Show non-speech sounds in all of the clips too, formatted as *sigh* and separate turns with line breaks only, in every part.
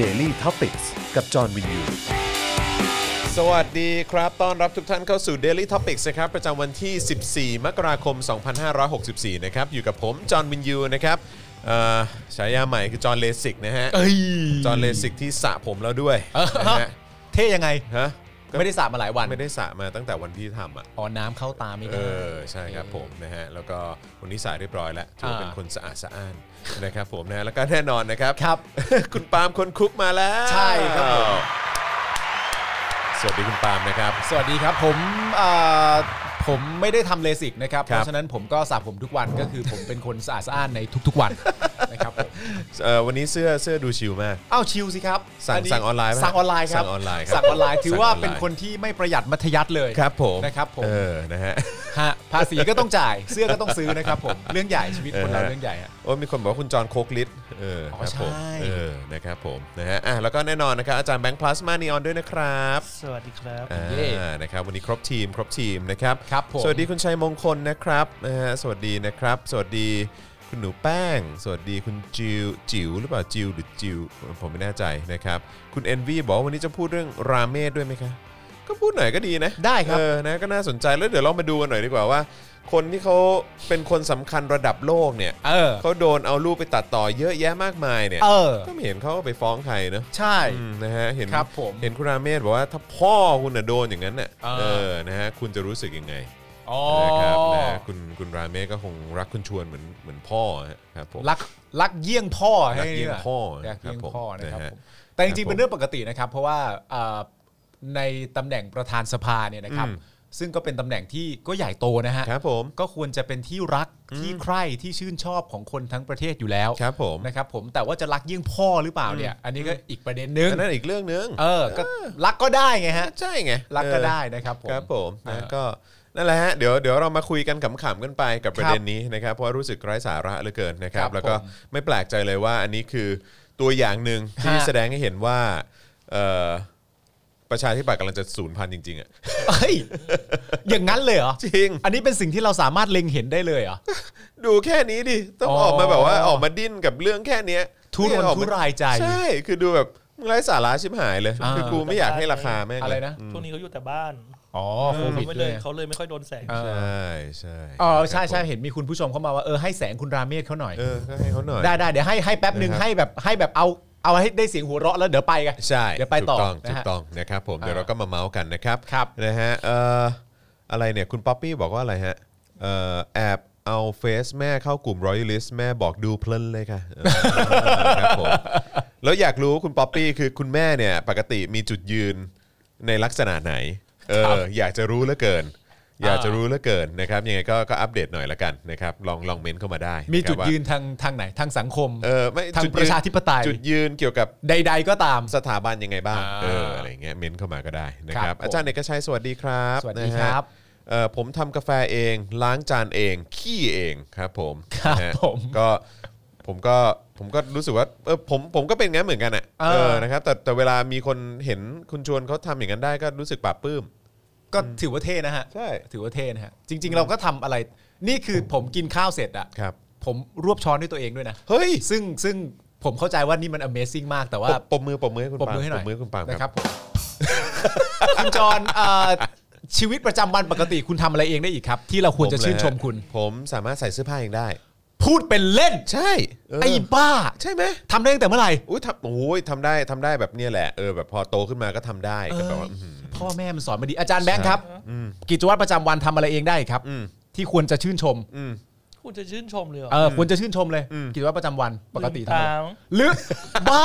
Daily t o p i c กกับจอห์นวินยู
สวัสดีครับ ต้อนรับทุกท่านเข้าสู่ Daily Topics นะครับ ประจำวันที่ 14 มกราคม 2564 นะครับ อยู่กับผม จอห์นวินยู นะครับเอ่อฉายาใหม่คือจอห์นเลสิกนะฮะ
เอ้ย
จอห์นเลสิกที่สระผมแล้วด้วยนะฮะ
เท่ยังไง
ฮะก็
ไม่ได้สระมาหลายวัน
ไม่ได้สระมาตั้งแต่วันที่ทำอ่ะ
อ๋อน้ำเข้าตาไม่
เอ
ได้
อใช่ครับผมนะฮะแล้วก็วันนี้สายเรียบร้อยแล้วถือว่าเป็นคนสะอาดสะอ้านนะครับผมนะแล้วก็แน่นอนนะครับ
ครับ
*laughs* คุณปาล์มคนคุกมาแล้ว
ใช่ครับผม
สวัสดีคุณปาล์มนะครับ
สวัสดีครับผมเอ่อผมไม่ได้ทำเลสิกนะครับ
ครับ
เพราะฉะนั้นผมก็สระผมทุกวันก็คือผมเป็นคนสะอาดสะอ้านในทุกๆวัน *laughs* นะครับผม
เอ่อวันนี้เสื้อเสื้อดูชิลมาก
อ้าวชิลสิครับ
สั่ง
นี้
สั่งออนไลน์ปะ
สั่งออนไลน์ครับ
สั่งออนไลน์ครับ
สั่งออนไล
*laughs*
น์ถือว่า
สั่งออนไลน์
เป็นคนที่ไม่ประหยัดมัธยัติเลย
ครับผม
นะครับผม
เออนะฮะ
ฮะภาษีก็ต้องจ่ายเสื้อก็ต้องซื้อนะครับผมเรื่องใหญ่ชีวิตคนเราเรื่องใหญ่ฮะ
โอ้ยมีคนบอกว่าคุณจอห์นโคกลิตเออ
อ๋อ
ครับผม
ใช่
เออนะครับผมนะฮะอ่ะแล้วก็แน่นอนนะครับอาจารย์แบงค์พลาสมานีออนด้วยนะครับ
สวัสดีครับ
อ่า
เย่
นะครับวันนี้ครบทีมครบทีมนะครับ
ครับผม
สวัสดีคุณชัยมงคลนะครับนะฮะสวัสดีนะครับ สวัสดีคุณหนูแป้ง สวัสดีคุณจิวจิวหรือเปล่าจิวหรือจิวผมไม่แน่ใจนะครับคุณเอนวีบอกว่าวันนี้จะพูดเรื่องราเมศด้วยไหมคะก็พูดหน่อยก็ดีนะ
ได้ครับ
เออ นะ ก็น่าสนใจ แล้วเดี๋ยวเรามาดูกันหน่อยดีกว่าว่า คนที่เขาเป็นคนสำคัญระดับโลกเนี่ย
เออ
เขาโดนเอารูปไปตัดต่อเยอะแยะมากมายเนี่ย
เออ
ก็ไม่เห็นเขาไปฟ้องใครเนอะ
ใช่
อืมนะฮะ เห็น
ครับผม
เห็นคุณราเมศบอกว่าถ้าพ่อคุณน่ะโดนอย่างนั้นน่ะ
เออ
เออ นะฮะ คุณจะรู้สึกยังไง
อ๋อ
นะครับนะฮะคุณ คุณราเมศก็คงรักคุณชวนเหมือน เหมือนพ่อฮะครับผม
รักรักเยี่ยงพ่อ
รั
ให้
กเยี่ยง
นี่นะ
พ่อ
รักเยี่ยง
ครับผม
พ่อนะครับ
นะฮะ
ผมแต่จริ
ครับ
ง
ผม
ๆเป็นเรื่องปกตินะครับ เพราะว่าเอ่อในตำแหน่งประธานสภาเนี่ยนะครับ
อืม
ซึ่งก็เป็นตำแหน่งที่ก็ใหญ่โตนะฮะ
ครับผม
ก็ควรจะเป็นที่รักที่ใคร่ที่ชื่นชอบของคนทั้งประเทศอยู่แล้ว
ครับผม
นะครับ ผมแต่ว่าจะรักเยี่ยงพ่อหรือเปล่าเนี่ย อันนี้ก็อีกประเด็นหนึง
อันนั้นอีกเรื่องนึง
เออก็รักก็ได้ไงฮะ
ใช่ไง
รักก็ได้นะครับผม
ครับผมนะ
อ่า
ก็นั่นแหละฮะเดี๋ยวเดี๋ยวเรามาคุยกันขำๆกันไปกับประ
ครับ
เด็นนี้นะครับ เพราะว่ารู้สึกไร้สาระเหลือเกินนะครับ
ครับ
แล้วก็
ผม
ไม่แปลกใจเลยว่าอันนี้คือตัวอย่างหนึ่งที่
ฮะ
แสดงให้เห็นว่าเอ่อประชาธิปัตย์กำลังจะสูญพันธุ์จริงๆอ่ะ
เฮ้ยอย่างนั้นเลยเหรอ
จริง
อันนี้เป็นสิ่งที่เราสามารถเล็งเห็นได้เลยเหรอ
ดูแค่นี้ดิต้อง
อ๋อ
ออกมาแบบว่าออกมาดิ้นกับเรื่องแค่เนี้ย
ทุรน
ออกม
ทุรายใจ
ใช่คือดูแบบมึงไร้สาระชิบหายเลย
อ่า
คือกูไม่อยากให้ราคาแม่ง
อะไรนะ
ช่วงนี้เขาอยู่แต่บ้าน
อ๋อโค
เขา
วิด
ไม่
เล
เลย ย
นะ
เขาเลยไม่ค่อยโดนแสง
เออ
ใช่ใช่
อ๋อใช่
ครั
ใช่
บผม
เห็นมีคุณผู้ชมเข้ามาว่าเออให้แสงคุณราเมศเขาหน่อย
เออก็ให้เขาหน่อย
ได้ได้เดี๋ยวให้ให้แป๊บหนึ่ง
นะครับ
ให้แบบให้แบบเอาเอาให้ได้เสียงหัวเราะแล้วเดี๋ยวไปกัน
ใช่
เดี๋ยวไปต่อ
ถูกต้อง
นะฮะ
ถูกต้องนะครับผม
อ่า
เดี๋ยวเราก็มาเมาส์กันนะครับ
ครับ
นะฮะเอ่ออะไรเนี่ยคุณป๊อปปี้บอกว่าอะไรฮะเอ่อแอบเอาเฟซแม่เข้ากลุ่มรอยลิสแม่บอกดูเพลินเลยค่ะเออ *laughs* ครับผมแล้วอยากรู้คุณป๊อปปี้คือคุณแม่เนี่ยปกติมีจุดยืนในลักษณะไหนเอ
ครับ
ออยากจะรู้เหลือเกิน อยากจะ
อ่า
รู้เหลือเกินนะครับยังไงก็ก็อัปเดตหน่อยละกันนะครับลองลองเม้นเข้ามาได้
มี
ะครับ
จุด
ว่า
ยืนทางทางไหนทางสังคม
เออไม่
ทาง
จุด
ป
ยื
ระ
น
ชาธิปไตย
จุดยืนเกี่ยวกับ
ใด ๆก็ตาม
สถาบันยังไงบ้าง
อ่า
เออ อะไรเงี้ย เม้นเข้ามาก็ได้นะครั
ครับ บผม
อาจารย์เอกชัยสวัสดีครับ
สวัสดี
นะฮะ
ครับ
เอ่อผมทำกาแฟเอง ล้างจานเอง ขี้เองครับผม
ครับ
นะฮะ
ผม
ก็ ผมก็ ผมก็รู้สึกว่า เออ ผม ผมก็เป็นงั้นเหมือนกันอ่ะ
เออ
เออ นะครับ แต่ แต่เวลามีคนเห็นคุณชวนเขาทำอย่างนั้นได้ก็รู้สึกปลาบปลื้ม
ก็ถือว่าเท่นะฮะ
ใช่
ถือว่าเท่นะฮะจริง ๆ เราก็ทำอะไร นี่คือผมกินข้าวเสร็จอะ
ครับ
ผมรวบช้อนด้วยตัวเองด้วยนะ
เฮ้ย
ซึ่งซึ่งผมเข้าใจว่านี่มัน Amazing มากแต่ว่า
ปรบปมมือปมมือให้คุณ
ปรบ
ปาล์
มือให้หน่อย
ปมมือคุณปาล์ม
นะครับผม *laughs* คุณจรเอ่อชีวิตประจำวันปกติคุณทำอะไรเองได้อีกครับ ที่เราควรจะชื่นชมคุณ
ผมสามารถใส่เสื้อผ้าเองได้
พูดเป็นเล่น
ใช่เ
ไอ้บ้า
ใช่ไหม
ทำได้ตั้งแต่เมื่อไหร่
อุ้ยทำโอ้ยทำได้ทำได้แบบเนี้ยแหละเออแบบพอโตขึ้นมาก็ทำได้ก็แบบว่าอื้อหือ
พ่อแม่มันสอนมาดีอาจารย์แบงค์ครับ กิจวัตรประจำวันทำอะไรเองได้ครับ
อืม
ที่ควรจะชื่นชม
คุณจะชื่นชมเลยเหรอ
เออควรจะชื่นชมเลย กิจวัตรประจำวันปกติทำอะไร
ลืม
หรือ
ตามั้ง
บ้า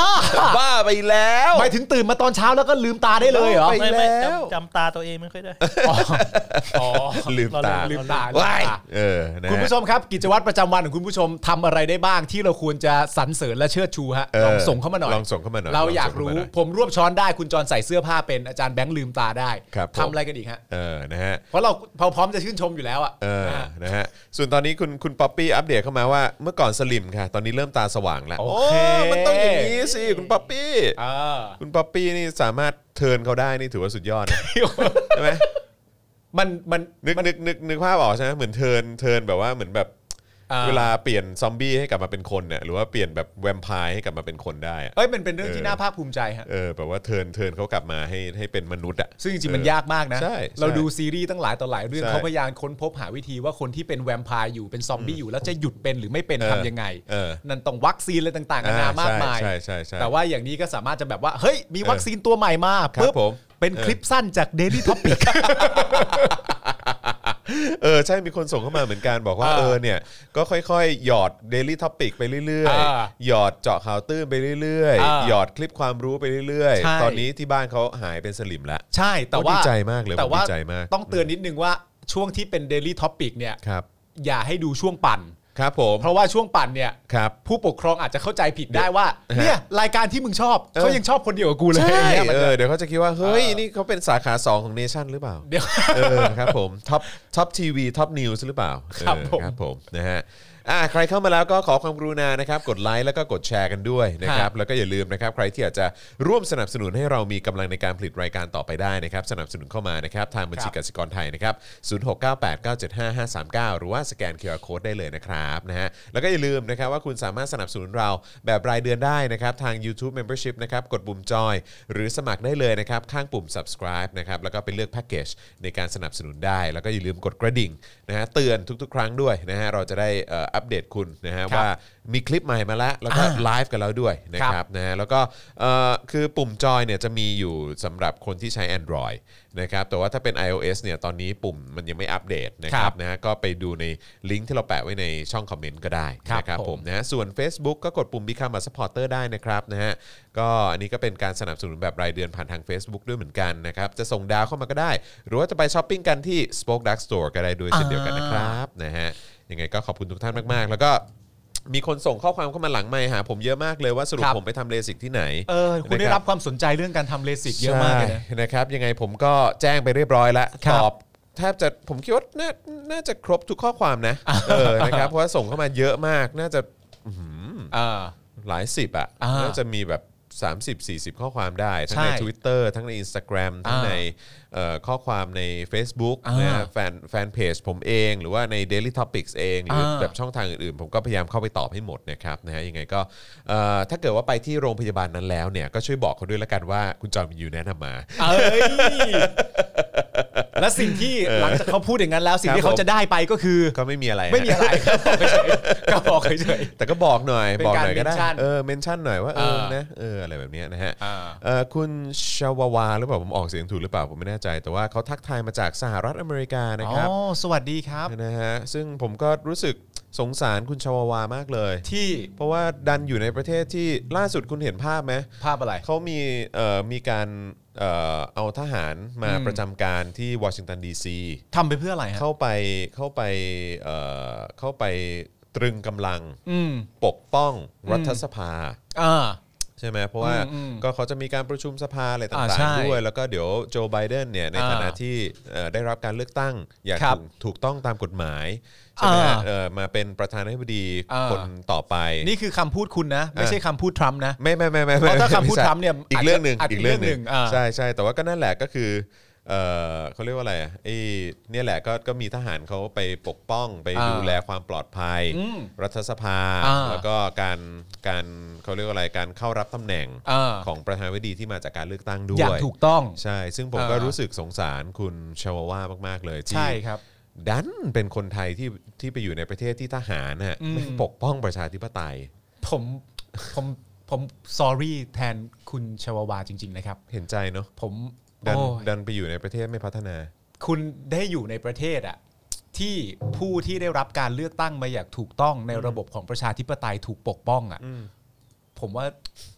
บ้าไปแล้ว
หมายถึงตื่นมาตอนเช้าแล้วก็ลืมตาได้เลยเหรอ
ไป
ไม่ไม่
แล้ว
จำจำตาตัวเองไม่ค่อยได้
อ๋ออ๋อ
ลืมตา
เร
ลืมตาลืม
ว้าย
ตา
เออนะ
คุณ
ฮะ
ผู้ชมครับ กิจวัตรประจำวันของคุณผู้ชมทำอะไรได้บ้างที่เราควรจะสรรเสริญและเชิดชูฮะลองส่งเข้ามาหน่อย
ลองส่งเข้ามาหน่อย
เรา
ลง
อยาก
ส่งข้
รู้
มหน่
ผมรวบช้อนได้คุณจรใส่เสื้อผ้าเป็นอาจารย์แบงค์ลืมตาได้
ครับผม
ทำอะไรกันอีกฮะ
เออนะฮะ
เพราะเราเราพร้อมจะชื่นชมอยู่แล้วอ่ะ
เออ
นะ
นะฮะส่วนตอนนี้คุณคุณป๊อปปี้อัปเดตเข้ามาว่าเมื่อก่อนสลิมค่ะ ตอนนี้เริ่มตาสว่างแล้ว
โอ
โ
เค
มันต้องอย่างนี้สิคุณป๊อปปี้
เอ
*laughs*
อ
คุณป๊อปปี้นี่สามารถเทิร์นเขาได้นี่ถือว่าสุดยอ
*laughs*
ดนะใช่ไหม
มันมัน
นึกนึกนึกนึกภาพออกใช่ไหมเหมือนเทิร์นเทิร์นแบบว่าเหมือนแบบ
เ อ่า
เวลาเปลี่ยนซอมบี้ให้กลับมาเป็นคนเนี่ยหรือว่าเปลี่ยนแบบแวมไพร์ให้กลับมาเป็นคนได้อะ
เอ้ยมันเป็นเรื่องที่น่าภาคภูมิใจฮะ
เออแบบว่าเทินเทินเขากลับมาให้ให้เป็นมนุษย์อ่ะ
ซึ่งจริงๆมันยากมากนะ
ใช่ใช่
เราดูซีรีส์ตั้งหลายต่อหลายเรื่อง
ใช่
เขาพยายามค้นพบหาวิธีว่าคนที่เป็นแวมไพร์อยู่เป็นซอมบี้อยู่แล้วจะหยุดเป็นหรือไม่เป็น
เออ
ทำยังไง
เออ
นั่นต้องวัคซีนอะไรต่างๆนา
อ่
นามากมาย
ใช่ใช่ใช่
แต่ว่าอย่างนี้ก็สามารถจะแบบว่า เฮ้ย มีวัคซีนตัวใหม่มา
ครับ
ปุ๊บ
ผม
เป็น
เออ
คลิปสั้นจาก Daily
*laughs*
Topic
เออใช่มีคนส่งเข้ามาเหมือนกันบอกว่า
อ่า
เออเนี่ยก็ค่อยๆ หยอด Daily Topic ไปเรื่อย
อ่า
ๆ หยอดเจาะข่าวตื้นไปเรื่อย
อ่า
ๆ หยอดคลิปความรู้ไปเรื่อย
ใช่
ๆ ตอนนี้ที่บ้านเขาหายเป็นสลิมแล้ว
ใช่แต่ว่า
โอ้ดีใจมากเลย
แต่ว่า
ผมดีใจมาก
ต้องเตือนนิดนึงว่าช่วงที่เป็น Daily Topic เนี่ย
ครับ
อย่าให้ดูช่วงปั่น
ครับผม
เพราะว่าช่วงปั่นเนี่ย
ครับ
ผู้ปกครองอาจจะเข้าใจผิดได้ว่าเนี่ยรายการที่มึงชอบ
เออ
เขายังชอบคนเดียวกับกูเลย
ใช่
อย่างเงี้ยมัน
เอ
จะ
อเดี๋ยวเขาจะคิดว่า เฮ้ย
เออ
นี่เขาเป็นสาขา 2 ของเนชั่นหรือเปล่า
เดี๋ยว
เออครับผมท็อปท็อปทีวีท็อปนิวส์หรือเปล่า
ครับ
เออ
ผม
ครับผมนะฮะอ่าใครเข้ามาแล้วก็ขอความกรุณานะครับ กดไลค์แล้วก็กดแชร์กันด้วยนะครับ แล้วก็อย่าลืมนะครับ ใครที่อยากจะร่วมสนับสนุนให้เรามีกำลังในการผลิตรายการต่อไปได้นะครับ สนับสนุนเข้ามานะครับ ทางบัญชี
ค
ก
รับ
สิกรไทยนะครับ 0698975539 หรือว่าสแกน QR Code ได้เลยนะครับนะฮะแล้วก็อย่าลืมนะครับว่าคุณสามารถสนับสนุนเราแบบรายเดือนได้นะครับทาง YouTube Membership นะครับกดปุ่มจอย หรือสมัครได้เลยนะครับ ข้างปุ่ม subscribe นะครับแล้วก็ไปเลือกแพ็กเกจในการสนับสนุนได้ แล้วก็อย่าลืมกดกระดิ่งนะฮะเตือนทุกๆ ครั้งด้วยนะฮะเราจะได้เอ่ออัปเดตคุณนะฮะ
ครับ
ว่ามีคลิปใหม่มาแล้วแล้วก็
อ่า
ไลฟ์กับเราด้วยนะครับ ครับนะฮะแล้วก็เอ่อคือปุ่มจอยเนี่ยจะมีอยู่สำหรับคนที่ใช้ Android นะครับแต่ว่าถ้าเป็น iOS เนี่ยตอนนี้ปุ่มมันยังไม่อัปเดตนะค
ค
รั
รั
บบ นะฮะก็ไปดูในลิงก์ที่เราแปะไว้ในช่องคอมเมนต์ก็ได้
ครับ
นะครับผ
ผม ม
นะฮะส่วน Facebook ก็กดปุ่ม Become a supporter ได้นะครับนะฮะก็อันนี้ก็เป็นการสนับสนุนแบบรายเดือนผ่านทาง Facebook ด้วยเหมือนกันนะครับจะส่งดาวเข้ามาก็ได้ หรือว่าจะไปช้อปปิ้งกันที่ Spoke Dark Store ก็ได้ด้วยเช่นเดียวกันนะครับนะฮะยังไงก็ขอบคุณทุกท่านมากๆ แล้วก็มีคนส่งข้อความเข้ามาหลังไมค์หาผมเยอะมากเลยว่าสรุป
ครับ
ผมไปทำเลสิกที่ไหน
เออคุณได้รับความสนใจเรื่องการทำเลสิกเยอะมากเลยนะ
ใช่นะครับยังไงผมก็แจ้งไปเรียบร้อยแล้ว
ครั
ต
บ
อบแทบจะผมคิดว่าน่าน่าจะครบทุกข้อความนะเออนะครับเพราะว่าส่งเข้ามาเยอะมาก น่าจะอื้อหือหลายสิบอ่ะ
อ่า
น่าจะมีแบบ 30-40 ข้อความได้ ทั้งใน
ใช่
Twitter ทั้งใน Instagram ทั้ง
อ่า
ในเอ่อข้อความใน Facebook
อ่าน
นะฮะแฟนแฟนเพจผมเอง หรือว่าใน Daily Topics เอง หรืออา แบบช่องทางอื่นๆ ผมก็พยายามเข้าไปตอบให้หมดนะครับนะฮะยังไงก็เอ่อถ้าเกิดว่าไปที่โรงพยาบาลนั้นแล้วเนี่ยก็ช่วยบอกเขาด้วยละกันว่าคุณจอห์นวินยูแนะนำมา
เอ้ยและสิ่งที่หลังจากเขาพูดอย่างนั้นแล้ว สิ่ง
ค
ที่
รับ
เขา
ผม
จะได้ไปก็คือ
ก็ไม่มีอะไรฮะ
ไม่มีอะไรครับบอกเฉยๆก็บอกเฉย
แต่ก็บอกหน่อย
เป็น
บอก
การ
หน่อยก็ได้
mention
เออเมนชั่นหน่อยว่าเออ
อ่าน
นะเอออะไรแบบเนี้ยนะฮะ
อ่า
เออคุณชาวาวาหรือเปล่าผมออกเสียงถูกหรือเปล่าผมไม่แน่ใจ แต่ว่าเขาทักทายมาจากสหรัฐอเมริกา
ๆ
นะ
อ๋อ
ครับ
สวัสดีครับ
นะฮะซึ่งผมก็รู้สึกสงสารคุณชาวาวามากเลย
ที่
เพราะว่าดันอยู่ในประเทศที่ล่าสุดคุณเห็นภาพไหม
ภาพอะไร
เขามีเอ่อมีการเอ่อเอาทหารมา
อืม
ประจำการที่วอชิงตันดีซี
ทำไปเพื่ออะไรฮะ
เข้าไปเข้าไปเอ่อเข้าไปตรึงกำลัง
อืม
ปกป้องรัฐ
อืม
สภา
อ่า
ใช่ไหมเพราะว่า
อืมอืม
ก็เขาจะมีการประชุมสภาอะไรต่า
อ่าง ใช่
ๆด้วย แล้วก็เดี๋ยวโจไบเดนเนี่ยในฐานะ
อ่า
ที่เอ่อได้รับการเลือกตั้งอย่าง
ครับ
ถูกถูกต้องตามกฎหมายใช่ไหมฮะ
อ่า
เอ่อมาเป็นประธานาธิบดี
อ่า
คนต่อไป
นี่คือคำพูดคุณนะ ไม่ใช่คำพูดทรัมป์นะ
ไม่ไม่ไม่ไม่
เพราะถ้าคำพูด
ไม่ใช่
ทรัมป์เนี่ย
อีกเรื่องหนึ่ง
อาจจะ
อีกเรื่องหนึ่ง
อ่า
ใช่ใช่แต่ว่าก็นั่นแหละก็คือเออเขาเรียกว่าอะไรอ่ะไอ้เนี่ยแหละก็ก็มีทหารเขาไปปกป้องไป
อ่า
ดูแลความปลอดภัย
อืม
รัฐสภา
อ่า
แล้วก็การการเขาเรียกว่าอะไรการเข้ารับตำแหน่ง
อ่า
ของประธานาธิบดีที่มาจากการเลือกตั้งด้
อ
ว
ย่าง
ย
ถูกต้อง
ใช่ ซึ่งผมก็
อ่ารู้
รู้สึกสงสารคุณชาวาว่ามาก ๆ เลยที่
ใช่ครับ
ดันเป็นคนไทยที่ที่ไปอยู่ในประเทศที่ทหารน่ะ
อืม
ไม่ปกป้องประชาธิปไตย
ผมผมผมสอรี่แทนคุณชวาวาจริง ๆ นะครับ
เห็นใจเนาะ
ผม
ดัน
โอ้ย
ดันไปอยู่ในประเทศไม่พัฒนา
คุณได้อยู่ในประเทศอะที่ผู้ที่ได้รับการเลือกตั้งมาอย่างถูกต้องในระบบของประชาธิปไตยถูกปกป้องอะ
อืม
ผมว่า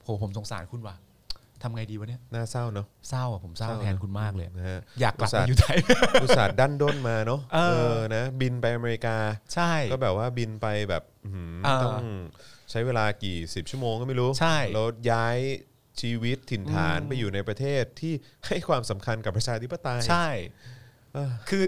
โหผมสงสารคุณว่ะทำไงดีวะเนี่ย
น่าเศร้าเนาะ
เศร้าอะผมเศร้าแทนคุณมากเลย
นะฮะ
อยากกลับมาอยู่ไทย *laughs*
อุตส่าห์ดันด้นมาเนาะ
เออ
นะ บินไปอเมริกา
ใช่
ก็แบบว่าบินไปแบบอื้อหือ
เออ
ต้องใช้เวลากี่สิบชั่วโมงก็ไม่รู้
ใช่
แล้วย้ายชีวิตถิ่นฐาน
อืม
ไปอยู่ในประเทศที่ให้ความสำคัญกับประชาธิปไตย
ใช่
เออ
คือ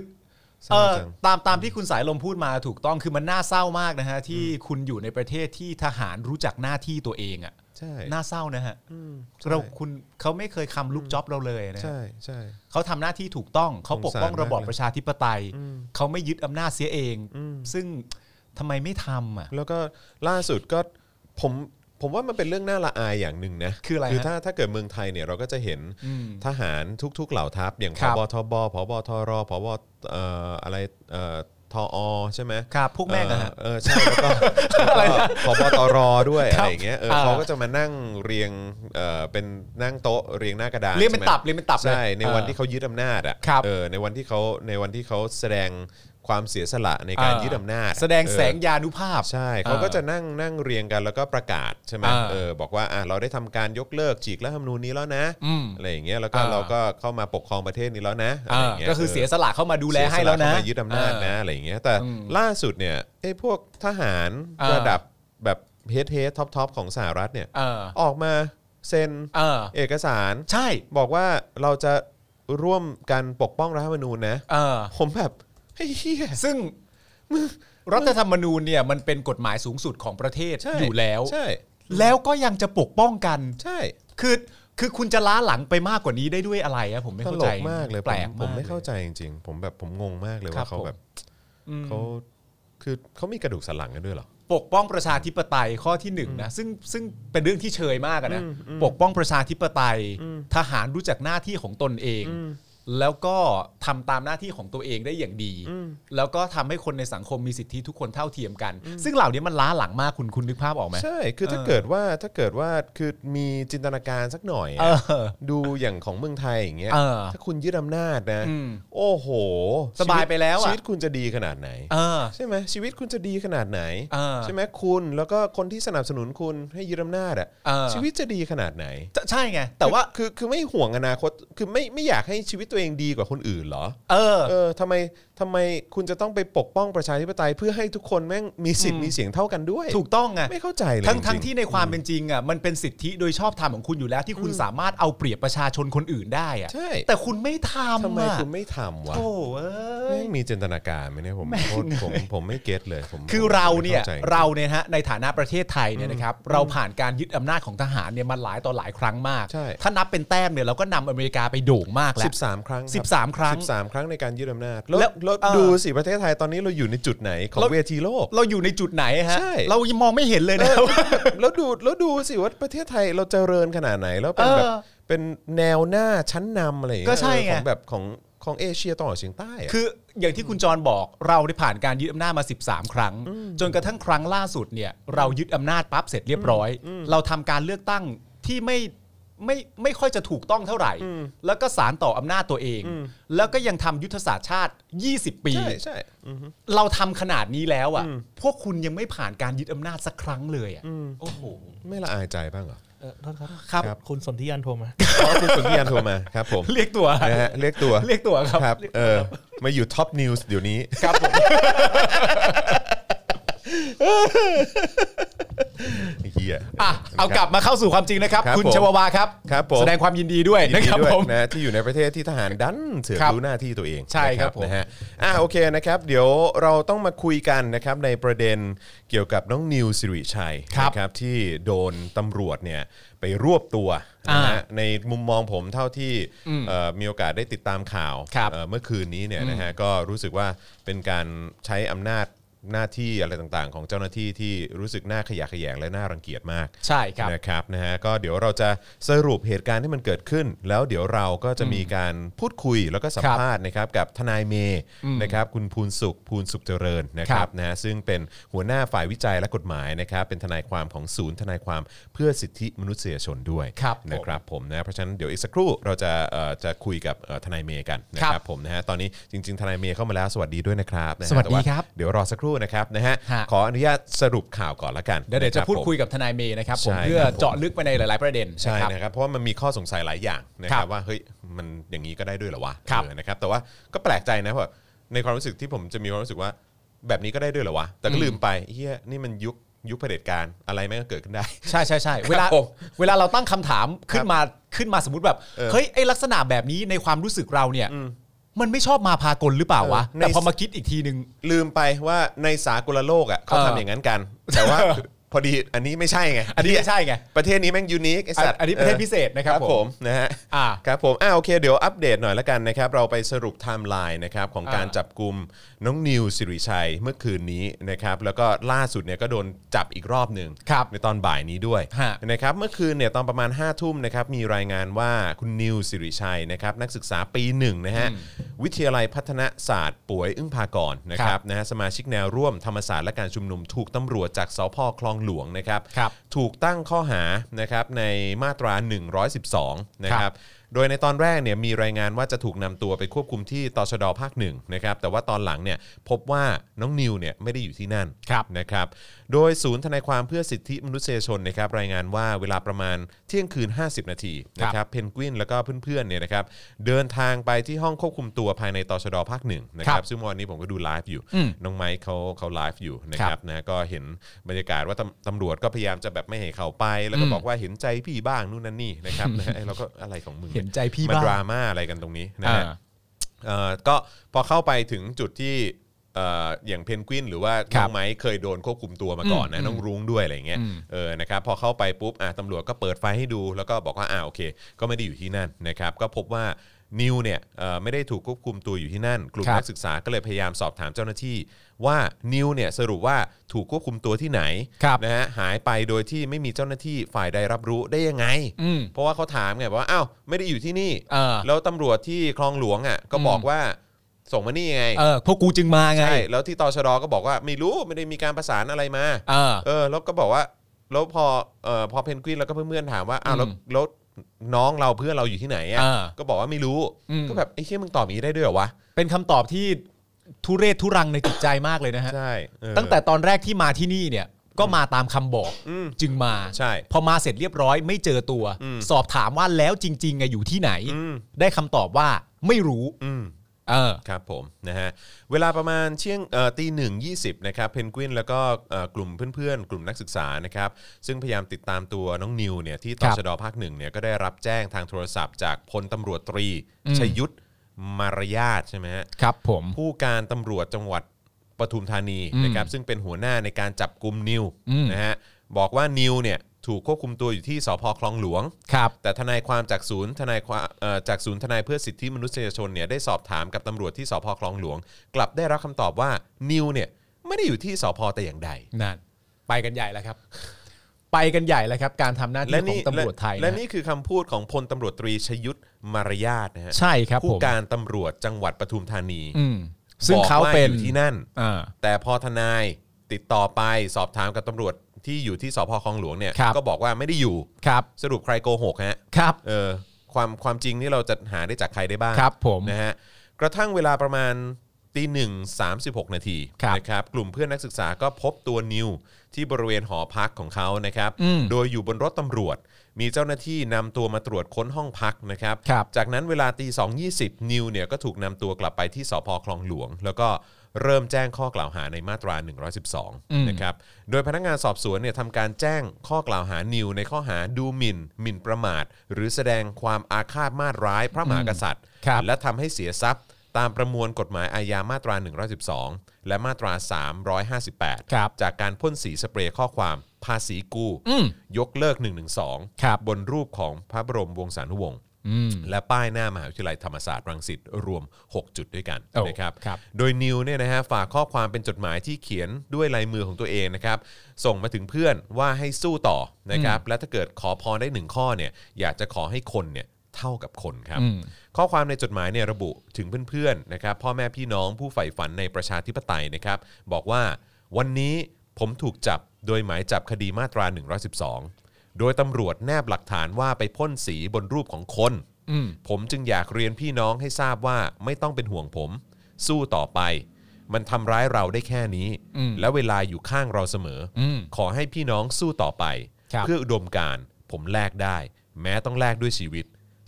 เศ
เอ
ร้า
อ
จัง
ตามตามที่คุณสายลมพูดมาถูกต้องคือมันน่าเศร้ามากนะฮะ ที่คุณอยู่ในประเทศที่ทหารรู้จักหน้าที่ตัวเองอะ
ใช่
น่าเศร้านะฮะ
อืมใช่
เราคุณเขาไม่เคยคำลูกจ็อบเราเลยนะฮะ
ใช่ใช่
เขาทำหน้าที่ถูกต้องเขาปกป้อง
สงสารมาก
ระบอบ
เลย
ประชาธิปไตย
อืม
เขาไม่ยึดอำนาจเสียเอง
อืม
ซึ่ง ทำไมไม่ทำอ่ะ
แล้วก็ล่าสุดก็ผมผมว่ามันเป็นเรื่องน่าละอายอย่างหนึ่งนะ
คืออะไรฮะ
คือถ้าถ้าเกิดเมืองไทยเนี่ยเราก็จะเห็น
อืม
ทหารทุก ๆ เหล่าทัพอย่างพ
ครับ
บทบพบทรพบเอ่ออะไรเอ่อทอใช่ไหม
ครับพวกแม่งอะฮะ
เออเออใช่แล้วก็แล้วก็พบตรด้วย
ค
อะ
รับ
ไรอย่างเงี้ยเออ
อ่า
เขาก็จะมานั่งเรียงเออเป็นนั่งโต๊ะเรียงหน้ากระดาน
เรียกเป็น
ใช่ไหม
ตับเรียกเป็นตับเลย
ใช่ในวันที่เขายึดอำนาจอ่ะ
ครับ
เออในวันที่เขาในวันที่เขาแสดงความเสียสละในการ
อ่ายึ
ยึดอำนาจ
แสดงแส
เออย
งานุภาพ
ใช่เขาก็จะนั่งนั่งเรียงกันแล้วก็ประกาศใช่ไหม
อ่า
เออบอกว่าอ่ะเราได้ทำการยกเลิกฉีกรัฐธรรมนูญนี้แล้วนะ
อืม
อะไรอย่างเงี้ยแล้วก็
อ่า
เราก็เข้ามาปกครองประเทศนี้แล้วนะอะ
อ่า
ไรย่างเงี้ย
ก็คือ
เ
เสียสละเข้ามาดูแลให้แล้วนะ
เสียสเข้ามายึดอำนาจนะอะไรอย่างเงี้ยแต่
อืม
ล่าสุดเนี่ยไอ้พวกทหาร
อ่า
ระดับแบบเฮดเฮดท็อปท็อปของสหรัฐเนี่ย
เออ
ออกมาเซ็น
เออ
เอกสาร
ใช่
บอกว่าเราจะร่วมกันปกป้องรัฐธรรมนูญนะ
เออ
ผมแบบเฮ้ยเหี้ย
ซึ่ง *laughs* รัฐธรรมนูญเนี่ยมันเป็นกฎหมายสูงสุดของประเทศ
ใช่
อยู่แล้ว
ใช่
แล้วก็ยังจะปกป้องกัน
ใช่
คือคือคุณจะล้าหลังไปมากกว่านี้ได้ด้วยอะไรอะผมไม่
ต
เข้า
ล
ใจ
กมากเลย
แปลก
ผมผมไม่เข้า
ลย
ใจจริงๆ ผมแบบผมงงมากเลย
ครั
ว่า
บ
เขา
ผม
แบบ
อืม
เขาคือเขามีกระดูกสันหลังกันด้วยเหรอ
ปกป้องประชาธิปไตยข้อที่หนึ่งนะซึ่งซึ่งเป็นเรื่องที่เชยมากอะนะ
อืมอืม
ปกป้องประชาธิปไตย
อืม
ทหารรู้จักหน้าที่ของตนเอง
อืม
แล้วก็ทำตามหน้าที่ของตัวเองได้อย่างดี
อืม
แล้วก็ทำให้คนในสังคมมีสิทธิทุกคนเท่าเทียมกัน ซึ่งเหล่านี้มันล้าหลังมากคุณคุณนึกภาพออกไหม
ใช่คือถ้า
เออ
เกิดว่าถ้าเกิดว่าคือมีจินตนาการสักหน่อยอะ
เออ
ดูอย่างของเมืองไทยอย่างเงี้ย
เออ
ถ้าคุณยึดอำนาจนะ
อืม
โอ้โห
สบายไปแล้วอะ
ชีวิตคุณจะดีขนาดไหน
เออ
ใช่ไหมชีวิตคุณจะดีขนาดไหน
เออ
ใช่ไหมคุณแล้วก็คนที่สนับสนุนคุณให้ยึดอำนาจอ่ะ
เออ
ชีวิตจะดีขนาดไหน
จะใช่ไง แต่ว่า
คือคือคือไม่ห่วงอนาคตคือไม่ไม่อยากให้ชีวิตตัวเองดีกว่าคนอื่นเหรอ
เออ
เออทำไมทำไมคุณจะต้องไปปกป้องประชาธิปไตยเพื่อให้ทุกคนแม่งมีสิทธิ์มีเสียงเท่ากันด้วย
ถูกต้องไง
ไม่เข้าใจเลย
ทั้ง
จริๆ
ทั้งที่ในความเป็นจริงอ่ะมันเป็นสิทธิโดยชอบธรรมของคุณอยู่แล้วที่คุณสามารถเอาเปรียบประชาชนคนอื่นได้อ่ะ
ใช่
แต่คุณไม่ทำ
ทำไม
อะ
คุณไม่ทำวะ
โธ่เอ้ย
แม่งมีจินตนาการไหมเนี่ยผมโคตรผมผมไม่เก็ตเลยผม
คือเราเนี่ย
ผมไม่ข้ใจ
เราเนี่ยฮะในฐานะประเทศไทยเนี่ยนะครับเราผ่านการยึดอำนาจของทหารเนี่ยมาหลายต่อหลายครั้งมาก ถ้านับเป็นแต้มเนี่ยเราก็นำอเมริกาไปโด่งมากแล้ว
13 ครั้ง
สิบสามครั้ง
สิบสามครั้งในการยึดอำนาจแล้ว
แล้ว
แล้ว
เออ
ดูสิประเทศไทยตอนนี้เราอยู่ในจุดไหนของ
แล้ว
เวทีโลก
เราอยู่ในจุดไหนฮะ
ใช่
เรายังมองไม่เห็นเลยนะ
แล้วดูแล้วดูสิว่าประเทศไทยเราเจริญขนาดไหน แล้วเป็น
เออ
แบบเป็นแนวหน้าชั้นนำอะไรอย่างเงี้ย
ก็ใช่ไง
ของแบบของของเอเชียตะวันออกเฉียงใต้อะ
คืออย่างที่คุณจรบอกเราได้ผ่านการยึดอำนาจมา 13 ครั้ง จนกระทั่งครั้งล่าสุดเนี่ยเรายึดอำนาจปั๊บเสร็จเรียบร้อย เราทำการเลือกตั้งที่ไม่ไม่ไม่ค่อยจะถูกต้องเท่าไหร่ แล้วก็สารต่ออำนาจตัวเอง แล้วก็ยังทำยุทธศาสตร์ชาติ 20 ปี
ใช่ใช่อืม
เราทำขนาดนี้แล้วอ่ะ
อืม
พวกคุณยังไม่ผ่านการยึดอำนาจสักครั้งเลยอ่ะโอ้โห
ไม่ละอายใจบ้างเหรอ
เออโทษครับ
ครับ
คุณสนธิยันโทรมา
อ๋อคุณสุนทรียนโทรมาครับผม
เรียกตัว
*laughs* นะฮะเรียกตัว
เรียกตัวครับ
ครับเออมาอยู่ท็อปนิวส์เดี๋ยวนี้
ครับผม
ไอ้เฮีย
อ่ะเอากลับมาเข้าสู่ความจริงนะครับ
ครับ
คุณ
ผม
ชวาวาครับ
ครับผม
แสดงความยินดีด้วย
ยิน
นะ
ดี
ครับ
ด้วย
ผม
นะที่อยู่ในประเทศที่ทหารดันเสือก
ครับ
รู้หน้าที่ตัวเอง
ใช่ครับผม
นะฮะอ่ะโอเคนะครับ เดี๋ยวเราต้องมาคุยกันนะครับในประเด็นเกี่ยวกับน้องนิวสิริชัย
ครับ
นะครับที่โดนตำรวจเนี่ยไปรวบตัวนะฮะในมุมมองผมเท่าที่เอ่อมีโอกาสได้ติดตามข่าว
ครับ
เอ่อเมื่อคืนนี้เนี่ยนะฮะก็รู้สึกว่าเป็นการใช้อำนาจหน้าที่อะไรต่างๆ ของเจ้าหน้าที่ที่รู้สึกน่าขยะแขยงและน่ารังเกียจมาก
ใช่ครับ
นะครับนะฮะก็เดี๋ยวเราจะสรุปเหตุการณ์ที่มันเกิดขึ้น แล้วเดี๋ยวเราก็จะมีการพูดคุยแล้วก็สัมภาษณ์นะครับกับทนายเมย์นะครับคุณภูนสุขภูนสุขเจริญนะค
ค
รั
รั
บบ นะฮะซึ่งเป็นหัวหน้าฝ่ายวิจัยและกฎหมายนะครับเป็นทนายความของศูนย์ทนายความเพื่อสิทธิมนุษยชนด้วย
ครับ
นะครับผมนะเพราะฉะนั้นเดี๋ยวอีกสักครู่เราจะเอ่อจะคุยกับเอ่อทนายเมย์กันนะค
ครั
รับบ ผมนะฮะตอนนี้จริง ๆ ทนายเมย์เข้ามาแล้วสวัสดีด้วยนะครับนะฮะ
สวัสดี
แต่า
ครับ
เดี๋ยวรอสักครู่นะครับนะฮะ
ฮะ
ขออนุญาตสรุปข่าวก่อนละกัน
เดี๋ยวเดี๋ยว
ค
จะ
รับ
พูด
ผม
คุยกับทนายเมย์นะครับผม
ใช่
เพื่อ
ครับผม
เจาะลึกไปในหลาย ๆ ประเด็น
ใช่
นะครับ
นะครับเพราะว่ามันมีข้อสงสัยหลายอย่างนะค
ค
รั
รั
บบ ว่าเฮ้ยมันอย่างนี้ก็ได้ด้วยเหรอวะ
ครับ
เออนะครับแต่ว่าก็แปลกใจนะเพราะในความรู้สึกที่ผมจะมีความรู้สึกว่า แบบนี้ก็ได้ด้วยเหรอวะแต่ก็
อืม
ลืมไปเฮียนี่มันยุคยุคเผด็จการอะไรแม่งก็เกิดขึ้นได้ *laughs*
ใช่ใช่ใช่เวลา
ผม
เวลาเราตั้งคำถามขึ้นมาขึ้นมาสมมติแบบ
เออ
เฮ้ยไอลักษณะแบบนี้ในความรู้สึกเราเนี่ย มันไม่ชอบมาพากลหรือเปล่าวะ
เออใน
แต่พอมาคิดอีกทีนึง
ลืมไปว่าในสากลโลกอ่ะเขา
เออ
ทำอย่างนั้นกัน แต่ว่า พอดีอันนี้ไม่ใช่ไง
อันนี้ไม่ใช่ไง
ประเทศนี้แม่งยูนิคไอ
อัน
สัตว์
อันนี้ประเทศ
ออ
พิเศษนะ
ค
ครับ
รั
บ ผ
ผม มนะฮะ
อ่า
ครับผมอ่าโอเคเดี๋ยวอัปเดตหน่อยละกันนะครับเราไปสรุปไทม์ไลน์นะครับของการ
อ่า
จับกลุ่มน้องนิวสิริชัยเมื่อคืนนี้นะครับแล้วก็ล่าสุดเนี่ยก็โดนจับอีกรอบหนึ่ง
ครับ
ในตอนบ่ายนี้ด้วย
ฮะ
นะครับเมื่อคืนเนี่ยตอนประมาณ5้าทุ่มนะครับมีรายงานว่าคุณนิวสิริชัยนะครับนักศึกษาปีหนึ่งนะฮะวิทยาลัยพัฒนศาสตร์ป่วยอึ้งพากรนะ
ค
ค
รั
รับบ นะฮะสมาชิกแนวร่วมธรรมศาสตร์และการชุมนุมถูกตำรวจจากสพคลองหลวงนะครับ
ครับ
ถูกตั้งข้อหานะครับในมาตรา 112 นะ
ค
ครั
รับ บ
โดยในตอนแรกเนี่ยมีรายงานว่าจะถูกนำตัวไปควบคุมที่ตชดภาคหนึ่งนะครับ แต่ว่าตอนหลังเนี่ยพบว่าน้องนิวเนี่ยไม่ได้อยู่ที่นั่น
ครับ
นะครับ โดยศูนย์ทนายความเพื่อสิทธิมนุษยชนนะครับรายงานว่าเวลาประมาณเที่ยงคืน 50 นาทีนะครับ เพนกวินแล้วก็เพื่อนๆเนี่ยนะครับเดินทางไปที่ห้องควบคุมตัวภายในตชดภาคหนึ่งนะค
ค
รั
รั
บบ ซึ่งวันนี้ผมก็ดูไลฟ์อยู่
อืม
น้องไมค์เขาเขาไลฟ์อยู่นะ
ค
ครั
รั
บบ นะก็เห็นบรรยากาศว่าตำตำรวจก็พยายามจะแบบไม่ให้เขาไป แล้วก็บอกว่าเห็นใจพี่บ้างนู่นนั่นนี่นะครับ *laughs* นะ เราก็อะไรของมึง
เห็นใจพี่
มัน
บ้าง
ดราม่าอะไรกันตรงนี้นะ
อ่า
ฮะเอ่อก็พอเข้าไปถึงจุดที่เอ่ออย่างเพนกวินหรือว่า
ครั
น้
บ
องไม้เคยโดนควบคุมตัวมาก่อนนะ
อืม
น้องรุ้งด้วยอะไรอย่างเงี้ย
อืม
เออนะครับพอเข้าไปปุ๊บอ่ะตำรวจก็เปิดไฟให้ดูแล้วก็บอกว่าอ่าโอเค ก็ไม่ได้อยู่ที่นั่นนะครับก็พบว่านิวเนี่ยเอ่อไม่ได้ถูกควบคุมตัวอยู่ที่นั่นกลุ่ม
ครับ
นัก ศึกษาก็เลยพยายามสอบถามเจ้าหน้าที่ว่านิวเนี่ยสรุปว่าถูกควบคุมตัวที่ไหน
ครับ
นะฮะหายไปโดยที่ไม่มีเจ้าหน้าที่ฝ่ายใดรับรู้ได้ยังไง
อืม
เพราะว่าเขาถามไงบอกว่าอ้าวไม่ได้อยู่ที่นี่
เออ
แล้วตำรวจที่คลองหลวงอ่ะก็บอก
อืม
ว่าส่งมานี่ไง
เออพวกกูจึงมาไง
ใช่แล้วที่ตชดก็บอกว่าไม่รู้ไม่ได้มีการประสานอะไรมา
เออ
เออแล้วก็บอกว่าแล้วพอเออพอเพนกวินแล้วก็เพื่อนๆถามว่าอ้าวแล้ว
อืม
แล้วน้องเราเพื่อนเราอยู่ที่ไหนอ่ะ
อ่า
ก็บอกว่าไม่รู้
อืม
ก็แบบไอ้เชี่ยมึงตอบอย่างนี้ได้ด้วยเหรอวะ
เป็นคำตอบที่ทุเรศทุรังในจิตใจมากเลยนะฮะ
ใช่เออ
ตั้งแต่ตอนแรกที่มาที่นี่เนี่ยก็มาตามคำบอก
อืม
จึงมา
ใช่
พอมาเสร็จเรียบร้อยไม่เจอตัว
อืม
สอบถามว่าแล้วจริงๆอะอยู่ที่ไหน
อืม
ได้คำตอบว่าไม่รู้
อืม
เออ
ครับผมนะฮะเวลาประมาณเชี่ยงเอ่อตีหนึ่งยีนะครับเพนกวินแล้วก็เอ่อกลุ่มเพื่อนๆ กลุ่มนักศึกษานะครับซึ่งพยายามติดตามตัวน้องนิวเนี่ยที่
ค
ต
รับ
ชดภาคหนึ่งเนี่ยก็ได้รับแจ้งทางโทรศัพท์จากพลตำรวจตรี
อืม
ชยุทธมารยาทใช่ไหมฮะ
ครับผม
ผู้การตำรวจจังหวัดปทุมธานี
อืม
นะครับซึ่งเป็นหัวหน้าในการจับกลุ่มนิว
อืม
นะฮะบอกว่านิวเนี่ยถูกควบคุมตัวอยู่ที่สพคลองหลวง
ครับ
แต่ทนายความจากศูนย์ทนายความเอ่อจากศูนย์ทนายเพื่อสิทธิมนุษยชนเนี่ยได้สอบถามกับตำรวจที่สพคลองหลวง กลับได้รับคำตอบว่านิวเนี่ยไม่ได้อยู่ที่สพแต่อย่างใด
นั่น ไปกันใหญ่แล้วครับ ไปกันใหญ่แล้วครับ การทำหน้าที่ของตำรวจไทย
และ
นะ
และนี่คือคำพูดของพลตำรวจตรีชยุทธมารยาทนะฮะ
ใช่ครับ
ผู้
ผม
การตำรวจจังหวัดปทุมธานี
อืมซึ่งเขา
บอกว่
เป็น
อยู่ที่นั่น
อ่า
แต่พอทนายติดต่อไปสอบถามกับตำรวจที่อยู่ที่สพคลองหลวงเนี่ย
ครับ
ก็บอกว่าไม่ได้อยู่
ครับ
สรุปใครโกหกฮะ
ครับ
เออความความจริงนี่เราจะหาได้จากใครได้บ้าง
ครับผม
นะฮะกระทั่งเวลาประมาณตีหนึ่งสามสิบหกนาที
ครับ
นะครับกลุ่มเพื่อนนักศึกษาก็พบตัวนิวที่บริเวณหอพักของเขานะครับ
อืม
โดยอยู่บนรถตำรวจ มีเจ้าหน้าที่นำตัวมาตรวจค้นห้องพักนะครับ
ครับ
จากนั้นเวลาตีสองยี่สิบนิวเนี่ยก็ถูกนำตัวกลับไปที่สพคลองหลวง แล้วก็เริ่มแจ้งข้อกล่าวหาในมาตรา
อืม
112 นะครับ โดยพนักงานสอบสวนเนี่ยทำการแจ้งข้อกล่าวหานิวในข้อหาดูหมิ่น หมิ่นประมาท หรือแสดงความอาฆาตมาตร้ายพระมหากษัตริย์
ครับ
และทำให้เสียทรัพย์ ตามประมวลกฎหมายอาญามาตรา 112 และมาตรา 358
ครับ
จากการพ่นสีสเปรย์ข้อความภาษีกู้
อืม
ยกเลิก
ครับ
112 บนรูปของพระบรมวงศานุวงศ์
อืม
และป้ายหน้ามหาวิทยาลัยธรรมศาสตร์รังสิตรวม 6 จุดด้วยกัน
โอ้
นะครับ
ครับ
โดยนิวเนี่ยนะฮะฝากข้อความเป็นจดหมายที่เขียนด้วยลายมือของตัวเองนะครับ ส่งมาถึงเพื่อนว่าให้สู้ต่อนะครับ และถ้าเกิดขอพรได้หนึ่งข้อเนี่ยอยากจะขอให้คนเนี่ยเท่ากับคนครับ
อืม
ข้อความในจดหมายเนี่ยระบุถึงเพื่อนๆนะครับพ่อแม่พี่น้องผู้ใฝ่ฝันในประชาธิปไตยนะครับบอกว่าวันนี้ผมถูกจับโดยหมายจับคดีมาตรา 112 โดยตำรวจแนบหลักฐานว่าไปพ่นสีบนรูปของคน
อืม
ผมจึงอยากเรียนพี่น้องให้ทราบว่าไม่ต้องเป็นห่วงผม สู้ต่อไป มันทำร้ายเราได้แค่นี้
อืม
และเวลาอยู่ข้างเราเสมออ
ม
ขอให้พี่น้องสู้ต่อไป
ครับ
เพื่ออุดมการณ์ผมแลกได้ แม้ต้องแลกด้วยชีวิต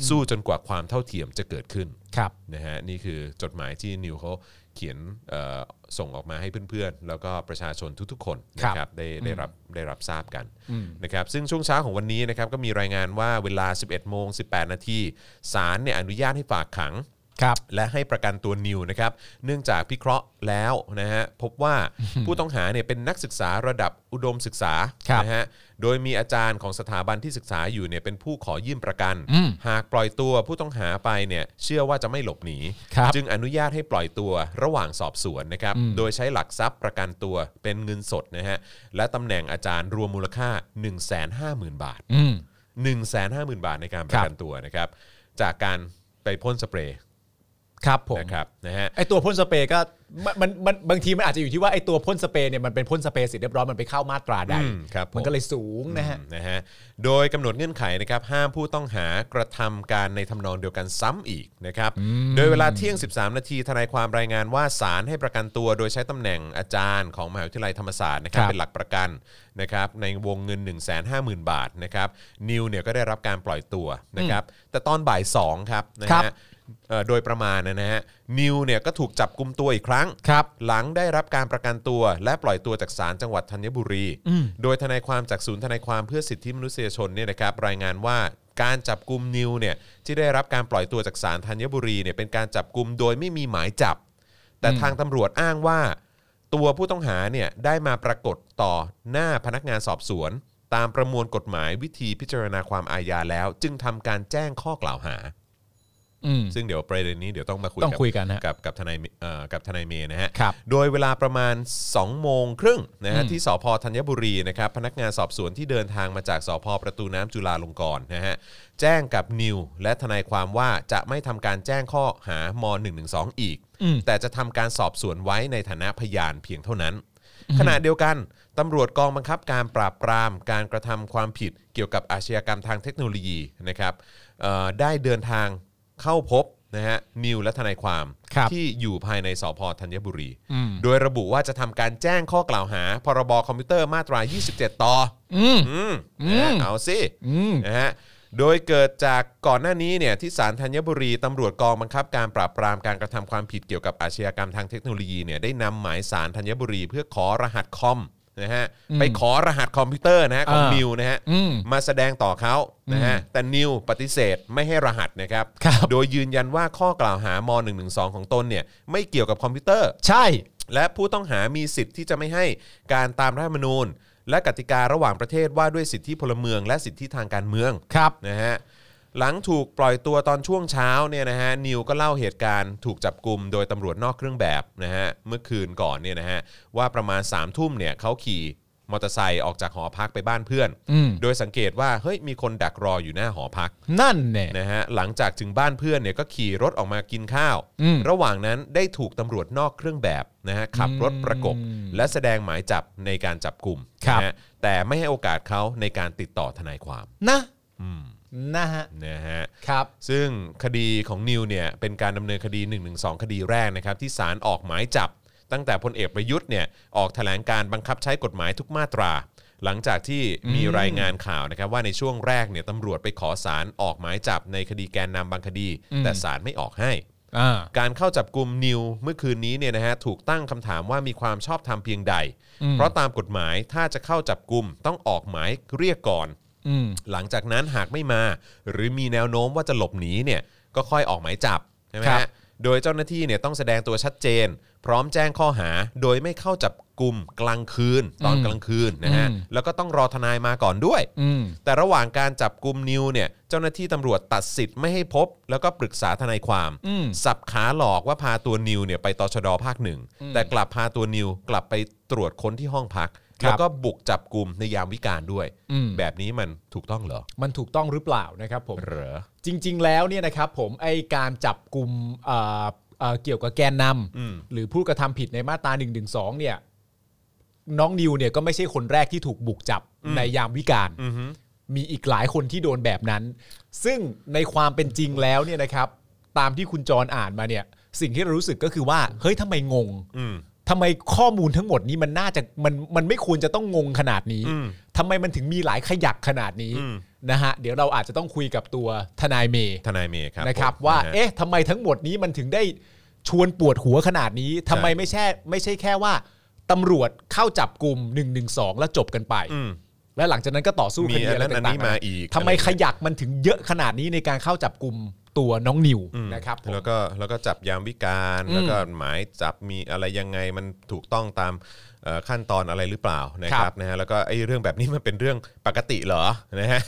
สู้จนกว่าความเท่าเทียมจะเกิดขึ้น
ครับ
นะฮะนี่คือจดหมายที่นิวเขาเขียนเอ่อส่งออกมาให้เพื่อนๆ แล้วก็ประชาชนทุกๆ คนนะค
ครั
รับบ ได้ได้รับได้รับทราบกัน นะครับซึ่งช่วงเช้าของวันนี้นะครับก็มีรายงานว่าเวลา 11 โมง 18 นาทีศาลเนี่ยอนุญาตให้ฝากขัง
ครับ
และให้ประกันตัวนิวนะครับเนื่องจากพิเคราะห์แล้วนะฮะพบว่าผู้ต้องหาเนี่ยเป็นนักศึกษาระดับอุดมศึกษา
ครับ
นะฮะโดยมีอาจารย์ของสถาบันที่ศึกษาอยู่เนี่ยเป็นผู้ขอยื่นประกัน
อืม
หากปล่อยตัวผู้ต้องหาไปเนี่ยเชื่อว่าจะไม่หลบหนี
ครับ
จึงอนุญาตให้ปล่อยตัวระหว่างสอบสวนนะครับ
อืม
โดยใช้หลักทรัพย์ประกันตัวเป็นเงินสดนะฮะและตำแหน่งอาจารย์รวมมูลค่า 1 5 0 0 0 0 บาท
อืม
1 5 0 0 0 0 บาทในการประกันตัวนะครับ จากการไปพ่นสเปรย์
ครับผม
นะครับนะฮะ
ไอตัวพ่นสเปรย์ก็มันมันมันบางทีมันอาจจะอยู่ที่ว่าไอตัวพ่นสเปรย์เนี่ยมันเป็นพ่นสเปรย์เสร็จเรียบร้อยมันไปเข้ามาตราใด
อืมครับผม
มันก็เลยสูงนะฮะ
อืมนะฮะ โดยกำหนดเงื่อนไขนะครับห้ามผู้ต้องหากระทำการในทำนองเดียวกันซ้ำอีกนะครับ โดยเวลาเที่ยง 13 นาทีทนายความรายงานว่าศาลให้ประกันตัวโดยใช้ตำแหน่งอาจารย์ของมหาวิทยาลัยธรรมศาสตร์นะครับ
ครับ
เป็นหลักประกันนะครับในวงเงิน 1 5 0 0 0 0 บาทนะครับนิวเนี่ยก็ได้รับการปล่อยตัวนะครับแต่ตอนบ่าย2ครับนะฮะเอ่อโดยประมาณนะฮะนิวเนี่ยก็ถูกจับกลุมตัวอีกครั้ง
ครับ
หลังได้รับการประกันตัวและปล่อยตัวจากศาลจังหวัดธัญบุรี โดยทนายความจากศูนย์ทนายความเพื่อสิทธิมนุษยชนเนี่ยนะครับรายงานว่าการจับกลุ่มนิวเนี่ยที่ได้รับการปล่อยตัวจากศาลธัญบุรีเนี่ยเป็นการจับกลุ่มโดยไม่มีหมายจับ แต่ทางตำรวจอ้างว่า ตัวผู้ต้องหาเนี่ยได้มาปรากฏต่อหน้าพนักงานสอบสวน ตามประมวลกฎหมายวิธีพิจารณาความอาญาแล้ว จึงทำการแจ้งข้อกล่าวหา
อืม
ซึ่งเดี๋ยวประเด็นนี้เดี๋ยวต้องมาคุย
ต้องคุยกันฮะ
กับกับทนายเมเอ่อกับทนายเมย์นะฮะ
ครับ
โดยเวลาประมาณ 2 โมงครึ่งนะฮะ
อืม
ที่สพธัญบุรีนะครับ พนักงานสอบสวนที่เดินทางมาจากสพประตูน้ำจุฬาลงกรณ์นะฮะแจ้งกับนิวและทนายความว่าจะไม่ทำการแจ้งข้อหาม112 อีก
อืม
แต่จะทำการสอบสวนไว้ในฐานะพยานเพียงเท่านั้น ขณะเดียวกันตำรวจกองบังคับการปราบปราม การกระทำความผิดเกี่ยวกับอาชญากรรมทางเทคโนโลยีนะครับเอ่อได้เดินทางเข้าพบนะฮะนิวและทนายความ
ครับ
ที่อยู่ภายในสพธัญบุรี
อืม
โดยระบุว่าจะทำการแจ้งข้อกล่าวหา พรบคอมพิวเตอร์มาตรา 27 ต่อ
อืม
อืมนะฮะเอาสิ
อืม
นะฮะโดยเกิดจากก่อนหน้านี้เนี่ยที่ศาลธัญบุรีตำรวจกองบังคับการปราบปรามการกระทำความผิดเกี่ยวกับอาชญากรรมทางเทคโนโลยีเนี่ยได้นำหมายสารธัญบุรีเพื่อขอรหัสคอมนะฮะไปขอรหัสคอมพิวเตอร์นะฮะของ
อ่านิ
นิวนะฮะ
อืม
มาแสดงต่อเขานะฮะแต่นิวปฏิเสธไม่ให้รหัสนะครับ
ครับ
โดยยืนยันว่าข้อกล่าวหาม112 ของตนเนี่ยไม่เกี่ยวกับคอมพิวเตอร์
ใช่
และผู้ต้องหามีสิทธิ์ที่จะไม่ให้การตามรัฐธรรมนูญ และกติการะหว่างประเทศว่าด้วยสิทธิพลเมือง และสิทธิทางการเมือง
ครับ
นะฮะหลังถูกปล่อยตัวตอนช่วงเช้าเนี่ยนะฮะนิวก็เล่าเหตุการณ์ถูกจับกลุ่มโดยตำรวจนอกเครื่องแบบนะฮะเมื่อคืนก่อนเนี่ยนะฮะว่าประมาณ3ามทุ่มเนี่ยเขาขี่มอเตอร์ไซค์ออกจากหอพักไปบ้านเพื่อน
อืม
โดยสังเกตว่าเฮ้ยมีคนดักรออยู่หน้าหอพัก
นั่นเนี่ย
นะฮะหลังจากถึงบ้านเพื่อนเนี่ยก็ขี่รถออกมากินข้าว
อืม
ระหว่างนั้นได้ถูกตำรวจนอกเครื่องแบบนะฮะขับรถประกบ
อืม
และแสดงหมายจับในการจับกลุ่ม
ครับ
นะฮะแต่ไม่ให้โอกาสเขาในการติดต่อทนายความ
นะ
อืม
นะฮะ
นะฮะ
ครับ
ซึ่งคดีของนิวเนี่ยเป็นการดำเนินคดี 112 คดีแรกนะครับที่ศาลออกหมายจับ ตั้งแต่พลเอกประยุทธ์เนี่ยออกแถลงการบังคับใช้กฎหมายทุกมาตรา หลังจากที่มีรายงานข่าวนะครับว่าในช่วงแรกเนี่ยตำรวจไปขอศาลออกหมายจับในคดีแกนนำบางคดี
อืม
แต่ศาลไม่ออกให้
อ่า
การเข้าจับกลุ่มนิวเมื่อคืนนี้เนี่ยนะฮะถูกตั้งคำถามว่ามีความชอบธรรมเพียงใด
อืม
เพราะตามกฎหมายถ้าจะเข้าจับกลุ่มต้องออกหมายเรียกก่อน
อืม
หลังจากนั้นหากไม่มา หรือมีแนวโน้มว่าจะหลบหนีเนี่ยก็ค่อยออกหมายจับใช่ไหม
ครับ
ฮะโดยเจ้าหน้าที่เนี่ยต้องแสดงตัวชัดเจน พร้อมแจ้งข้อหา โดยไม่เข้าจับกลุ่มกลางคืน ตอนกลางคืนนะฮะแล้วก็ต้องรอทนายมาก่อนด้วย
อืม
แต่ระหว่างการจับกลุ่มนิวเนี่ยเจ้าหน้าที่ตำรวจตัดสิทธิ์ไม่ให้พบ แล้วก็ปรึกษาทนายความ
อืม
สับขาหลอกว่าพาตัวนิวเนี่ยไปตชดภาคหนึ่ง แต่กลับพาตัวนิวกลับไปตรวจค้นที่ห้องพัก แล้วก็บุกจับกลุ่มในยามวิกาลด้วย
อืม
แบบนี้มันถูกต้องเหรอ
มันถูกต้องหรือเปล่านะครับผม
เหรอ
จริง ๆ แล้วเนี่ยนะครับผมไอการจับกลุ่มเอ่อเอ่อเกี่ยวกับแกนนำ
อืม
หรือผู้กระทำผิดในมาตรา1นึเนี่ยน้องนิวเนี่ยก็ไม่ใช่คนแรกที่ถูกบุกจับในยามวิกาล
อือฮึ
มีอีกหลายคนที่โดนแบบนั้น ซึ่งในความเป็นจริงแล้วเนี่ยนะครับ ตามที่คุณจรอ่านมาเนี่ย สิ่งที่เรารู้สึกก็คือว่า เฮ้ยทำไมงง
อืม
ทำไมข้อมูลทั้งหมดนี้มันน่าจะมันมันไม่ควรจะต้องงงขนาดนี้
อืม
ทำไมมันถึงมีหลายขยักขนาดนี้
อืม
นะฮะเดี๋ยวเราอาจจะต้องคุยกับตัวทนายเมย์
ทนายเมย์ครับ
นะครับ
ผม
ว่า
ฮ
เอ๊ะทำไมทั้งหมดนี้มันถึงได้ชวนปวดหัวขนาดนี้ทำไม
ใช่
ไม่ใช่ไม่ใช่แค่ว่าตำรวจเข้าจับกลุ่ม1นึแล้วจบกันไป
อืม
และหลังจากนั้นก็ต่อสู้ค
มี
ดี
อัน
อะไร
นั้นอัน
ต่า
นี้
งๆ
มาอีก
ทำไม
อะไรอย่างเงี้ย
ขยักมันถึงเยอะขนาดนี้ในการเข้าจับกลุ่ม ตัวน้องนิว
อืม
นะครับผม
แล้วก็แล้วก็จับยามวิการ
อืม
แล้วก็หมายจับมีอะไรยังไงมันถูกต้องตามเอ่อขั้นตอนอะไรหรือเปล่านะค
ครั
รับบ นะฮะแล้วก็ไอ้เรื่องแบบนี้มันเป็นเรื่องปกติเหรอนะฮ *laughs* ะ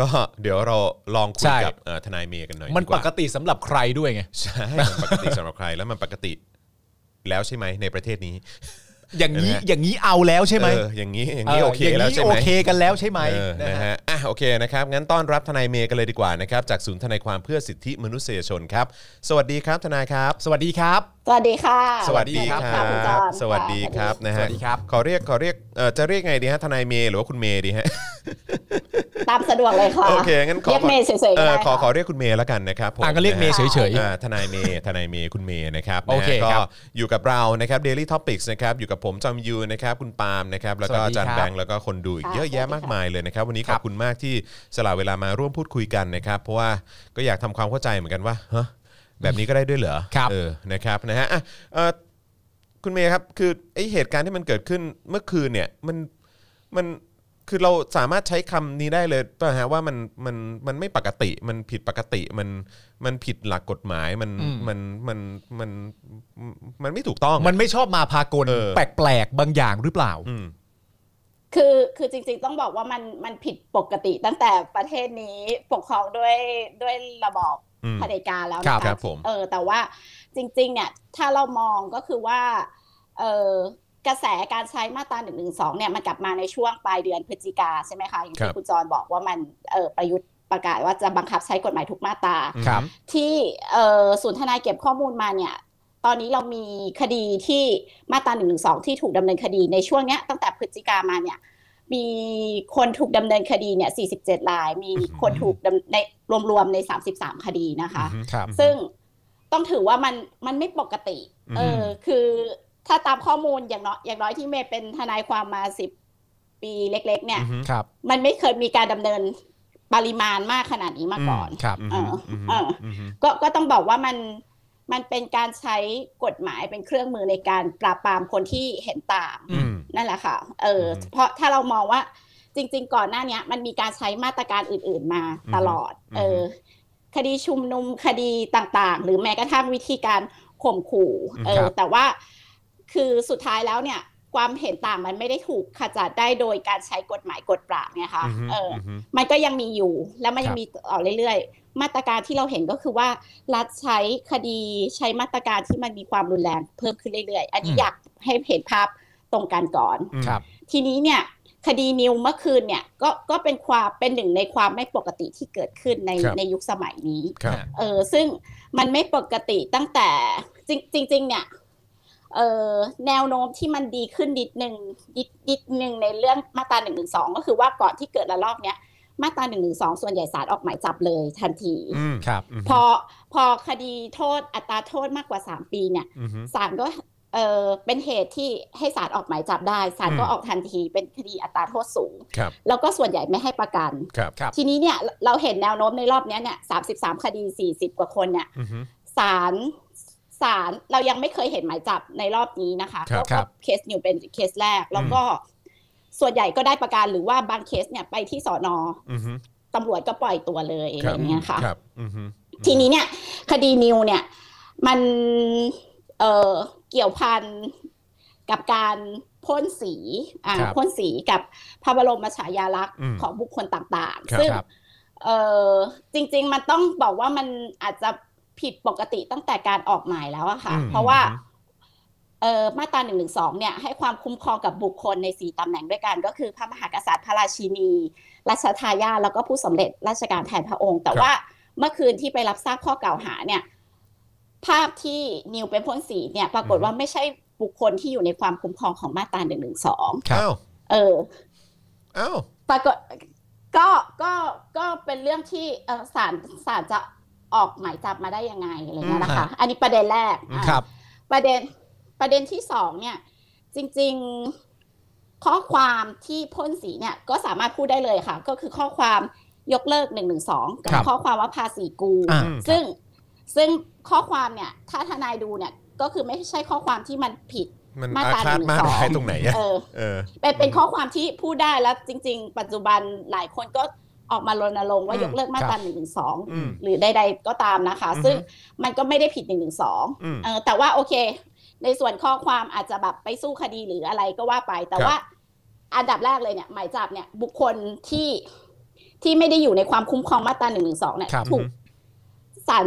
ก็เดี๋ยวเราลองคุย
ใช่
กับเอ่อทนายเมย์กันหน่อย
มัน
ดีว่า
ปกติสำหรับใครด้วยไง
ใช่มันปกติสำหรับใครแล้วมันปกติแล้วใช่ไหมในประเทศนี้
อย่างนี้
เห็นไหม
อย่างนี้เอาแล้วใช่ไหม
เอออย่างนี้อย่างนี้โอเค
ย่าง
แล้ว
นี้
ใช่ไห
โอ
ม
เคกันแล้วใช่ไหม
เออ
นะ
นะ
ฮะ
ฮะอ่ะโอเคนะครับงั้นต้อนรับทนายเมย์กันเลยดีกว่านะครับจากศูนย์ทนายความเพื่อสิทธิมนุษยชนครับ สวัสดีครับทนายครับ
สวัสดีครับ
สวัสดีค่ะ
สวัสดีครับ
ะคุณจอห์น
สวัสดีครับนะฮะ
สวัสดีครับ
ขอเรียกขอเรียกเอ่อจะเรียกไงดีฮะทนายเมย์หรือว่าคุณเมย์ดีฮะ
ตามสะดวกเลยค่ะ
โอเคงั้นขอ
เรียกเมย์เฉยๆ
เออ
ก็ได้
ขอขอ
ค่ะ
เรียกคุณเมย์แล้วกันนะครับผม
อ่ะก็เรียกเมย์
นะฮะ
เฉยๆ
อ่าทนายเมย์ทนายเมย์คุณเมย์นะครับนะฮะ
โอเคค
ก็
รับ
อยู่กับเรานะครับ Daily Topics นะครับอยู่กับผมจอมยูนะครับคุณปาล์มนะครับแล้วก็
สวัสดี
อาจารย์
ครับ
แบงค์แล้วก็คนดูอีก
ค่ะ
เยอะแยะ
สวัสดีค่ะ
มากมายเลยนะครับ วันนี้
ค
ข
รั
อ
บบ
คุณมากที่สละเวลามาร่วมพูดคุยกันนะครับ เพราะว่าก็อยากทำความเข้าใจเหมือนกันว่าฮะแบบนี้ก็ได้ด้วยเหรอ
ครับ
เออนะครับนะฮะอ่ะเอ่อคุณเมย์ครับคือไอเหตุการณ์ที่มันเกิดขึ้นเมื่อคืนเนี่ยมัน มันคือเราสามารถใช้คำนี้ได้เลยป่ะฮะว่ามันมันมันไม่ปกติมันผิดปกติมันมันผิดหลักกฎหมายมัน
อืม
มันมันมันมันไม่ถูกต้อง
มันไม่ชอบมาพากล
เออ
แปลกๆบางอย่างหรือเปล่า
อืม
คือคือจริงๆต้องบอกว่ามันมันผิดปกติตั้งแต่ประเทศนี้ปกครองด้วยด้วยระบอบ
อืม
เผด็จการแล้ว
ครับ
นะคะ
ครับผม
เออแต่ว่าจริง ๆ เนี่ยถ้าเรามองก็คือว่าเออกระแสการใช้มาตราหนึ่งหนึ่งสองเนี่ยมันกลับมาในช่วงปลายเดือนพฤศจิกาใช่ไหมคะอย่าง
ครั
ที่
บ
คุณจรบอกว่ามันเออประยุทธ์ประกาศว่าจะบังคับใช้กฎหมายทุกมาตรา
ครับ
ที่เอ่อศูนย์ทนายเก็บข้อมูลมาเนี่ย ตอนนี้เรามีคดีที่มาตรา1นึที่ถูกดำเนินคดีในช่วงเนี้ยตั้งแต่พฤศจิกามาเนี่ย มีคนถูกดำเนินคดีเนี่ย 47 ราย มีคนถูกดำในรวมๆใน 33 คดีนะคะ
อืม
ครับ
ซึ่งต้องถือว่ามันมันไม่ปกติ
อืม
เออ คือถ้าตามข้อมูลอย่างน้อยอย่างน้อยที่เมย์เป็นทนายความมา 10 ปีเล็ก ๆ เนี่ย
อืม
ครับ
มันไม่เคยมีการดำเนินปริมาณมากขนาดนี้มาก่อน
ครับ
อืม
เอออื
ม
เอออื
ม
ก็ก็ต้องบอกว่ามันมันเป็นการใช้กฎหมายเป็นเครื่องมือในการปราบปรามคนที่เห็นต่าง
อืม
นั่นแหละค่ะเอออ
ม
เพราะถ้าเรามองว่าจริง ๆ ก่อนหน้าเนี้ยมันมีการใช้มาตรการอื่น ๆ มาตลอด
อืม
เออคดีชุมนุมคดีต่างๆ หรือแม้กระทั่งวิธีการข่มขู่เอ
ครั
อบ แต่ว่าคือสุดท้ายแล้วเนี่ยความเห็นต่างมันไม่ได้ถูกขจัดได้โดยการใช้กฎหมายกฎปราบเนี่ยค่ะ
ม
เอออ
ม
มันก็ยังมีอยู่แล้วมันยั
ครั
ง
บ
มีต่อเรื่อยๆ มาตรการที่เราเห็นก็คือว่ารัฐใช้คดีใช้มาตรการที่มันมีความรุนแรงเพิ่มขึ้นเรื่อยๆ อันนี้
อืม
อยากให้เห็นภาพตรงกันก่อน
อืม
ครับ
ทีนี้เนี่ยคดีนิวเมื่อคืนเนี่ยก็ก็เป็นความเป็นหนึ่งในความไม่ปกติที่เกิดขึ้นใน
ครับ
ในยุคสมัยนี้
ครับ
เออซึ่งมันไม่ปกติตั้งแต่จริงจริง ๆ เนี่ยเออแนวโน้มที่มันดีขึ้นนิดหนึ่งนิดนิดหนึ่งในเรื่องมาตราหนึ่งหนึ่งสองก็คือว่าก่อนที่เกิดระลอกเนี้ยมาตราหนึ่งหนึ่งสองส่วนใหญ่ศาลออกหมายจับเลยทันที
อืม
ครับ
อืม
พอพอคดีโทษอัตราโทษมากกว่าสามปีเนี่ย
อืม
ศาลก็เออเป็นเหตุที่ให้ศาลออกหมายจับได้ศาลก็
อืม
ออกทันทีเป็นคดีอัตราโทษสูง
ครับ
แล้วก็ส่วนใหญ่ไม่ให้ประกัน
ครับ
ครับ
ทีนี้เนี่ยเราเห็นแนวโน้มในรอบเนี้ยเนี่ยสามสิบสามคดีสี่สิบกว่าคนเนี่ย
อืม
ศาลศาลเรายังไม่เคยเห็นหมายจับในรอบนี้นะคะ
ครับ
ค
เพ
รับ
ราะว่าเคสนิวเป็นเคสแรก แล้วก็ส่วนใหญ่ก็ได้ประกันหรือว่าบางเคสเนี่ยไปที่สอนอ
อืม
ตำรวจก็ปล่อยตัวเลยอะ
ค
ไร
รั
อบ ย่างเงี้ยค่ะ
ครับอืม
ทีนี้เนี่ยคดีนิวเนี่ยมันเอ่อเกี่ยวพันกับการพ่นสีอ่า
ครับ
พ่นสีกับพระบรมฉายาลักษณ์
อืม
ของบุคคลต่าง
ครับ
ๆ ซึ่ง
ครับ
เออจริง ๆ มันต้องบอกว่ามันอาจจะผิดปกติตั้งแต่การออกหมายแล้วอะค่ะ
อืม
เพราะว่า
อืม
เออมาตราหนึ่งหนึ่งสองเนี่ยให้ความคุ้มครองกับบุคคลในสี่ตำแหน่งด้วยกัน ก็คือพระมหากษัตริย์พระราชินี รัชทายาทแล้วก็ผู้สำเร็จราชการแทนพระองค์ แต่ว่าเมื่อคืนที่ไปรับทราบข้อกล่าวหาเนี่ย ภาพที่นิวเป็นพ่นสีเนี่ยปรากฏว่าไม่ใช่บุคคลที่อยู่ในความคุ้มครองของมาตราหนึ่งหนึ่งสอง
ครับ
อ้าว
เออ
อ้าว
ปรากฏก็ก็ก็เป็นเรื่องที่เอ่อศาลศาลจะออกหมายจับมาได้ยังไงอะไรเงี้ยนะคะ อันนี้ประเด็นแรกอ่ะ
ครับ
ประเด็นประเด็นที่สองเนี่ย จริง ๆข้อความที่พ่นสีเนี่ยก็สามารถพูดได้เลยค่ะ ก็คือข้อความยกเลิกหนึ่งหนึ่งสองกับ
ครับ
ข้อความว่าภาษีกู
อ่า
ซึ่งซึ่งข้อความเนี่ย ถ้าทนายดูเนี่ยก็คือไม่ใช่ข้อความที่มันผิด
มัน
มา
อา
ตรา
ฆาตมาก
หนึ่งสอง
ร้ายตรงไหนอะ
เออ
เออ
เป็นเป็นข้อความที่พูดได้แล้วจริง ๆ ปัจจุบันหลายคนก็ ออกมารณรงค์ว่า
อืม
ยกเลิกมาตรา1นึ
อืม
หรือใด ๆ ก็ตามนะคะ
อือฮึ
ซึ่งมันก็ไม่ได้ผิด1นึ
อืม
แต่ว่าโอเค ในส่วนข้อความอาจจะแบบไปสู้คดีหรืออะไรก็ว่าไป แต่
ครับ
ว่าอันดับแรกเลยเนี่ยหมายจับเนี่ยบุคคลที่ที่ไม่ได้อยู่ในความคุ้มครองมาตรา1นึเนี่ย
ครับ
ถูกศาล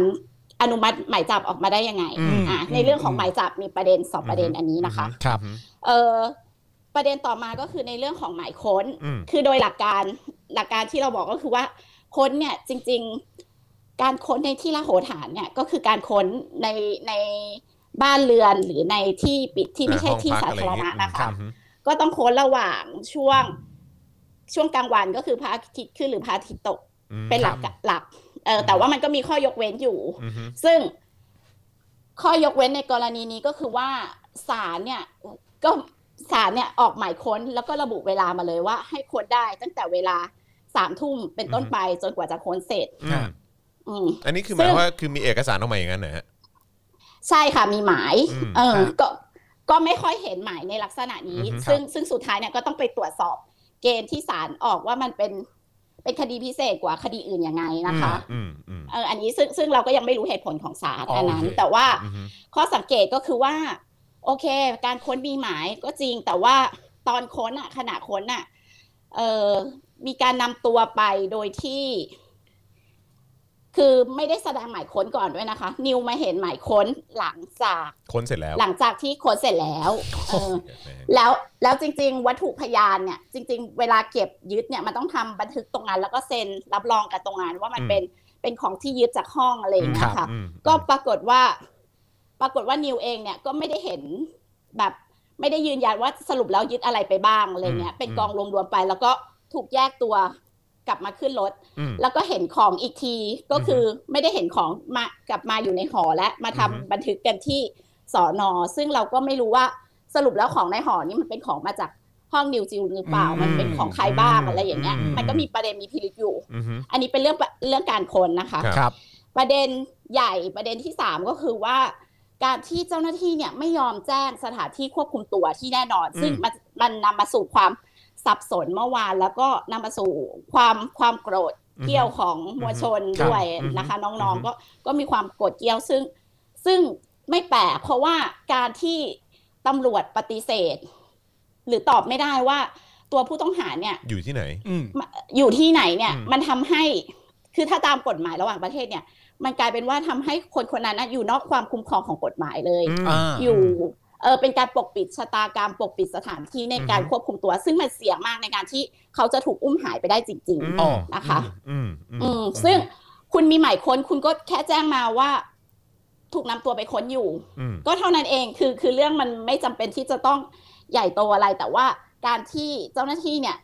อนุมัติหมายจับออกมาได้ยังไง
อืม
อ่าในเรื่องของหมายจับมีประเด็นสองประเด็นอันนี้นะคะ
ครับ
เอ่อประเด็นต่อมาก็คือในเรื่องของหมายค้น
อืม
คือโดยหลักการหลักการที่เราบอกก็คือว่าค้นเนี่ยจริงๆ การค้นในที่ละโหฐานเนี่ยก็คือการค้นในในบ้านเรือนหรือในที่ปิดที่ไม่ใช่ที่สาธารณะนะคะ
อืม
ก็ต้องค้นระหว่างช่วงช่วงกลางวันก็คือพระอาทิตย์ขึ้นหรือพระอาทิตย์ตกเป็นหลักหลักเออแต่ว่ามันก็มีข้อยกเว้นอยู่
อือฮึ
ซึ่งข้อยกเว้นในกรณีนี้ก็คือว่าศาลเนี่ยก็ศาลเนี่ยออกหมายค้นแล้วก็ระบุเวลามาเลยว่า ให้ค้นได้ตั้งแต่เวลาสามทุ่มเป็นต้นไปจนกว่าจะค้นเสร็จ
อืม
อืม
อันนี้คือห
ซึ่
มาย
ง
ว่าคือมีเอกสารออกมาอย่างนั้นนะฮะ
ใช่ค่ะมีหมาย
อืม
เออก็ก็ไม่ค่อยเห็นหมายในลักษณะนี้
อือฮึ
ซึ่งซึ่งสุดท้ายเนี่ยก็ต้องไปตรวจสอบเกณฑ์ที่ศาลออกว่ามันเป็นเป็นคดีพิเศษกว่าคดีอื่นยังไงนะคะ
ืมอืม
เอออันนี้ซึ่งซึ่งเราก็ยังไม่รู้เหตุผลของศาล
อ๋ออั
อันนั้น
โอเค
แต่ว่า
อือฮึ
ข้อสังเกตก็คือว่า โอเค การค้นมีหมายก็จริง แต่ว่าตอนค้นอะขณะค้นอะเออมีการนำตัวไปโดยที่ คือไม่ได้แสดงหมายค้นก่อนด้วยนะคะ นิวมาเห็นหมายค้นหลังจาก
ค้นเสร็จแล้ว
หลังจากที่ค้นเสร็จแล้วเออ
นะฮะ
แล้วแล้วจริง ๆ วัตถุพยานเนี่ยจริง ๆ เวลาเก็บยึดเนี่ยมันต้องทำบันทึกตรงนั้น แล้วก็เซ็นรับรองกับตรงนั้นว่ามัน
อืม
เป็นเป็นของที่ยึดจากห้องอะไรอย่างเงี้ยค่ะ
อืม
ก็ปรากฏว่า ปรากฏว่านิวเองเนี่ยก็ไม่ได้เห็นแบบไม่ได้ยืนยันว่าสรุปแล้วยึดอะไรไปบ้างอะไรเงี้
อื
ย
ม
เป็นกองรวมๆไป แล้วก็ถูกแยกตัวกลับมาขึ้นรถ
อืม
แล้วก็เห็นของอีกทีก็คืออไม่ได้เห็นของมากลับมาอยู่ในหอและมาทำ
อือฮึ
บันทึกกันที่สอนอซึ่งเราก็ไม่รู้ว่าสรุปแล้วของในหอนี่มันเป็นของมาจากห้องนิวจิวหรือเปล่า มันเป็นของใครบ้างอะไรอย่างเงี้ยมันก็มีประเด็นมีพิรุษอยู่
อืมอืม
อันนี้เป็นเรื่องเรื่องการค้นนะคะ
ครับ
ครับ
ประเด็นใหญ่ประเด็นที่ 3 ก็คือว่า การที่เจ้าหน้าที่เนี่ยไม่ยอมแจ้งสถานที่ควบคุมตัวที่แน่นอน ซึ่งมันมันนำมาสู่ความสับสนเมื่อวาน แล้วก็นำมาสู่ความความโกรธเกรี้ยวของมวลชน
ครับ
ด้วย
อือฮึ
นะคะ
อื
น้อ
อง ฮึ
ๆก็ก็มีความโกรธเกรี้ยวซึ่ง ซึ่งไม่แปลกเพราะว่าการที่ตำรวจปฏิเสธ หรือตอบไม่ได้ว่าตัวผู้ต้องหาเนี่ย
อยู่ที่ไหน
อืม
อยู่ที่ไหนเนี่ย
อืม
มันทำให้คือถ้าตามกฎหมายระหว่างประเทศเนี่ย มันกลายเป็นว่าทำให้คนคนนั้นนะอยู่นอกความคุ้มครองของกฎหมายเลย
ม
อ่า
อยู่เออเป็นการปกปิดชะตากรรมปกปิดสถานที่ในการ
อือฮึ
ควบคุมตัว ซึ่งมันเสี่ยงมากในการที่เขาจะถูกอุ้มหายไปได้จริง
ม
ๆ นะคะ
อืมอืม
อืมซึ่งคุณมีหมายค้นคุณก็แค่แจ้งมาว่า ถูกนำตัวไปค้นอยู่
อืม
ก็เท่านั้นเองคือคือเรื่องมันไม่จำเป็นที่จะต้องใหญ่โตอะไร แต่ว่าการที่เจ้าหน้าที่เนี่ย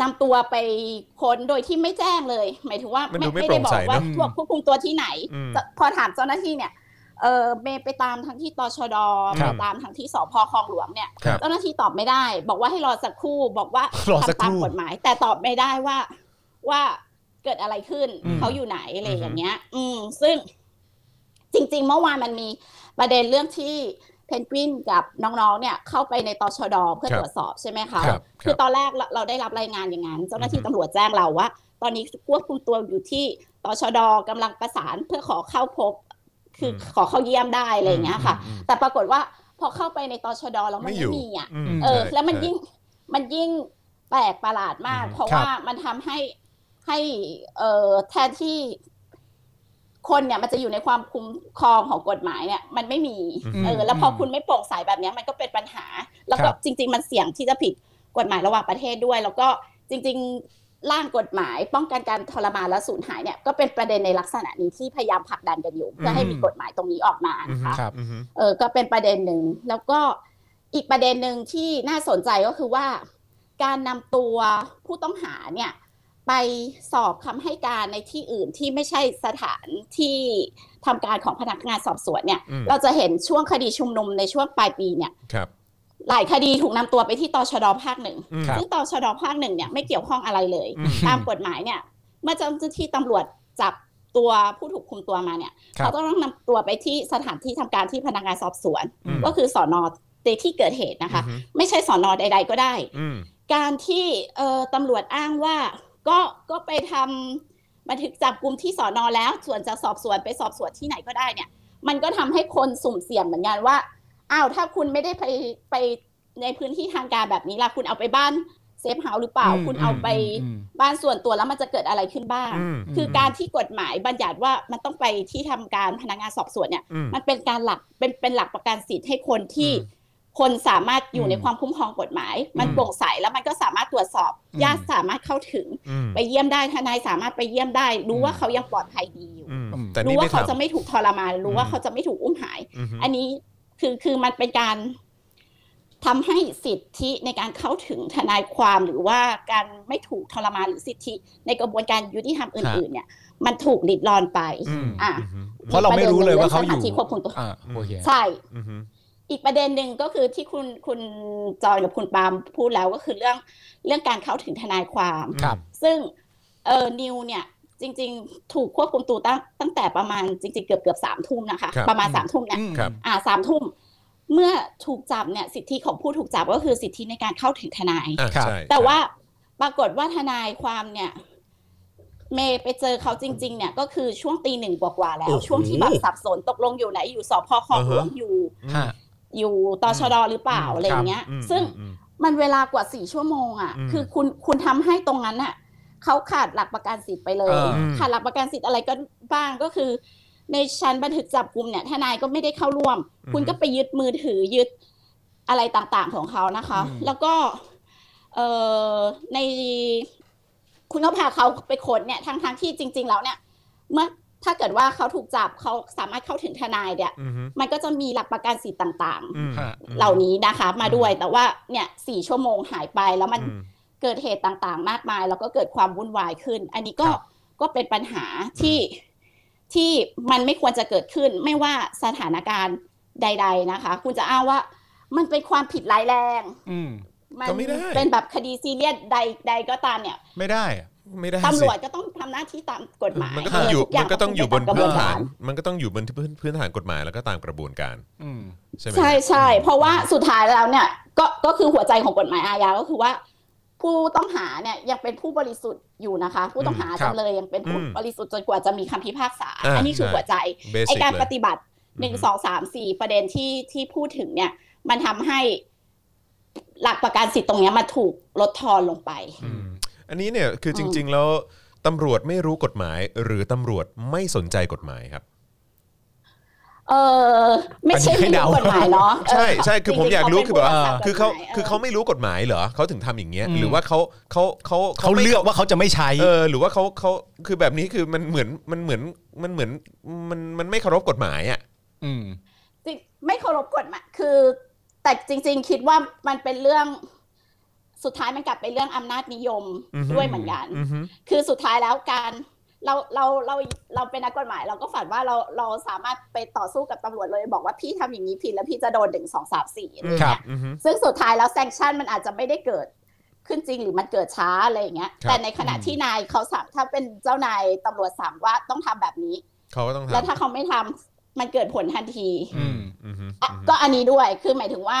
นำตัวไปค้นโดยที่ไม่แจ้งเลย หมายถึงว่า
มันดูไม่
ได้บ
โปร่ง
อ
ใส
กว่า
เนอะ
ควบควบคุมตัวที่ไหน
อืม
พอถามเจ้าหน้าที่เนี่ย เออเมย์ไปตามทั้งที่ตชด
ค
ไป
รับ
ตามทั้งที่สพคลองหลวงเนี่ย
ครับ
เจ้าหน้าที่ตอบไม่ได้ บอกว่าให้รอสักครู่ บอกว่าร
อสัก
ทำ
ค
ตา
รู่
มกฎหมาย แต่ตอบไม่ได้ว่าว่าเกิดอะไรขึ้น เขาอยู่ไหนอะไรอย่างเงี้ย อืม ซึ่ง จริง ๆ เมื่อวานมันมีประเด็นเรื่องที่เพนกวินกับน้องๆ เนี่ย เข้าไปในตชดเพื่อ
ครับ
ตรวจสอบใช่ไหมคะ
ครับ
อตอนแรกเราเราได้รับรายงานอย่างนั้น เจ้าหน้าที่
อือฮึ
ตำรวจแจ้งเราว่า ตอนนี้ควบคุมตัวอยู่ที่ตชดกำลังประสานเพื่อขอเข้าพบ คืออขอเข้าเยี่ยมได้อะไรอย่างเงี้ยค่ะ
อืม
แต่ปรากฏว่าพอเข้าไปในตชดแล้ว
อืม
มัน
ไม่อ
ไม่
ยู่
มีอ่ะ
อืม
เออ
ใช่
แล้วมัน
ใช่
ยิ่งมันยิ่งแปลกประหลาดมาก
อืม
เพราะ
ครับ
ว่ามันทำให้ให้เอ่อแทนที่คนเนี่ยมันจะอยู่ในความคุ้มครองของกฎหมายเนี่ย มันไม่มี
อืม
เออ แล้วพอคุณไม่โปร่งใสแบบเนี้ยมันก็เป็นปัญหา แล้วก็จริง ๆ มันเสี่ยงที่จะผิดกฎหมายระหว่างประเทศด้วย แล้วก็จริง ๆร่างกฎหมาย ป้องกันการทรมานและสูญหายเนี่ยก็เป็นประเด็นในลักษณะนี้ที่พยายามผลักดันกันอยู่เพื่อให้มีกฎหมายตรงนี้ออกมา
อืม
นะคะ
อืม
เออก็เป็นประเด็นหนึ่ง แล้วก็อีกประเด็นหนึ่งที่น่าสนใจก็คือว่า การนำตัวผู้ต้องหาเนี่ย ไปสอบคำให้การในที่อื่นที่ไม่ใช่สถานที่ทำการของพนักงานสอบสวนเนี่ย
อืม
เราจะเห็นช่วงคดีชุมนุมในช่วงปลายปีเนี่ย
ครับ
หลายคดีถูกนำตัวไปที่ตชดภาคหนึ่ง
อืม
ซึ่งตชดภาคหนึ่งเนี่ยไม่เกี่ยวข้องอะไรเลย
อืม
ตามกฎหมายเนี่ย เมื่อเจ้าหน้าที่ตำรวจจับตัวผู้ถูกคุมตัวมาเนี่ย
ครับ
เขาต้องนำตัวไปที่สถานที่ทำการที่พนักงานสอบสวน
อืม
ก็คือสอนอในที่เกิดเหตุนะคะ ไม่ใช่สอนอใด ๆ ก็ได้
อืม
การที่เอ่อตำรวจอ้างว่าก็ก็ไปทำบันทึกจับกลุ่มที่สอนอแล้ว ส่วนจะสอบสวนไปสอบสวนที่ไหนก็ได้เนี่ย มันก็ทำให้คนสุ่มเสี่ยงเหมือนกันว่า อ้าว ถ้าคุณไม่ได้ไปไปในพื้นที่ทางการแบบนี้ล่ะ คุณเอาไปบ้านเซฟเฮาส์หรือเปล่า
อืม
คุณเอาไป
อืมอืม
บ้านส่วนตัวแล้วมันจะเกิดอะไรขึ้นบ้าง
อืม
คือการที่กฎหมายบัญญัติว่ามันต้องไปที่ทำการพนักงานสอบสวนเนี่ย
อืม
มันเป็นการหลักเป็นเป็นหลักประกันสิทธิ์ให้คนที่คนสามารถอยู่ในความคุ้มครองกฎหมาย มันโปร่งใสแล้วมันก็สามารถตรวจสอบญาติสามารถเข้าถึง
อืม
ไปเยี่ยมได้ทนายสามารถไปเยี่ยมได้ รู้ว่าเขายังปลอดภัยดีอยู่
อืมแต่
รู้
นี่
ว่า
ไม่
เขาจะ
ทำ
ไม่ถูกทรมานรู้ว่าเขาจะไม่ถูกอุ้มหาย
อืม
อันนี้คือคือมันเป็นการทำให้สิทธิในการเข้าถึงทนายความหรือว่าการไม่ถูกทรมานหรือสิทธิ ในกระบวนการยุติธรรมอื่น ๆ เนี่ย มันถูกดิดรอนไป
อืม
อ่ะ
อืม
เพราะเราไม่รู้เลยว่าเขาอยู่
สถนที่ควบคุมตัว
อ่าโอเค
ใช่
อืม
อีกประเด็นหนึ่งก็คือที่คุณคุณจอยกับคุณปาล์มพูดแล้วก็คือเรื่องเรื่องการเข้าถึงทนายความ
ครับ
ซึ่งเออนิวเนี่ยจริง ๆ ถูกควบคุมตัวตั้งตั้งแต่ประมาณจริง ๆ เกือบเกือบสามทุ่มนะคะ
ครับ
ประมาณสามทุ่มเนี่ย
ครับ
อ่าสามทุ่มเมื่อถูกจับเนี่ยสิทธิของผู้ถูกจับก็คือสิทธิในการเข้าถึงทนาย
อ่ะใช่
แต่ว่าปรากฏว่าทนายความเนี่ยเมย์ไปเจอเขาจริง ๆ เนี่ยก็คือช่วงตีหนึ่งกว่าๆแล้ว ช่วงที่แบบสับสนตกลงอยู่ไหน อยู่สพคลองหลวงอยู่
ฮะ
อยู่ตชดหรือเปล่าอะไรอย่างเงี้ย
อืม
ซึ่ง
อืม
มันเวลากว่าสี่ชั่วโมงอ่ะ
อืม
คือคุณคุณทำให้ตรงนั้นอ่ะเขาขาดหลักประกันสิทธิ์ไปเลย
เออ
ขาดหลักประกันสิทธิ์อะไรก็บ้างก็คือ ในชั้นบันทึกจับกลุ่มเนี่ยทนายก็ไม่ได้เข้าร่วม
อืม
คุณก็ไปยึดมือถือยึดอะไรต่างๆของเขานะคะ แล้วก็เอ่อในคุณก็พาเขาไปค้นเนี่ยทั้งๆที่จริง ๆ แล้วเนี่ย เมื่อถ้าเกิดว่าเขาถูกจับเขาสามารถเข้าถึงทนายเนี่ย
อืม
มันก็จะมีหลักประกันสิทธิ์ต่าง
อืม
ฮะ
ๆ เหล่านี้นะคะ มาด้วยแต่ว่าเนี่ยสี่ชั่วโมงหายไปแล้วมัน
อืม
เกิดเหตุต่างๆ มากมาย แล้วก็เกิดความวุ่นวายขึ้น อันนี้ก็ก็เป็นปัญหาที่ที่มันไม่ควรจะเกิดขึ้น ไม่ว่าสถานการณ์ใด ๆนะคะ คุณจะอ้างว่ามันเป็นความผิดร้ายแรง
อืม
มั
ก็ไม่ได้
เป็นแบบคดีซีเรียสใดใดก็ตามเนี่ย
ไม่ได้อะ
ไม่ได้
ตำร
สิ
วจก็ต้องทำหน้าที่ตามกฎหมาย
มันก็ต้องอยู่
ทุา
มันก็ต้องอยู่บน
เป็ไปตามกระ
พื้
วน ก
ฐาร น มันก็ต้องอยู่บนพื้นพื้นฐานกฎหมายแล้วก็ตามกระบวนการ
อืม
ใช่ไหม
ใช่ใช่เพราะว่าสุดท้ายแล้วเนี่ยก็ก็คือหัวใจของกฎหมายอาญาก็คือว่า ผู้ต้องหาเนี่ยยังเป็นผู้บริสุทธิ์อยู่นะคะ ผู้ต้องหา
ครับ
จำเลยยังเป็นผู้บริสุทธิ์จนกว่าจะมีคำพิพากษา อันนี้คือหัวใจ
เบ
ไอ
สิก
การ
เล
ป
ย
ฏิบัติหนึ่ง
อือฮึ
สองสามสี่ประเด็นที่ที่พูดถึงเนี่ย มันทำให้หลักประกันสิทธิ์ตรงเนี้ยมันถูกลดทอนลงไป
อืมอันนี้เนี่ยคือจริง ๆ แล้วตำรวจไม่รู้กฎหมาย หรือตำรวจไม่สนใจกฎหมายครับ
เออไม่ใช่
อันนี้ให้
ไม่
เดา
รู้กฎหมายเนาะ
ใช่
เ
ใช่คือผม
จงๆ
อยากรู้คือแบบว่า
ขป็นผู้
คือเขา
กฎหมย
คือเขาไม่รู้กฎหมายเหรอเขาถึงทำอย่างเงี้ย
อืม
หรือว่าเขาเขาเขา
เขา
ไม่
เลือกว่าเขาจะไม่ใช้
เออหรือว่าเขาเขาคือแบบนี้คือมันเหมือนมันเหมือนมันเหมือนมันมันไม่เคารพกฎหมายอ่ะ
อืม
จริงไม่เคารพกฎหมายคือ แต่จริง ๆ คิดว่ามันเป็นเรื่องสุดท้ายมันกลับไปเรื่องอำนาจนิยม
อือฮึ
ด้วยเหมือนกัน
อือฮึ
คือสุดท้ายแล้วการเราเราเราเราเป็นนักกฎหมาย เราก็ฝันว่าเราเราสามารถไปต่อสู้กับตำรวจเลยบอกว่าพี่ทำอย่างนี้ผิดแล้วพี่จะโดนหนึ่งสองสามสี่อะไรอย่าง
ครั
เงี้
บ
ย
อือฮึ
ซึ่งสุดท้ายแล้วแซงชันมันอาจจะไม่ได้เกิดขึ้นจริงหรือมันเกิดช้าอะไรอย่างเงี้ย
ครับ
แต่ในขณะที่นายเขาสั่งถ้าเป็นเจ้านายตำรวจสั่งว่าต้องทำแบบนี้
เขาก็ต้อง
แล้ว
ทำ
ถ้าเขาไม่ทำมันเกิดผลทันที
อืม
อือฮึ
อ่ะ
อือฮึ
ก็อันนี้ด้วยคือหมายถึงว่า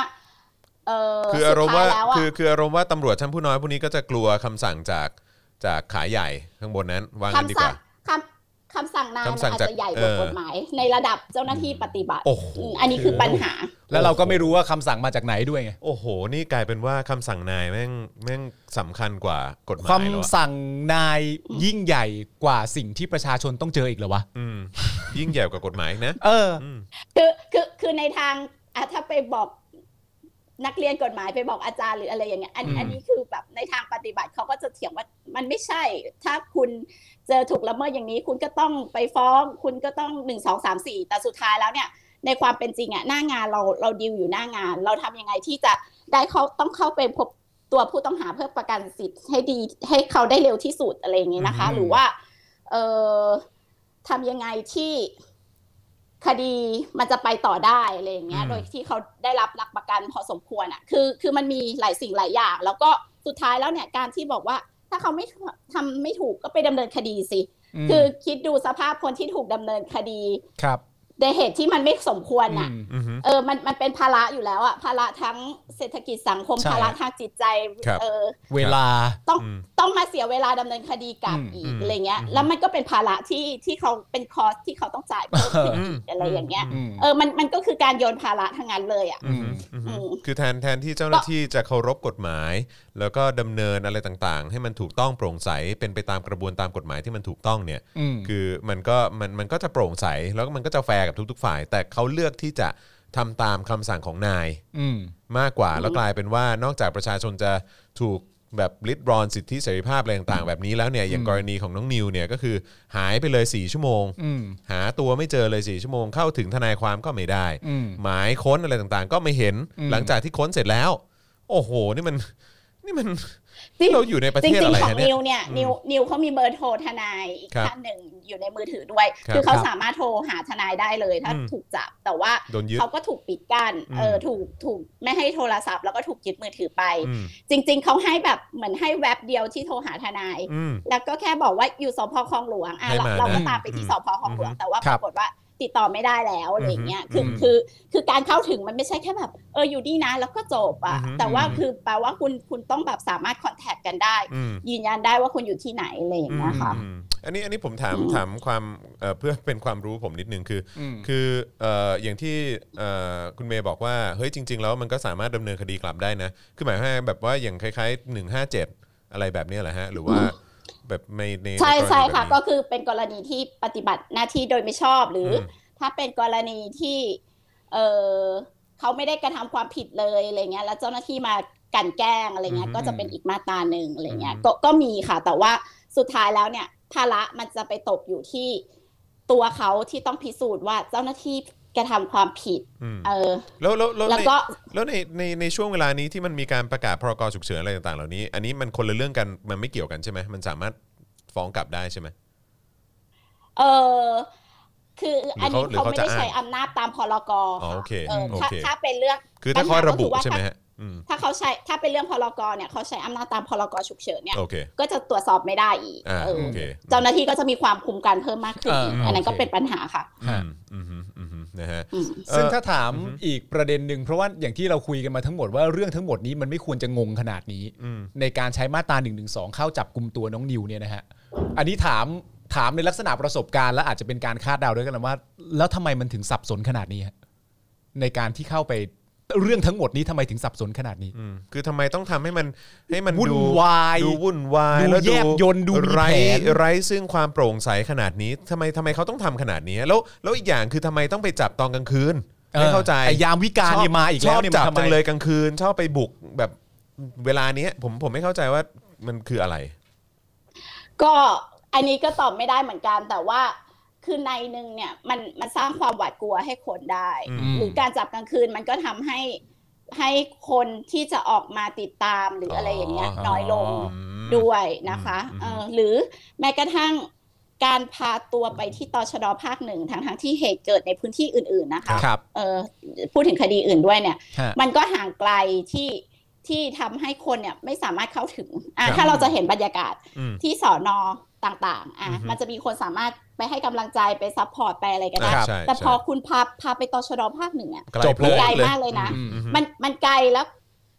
เออ
คืออารมณ์ว่า
สุดท้ยแล้วอะ
คือคืออารมณ์ว่าตำรวจชั้นผู้น้อยพวกนี้ก็จะกลัวคำสั่งจากจากขายใหญ่ข้างบนนั้นว่างั้นดี
คำ
ก
สั่ง
ว่า
คำคำสั่งนายมัน
คำสั่ง
อาจ
จาก
จะใหญ่
เอก
ว่า
อ
กฎหมาย ในระดับเจ้าหน้าที่ปฏิบัติ
โอ้โห
อืมอันนี้คือปัญหา
แล้วเราก็ไม่รู้ว่าคำสั่งมาจากไหนด้วยไง
โอ้โห นี่กลายเป็นว่าคำสั่งนายแม่งแม่งสำคัญกว่ากฎหมายแล้วอะ
คำสั่งนายยิ่งใหญ่กว่าสิ่งที่ประชาชนต้องเจออีกเหรอวะ
อืมยิ่งใหญ่กว่ากฎหมายอีกนะ
เออ
อืม
คือคือคือในทางอ่ะถ้าไปบอกนักเรียนกฎหมายไปบอกอาจารย์หรืออะไรอย่างเงี้ยอัน
อืม
อันนี้คือแบบในทางปฏิบัติเขาก็จะเถียงว่ามันไม่ใช่ ถ้าคุณเจอถูกละเมิดอย่างนี้ คุณก็ต้องไปฟ้อง คุณก็ต้องหนึ่งสองสามสี่แต่สุดท้ายแล้วเนี่ย ในความเป็นจริงอะหน้างานเราเราดีลอยู่หน้างาน เราทำยังไงที่จะได้เขาต้องเข้าไปพบตัวผู้ต้องหาเพื่อประกันสิทธิ์ให้ดีให้เขาได้เร็วที่สุดอะไรอย่างนี้นะคะ
อืม
หรือว่า เอ่อทำยังไงที่คดีมันจะไปต่อได้อะไรอย่างเงี้ย
อืม
โดยที่เขาได้รับหลักประกันพอสมควรอ่ะ คือ คือมันมีหลายสิ่งหลายอย่าง แล้วก็สุดท้ายแล้วเนี่ยการที่บอกว่า ถ้าเขาไม่ทำไม่ถูกก็ไปดำเนินคดีสิ
ม
คือคิดดูสภาพคนที่ถูกดำเนินคดี
ครับ
ในเหตุที่มันไม่สมควรน่ะ
อือฮึ
เออ มัน มันเป็นภาระอยู่แล้วอะภาระทั้งเศรษฐกิจสังคม
ใช่
ภาระทางจิตใจ
ครับ
เออ
เวลา
ต้อง
อืม
ต้องมาเสียเวลาดำเนินคดีกลับ
อืม
อี
อื
ก
ม
อะไรเงี้ย
อืม
แล้วมันก็เป็นภาระที่ ที่เขาเป็นคอสที่เขาต้อง
*laughs*
จ่ายเพิ่มขึ้น
อืม
อีกอะไรอย่างเงี้ย
อืม
เออ มัน มันก็คือการโยนภาระทั้งนั้นเลยอะ
อืมอืม
อืม
คือแทนแทนที่เจ้าหน้าที่จะเคารพกฎหมาย แล้วก็ดำเนินอะไรต่างๆ ให้มันถูกต้องโปร่งใสเป็นไปตามกระบวนตามกฎหมายที่มันถูกต้องเนี่ย
อืม
คือมันก็มันมันก็จะโปร่งใสแล้วก็มันก็จะแฟร์กับทุก ๆ ฝ่าย แต่เขาเลือกที่จะทำตามคำสั่งของนาย
อืม
มากกว่าแล้วกลายเป็นว่านอกจากประชาชนจะถูกแบบลิดรอนสิทธิเสรีภาพอะไรต่างๆ แบบนี้แล้วเนี่ยอย่างกรณีของน้องนิวเนี่ยก็คือหายไปเลย 4 ชั่วโมง
อืม
หาตัวไม่เจอเลย4ชั่วโมงเข้าถึงทนายความก็ไม่ได้
อืม
หมายค้นอะไรต่างๆ ก็ไม่เห็น
อืม
หลังจากที่ค้นเสร็จแล้ว โอ้โห นี่มันนี่มัน
จริง
เราอยู่ในประ
จ
เทศอะ
ริง
ไร
ๆ ของ
ฮะเนี่ย
นิวเนี่ย
อืม
นิวนิวเขามีเบอร์โทรทนายอีก
ครับ
ท่านหนึ่งอยู่ในมือถือด้วย
ครับ
คือเขา
ครับ
สามารถโทรหาทนายได้เลยถ้า
อืม
ถูกจับ แต่ว่า
โดนยึด
เขาก็ถูกปิดกั้น
อืม
เออถูกถูกไม่ให้โทรศัพท์แล้วก็ถูกยึดมือถือไป
อืม
จริง ๆ เขาให้แบบเหมือนให้แว็บเดียวที่โทรหาทนาย
อืม
แล้วก็แค่บอกว่าอยู่สพคลองหลวงอ่ะ
ให้
เรา
มา
เราก็
นะ
ตามไปที่สพคลองหลวง
อืม
แต่ว่า
ค
ป
รับ
รากฏว่าติดต่อไม่ได้แล้วอะไรอย่างเงี้ยคือ
อืม
คือคือการเข้าถึงมันไม่ใช่แค่แบบเอออยู่นี่นะแล้วก็จบอ่ะ
อืม
แต่ว่า
อืม
คือแปลว่าคุณคุณต้องแบบสามารถคอนแทคกันได้
อืม
ยืนยันได้ว่าคุณอยู่ที่ไหนอะไรอย่างเงี้ยค่ะ
อืมอันนี้อันนี้ผมถามถามความเอ่อเพื่อเป็นความรู้ผมนิดนึงคืออ
ม
คือเอ่ออย่างที่เอ่อคุณเมย์บอกว่าเฮ้ยจริง ๆ แล้วมันก็สามารถดำเนินคดีกลับได้นะคือหมายความว่าแบบว่าอย่างคล้ายๆ 157 อะไรแบบเนี้ยเหรอฮะ หรือว่าแบบในใน
ใช่
นกรณี
ใช่ค่ะ
แบบนี้
ก็คือเป็นกรณีที่ปฏิบัติหน้าที่โดยไม่ชอบหรือ
ม
ถ้าเป็นกรณีที่เออเขาไม่ได้กระทำความผิดเลยอะไรเงี้ยแล้วเจ้าหน้าที่มากลันแกล้งอะไรเงี้ย
อืม
ก็จะเป็นอีกมาตราหนึ่งอะไรเงี้ย
อืม
ก็ก็มีค่ะ แต่ว่าสุดท้ายแล้วเนี่ยภาระมันจะไปตกอยู่ที่ตัวเขาที่ต้องพิสูจน์ว่าเจ้าหน้าที่กระทำความผิด
อืม
เออ
แล้วแล้วแล้ว
แล้ว
ใน
ก็
แล้วในในในช่วงเวลานี้ที่มันมีการประกาศพรกฉุกเฉินอะไรต่างๆ เหล่านี้ อันนี้มันคนละเรื่องกันมันไม่เกี่ยวกันใช่ไหมมันสามารถฟ้องกลับได้ใช่ไหม
เออคืออันนี้
หรือ
เขา
เขา
ไม่
หรื
ได้
อเขาจะอ้าง
ใช้อำนาจตามพรก
อ๋อ
ค่ะ
โอเค
เออ
โอ
ถ้า
เค
ถ้าเป็นเรื่อง
คือถ้าเขาระบุ
ปัญหาก็คือว่า
ใช่ไหมฮะอืม
ถ้าเขาใช้ถ้าเป็นเรื่องพรกเนี่ยเขาใช้อำนาจตามพรกฉุกเฉินเนี่ย
โอเค
ก็จะตรวจสอบไม่ได้อีก
อ่า
เออ
โอเค
เจ้าหน้าที่ก็จะมีความคุ้มกันเพิ่มมากขึ้นอีก
อ่า
อันนั้นก็
โอเค
เป็นปัญหาค่ะ
อืมอืมอืมอืมนะฮะ
อืม
ซึ่งถ้าถามอีกประเด็นหนึ่งเพราะว่าอย่างที่เราคุยกันมาทั้งหมดว่าเรื่องทั้งหมดนี้มันไม่ควรจะงงขนาดนี้
อืม
ในการใช้มาตรา1นึเข้าจับกลุ่มตัวน้องนิวเนี่ยนะฮะ อันนี้ถามถามในลักษณะประสบการณ์และอาจจะเป็นการคาดเดาด้วยกันนะว่า แล้วทำไมมันถึงสับสนขนาดนี้ฮะในการที่เข้าไปเรื่องทั้งหมดนี้ทำไมถึงสับสนขนาดนี้
อืมคือทำไมต้องทำให้มันให้มัน
วุ่น
ดู
วาย
ดูวุ่นวาย
ดู
แล้ว
แยบยลดูมี
ไร้
แผน
ไร้ซึ่งความโปร่งใสขนาดนี้ทำไมทำไมเขาต้องทำขนาดนี้ แล้วแล้วอีกอย่างคือทำไมต้องไปจับตอนกลางคืนไม่เข้าใจ
ไอ้ยามวิกาลเนี่ยมาอีกแล้
ชอ
ว
บ
เนี่ย
จับ
มันทำไม
จังเลยกลางคืนชอบไปบุกแบบเวลาเนี้ยผมผมไม่เข้าใจว่ามันคืออะไร
ก็อันนี้ก็ตอบไม่ได้เหมือนกัน แต่ว่าคือในหนึ่งเนี่ยมันมันสร้างความหวาดกลัวให้คนได้
อืม
หรือการจับกลางคืนมันก็ทำให้ให้คนที่จะออกมาติดตามหรืออะไรอย่างเงี้ย
อ๋อ
น้อยลง
อืม
ด้วยนะคะ
อืม
เออหรือแม้กระทั่งการพาตัวไปที่ตชดภาคหนึ่งทั้งทั้งๆที่เหตุเกิดในพื้นที่อื่น ๆนะคะ
ครับ
เออพูดถึงคดีอื่นด้วยเนี่ย
ฮะ
มันก็ห่างไกลที่ที่ทำให้คนเนี่ยไม่สามารถเข้าถึงอ่ะ
ครับ
ถ้าเราจะเห็นบรรยากาศ
อืม
ที่สอนอต่างๆอ่ะ
อือฮึ
มันจะมีคนสามารถไปให้กำลังใจไปซัพพอร์ตไปอะไรก็ได้
อ่ะใช่
แต่
ใช่
พอคุณพาพาไปตชดภาคหนึ่งอ่ะ
ไกล
จบ
โพน
ไกลมากเลยนะ
อืมอืม
มันมันไกลแล้ว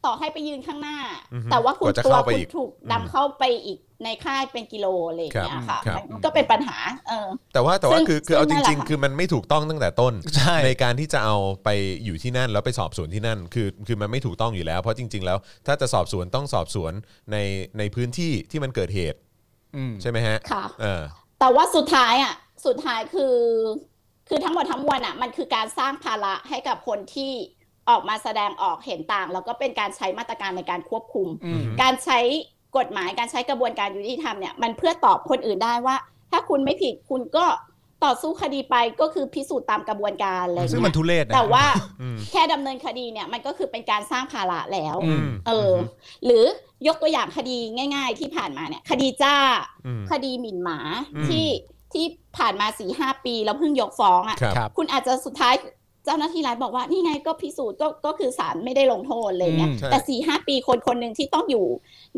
ต่อให้ไปยืนข้างหน้า
อือฮึ
แต่ว่าคุณ
กว่าจะ
ตัว
เข้าไป
คุ
อี
ณ
ก
ถูก
อืม
นำเข้าไปอีกในค่ายเป็นกิโลอะไรอย่างเงี้ย
ครั
ค่ะ
บครับ
มันก็เป็นปัญหา เออ
แต่ว่าแต่ว่า
ซึ่ง
คือคือเอาจ
ซึ่งนั่นแห
ริงๆ
ละค่ะ
คือมันไม่ถูกต้องตั้งแต่ต้น
ใช่
ในการที่จะเอาไปอยู่ที่นั่นแล้วไปสอบสวนที่นั่นคือคือมันไม่ถูกต้องอยู่แล้ว เพราะจริง ๆ แล้ว ถ้าจะสอบสวนต้องสอบสวนในในพื้นที่ที่มันเกิดเหตุ
อืม
ใช่ไหมฮะ
ค่ะ
เออ
แต่ว่าสุดท้ายอ่ะสุดท้ายคือ คือทั้งหมดทั้งมวลอ่ะมันคือการสร้างภาระให้กับคนที่ออกมาแสดงออกเห็นต่าง แล้วก็เป็นการใช้มาตรการในการควบคุม
อืม
การใช้กฎหมายการใช้กระบวนการยุติธรรมเนี่ยมันเพื่อตอบคนอื่นได้ว่า ถ้าคุณไม่ผิดคุณก็ต่อสู้คดีไปก็คือพิสูจน์ตามกระบวนการอะไรอย่าง
ซึ่งมัน
เงี้ย
ทุเรศนะ
แต่ว่า
อืม
แค่ดำเนินคดีเนี่ยมันก็คือเป็นการสร้างภาระแล้ว
อืม
เอออหรือยกตัวอย่างคดีง่าย ๆ ที่ผ่านมาเนี่ยคดีจ้า
อืม
คดีหมิ่นหมา
อืม
ที่ที่ผ่านมาสี่ห้าปีแล้วเพิ่งยกฟ้อง
ครั
อะ่ะ
บ
ครับ
คุณอาจจะสุดท้ายเจ้าหน้าที่รัฐบอกว่า นี่ไงก็พิสูจน์ก็ก็คือศาลไม่ได้ลงโทษอะไรเงี้ย
อืมใช่
แต่สี่ห้าปีคนคนหนึ่งที่ต้องอยู่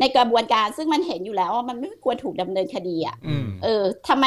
ในกระบวนการซึ่งมันเห็นอยู่แล้วว่ามันไม่ควรถูกดำเนินคดีอะ่ะ
อืม
เออทำไม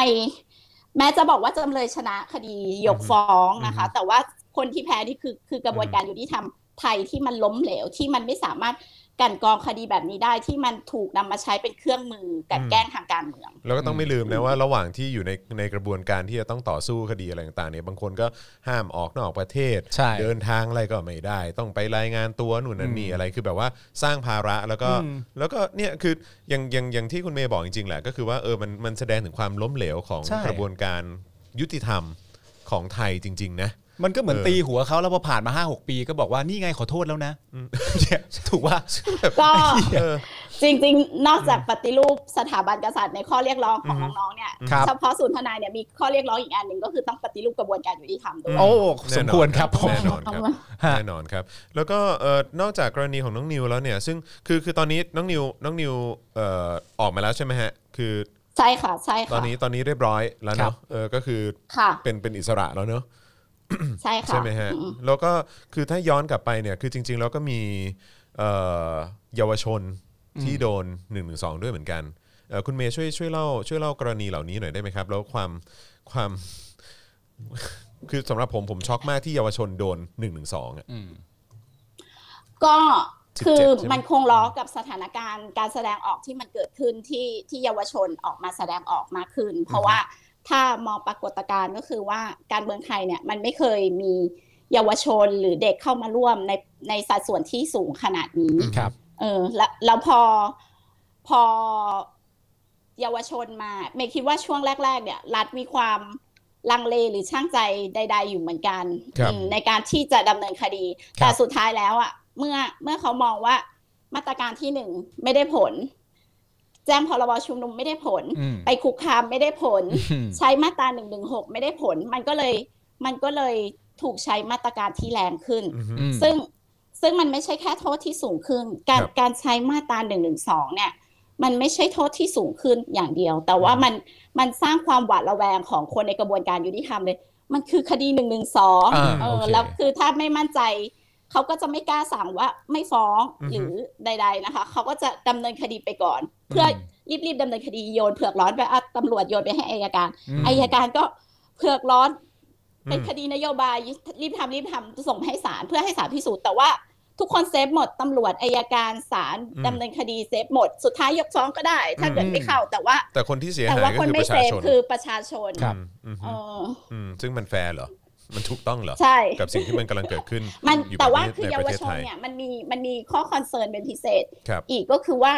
แม้จะบอกว่าจำเลยชนะคดียกฟ้องนะคะ แต่ว่าคนที่แพ้นี่คือคือกระบวนการยุติธรรมไทยที่มันล้มเหลวที่มันไม่สามารถกลันกรองคดีแบบนี้ได้ที่มันถูกนำมาใช้เป็นเครื่องมือกลันแกล้งทางการเมือง
แล้วก็ต้องไม่ลืมนะว่าระหว่างที่อยู่ในในกระบวนการที่จะต้องต่อสู้คดีอะไรต่างๆเนี่ยบางคนก็ห้ามออกนอกประเทศ
ใช่
เดินทางอะไรก็ไม่ได้ ต้องไปรายงานตัวหนู่นนั่นนี่อะไรคือแบบว่าสร้างภาระแล้วก็แล้วก็เนี่ยคืออย่างอย่างอย่างที่คุณเมย์บอกจริงๆแหละก็คือว่าเออมันมันแสดงถึงความล้มเหลวของ
ใช่
กระบวนการยุติธรรมของไทยจริง ๆ นะ
มันก็เหมือน
เออ
ตีหัวเขาแล้วพอผ่านมาห้าหกปีก็บอกว่านี่ไงขอโทษแล้วนะเนี่ยถูกว่า
ก็
เออ
จริงๆ นอกจากปฏิรูปสถาบันกษัตริย์ในข้อเรียกร้องของน้องๆเนี่ย
ครับ
เฉพาะศูนย์ทนายเนี่ยมีข้อเรียกร้องอีกอันหนึ่งก็คือต้องปฏิรูปกระบวนการยุติธรรมด้วย
โอ้
แน่นอน
สมควรครับผม
แน่นอนครับ
ฮะ
แน่นอนครับ แล้วก็เอ่อนอกจากกรณีของน้องนิวแล้วเนี่ย ซึ่งคือคือตอนนี้น้องนิวน้องนิวเอ่อออกมาแล้วใช่ไหมฮะ คือ
ใช่ค่ะ ใช่
ตอ
ค่ะ
นนี้ตอนนี้เรียบร้อยแล้วเนาะเออก็คือ
ค่ะ
เป็นเป็นอิสระแล้วเนาะ
ใช่ค่ะ
ใช่ไหมฮะ
อืม
แล้วก็คือถ้าย้อนกลับไปเนี่ยคือจริง ๆ แล้วก็มีเอ่อเยาวชนที่โดน1นึด้วยเหมือนกันเอ่อคุณเมย์ช่วยช่วยเล่าช่วยเล่ากรณีเหล่านี้หน่อยได้ไหมครับ แล้วความความ *laughs* คือสำหรับผมผมช็อกมากที่เยาวชนโดน1นึอ่ะ
ก็
17
คือ
ใช่ไหม
มันคงล้อกับสถานการณ์การแสดงออกที่มันเกิดขึ้นที่ที่เยาวชนออกมาแสดงออกมากขึ้น เพราะว่าถ้ามองปรากฏการณ์ก็คือว่าการเมืองไทยเนี่ยมันไม่เคยมีเยาวชนหรือเด็กเข้ามาร่วมในในสัดส่วนที่สูงขนาดนี้
ครับ
เออแล้วแล้วพอพอเยาวชนมาเมย์คิดว่าช่วงแรก ๆ เนี่ย รัฐมีความลังเลหรือช่างใจใด ๆ อยู่เหมือนกัน
ครับ
อืมในการที่จะดำเนินคดี
ครับ
แต่สุดท้ายแล้วอะเมื่อเมื่อเขามองว่ามาตรการที่หนึ่งไม่ได้ผล แจ้งพรบชุมนุมไม่ได้ผล
อืม
ไปคุกคามไม่ได้ผล
อืม
ใช้มาตราหนึ่งหนึ่งหกไม่ได้ผล มันก็เลยมันก็เลยถูกใช้มาตรการที่แรงขึ้น
อือฮึ
อืม
ซึ่งซึ่งมันไม่ใช่แค่โทษที่สูงขึ้น การ
ครับ
การใช้มาตราหนึ่งหนึ่งสองเนี่ย มันไม่ใช่โทษที่สูงขึ้นอย่างเดียว แต่ว่ามันมันสร้างความหวาดระแวงของคนในกระบวนการยุติธรรมเลย มันคือคดีหนึ่งหนึ่งสอง
อ่า
เอ
โอ
อ
เค
แล้วคือถ้าไม่มั่นใจ เขาก็จะไม่กล้าสั่งว่าไม่ฟ้อง
อือฮึ
หรือใด ๆนะคะ เขาก็จะดำเนินคดีไปก่อน เพื่อรีบๆดำเนินคดีโยนเผือกร้อนไปอ่ะตำรวจโยนไปให้อายการ
ม
อายการก็เผือกร้อน
อืม
เป็นคดีนโยบายรีบทำรีบทำส่งให้ศาลเพื่อให้ศาลพิสูจน์แต่ว่าทุกคนเซฟหมดตำรวจอายการศาล
อืม
ดำเนินคดีเซฟหมด สุดท้ายยกฟ้องก็ได้ ถ้าเกิดไม่เข้า แต่ว่า
แต่คนที่เสีย
แต่
หาย
ว่า
ก็
ค
คื
น
อป
ไม่
ระ
เซ
ชา
ฟ
ชน
คือประชาชน
ครับ
อืม
เอ
อืม
อ
อืมซึ่งมันแฟร์เหรอ มันถูกต้องเหรอ
ใช่
กับสิ่งที่มันกำลังเกิดขึ้น
มัน
อยู่
แต่ว่า
บบ
คือ
ใน
เยา
ประ
ว
เทศ
ช
ไท
น
ย
เนี่ยมันมีมันมีข้อคอนเซิร์นเป็นพิเศษ
ครับ
อีกก็คือว่า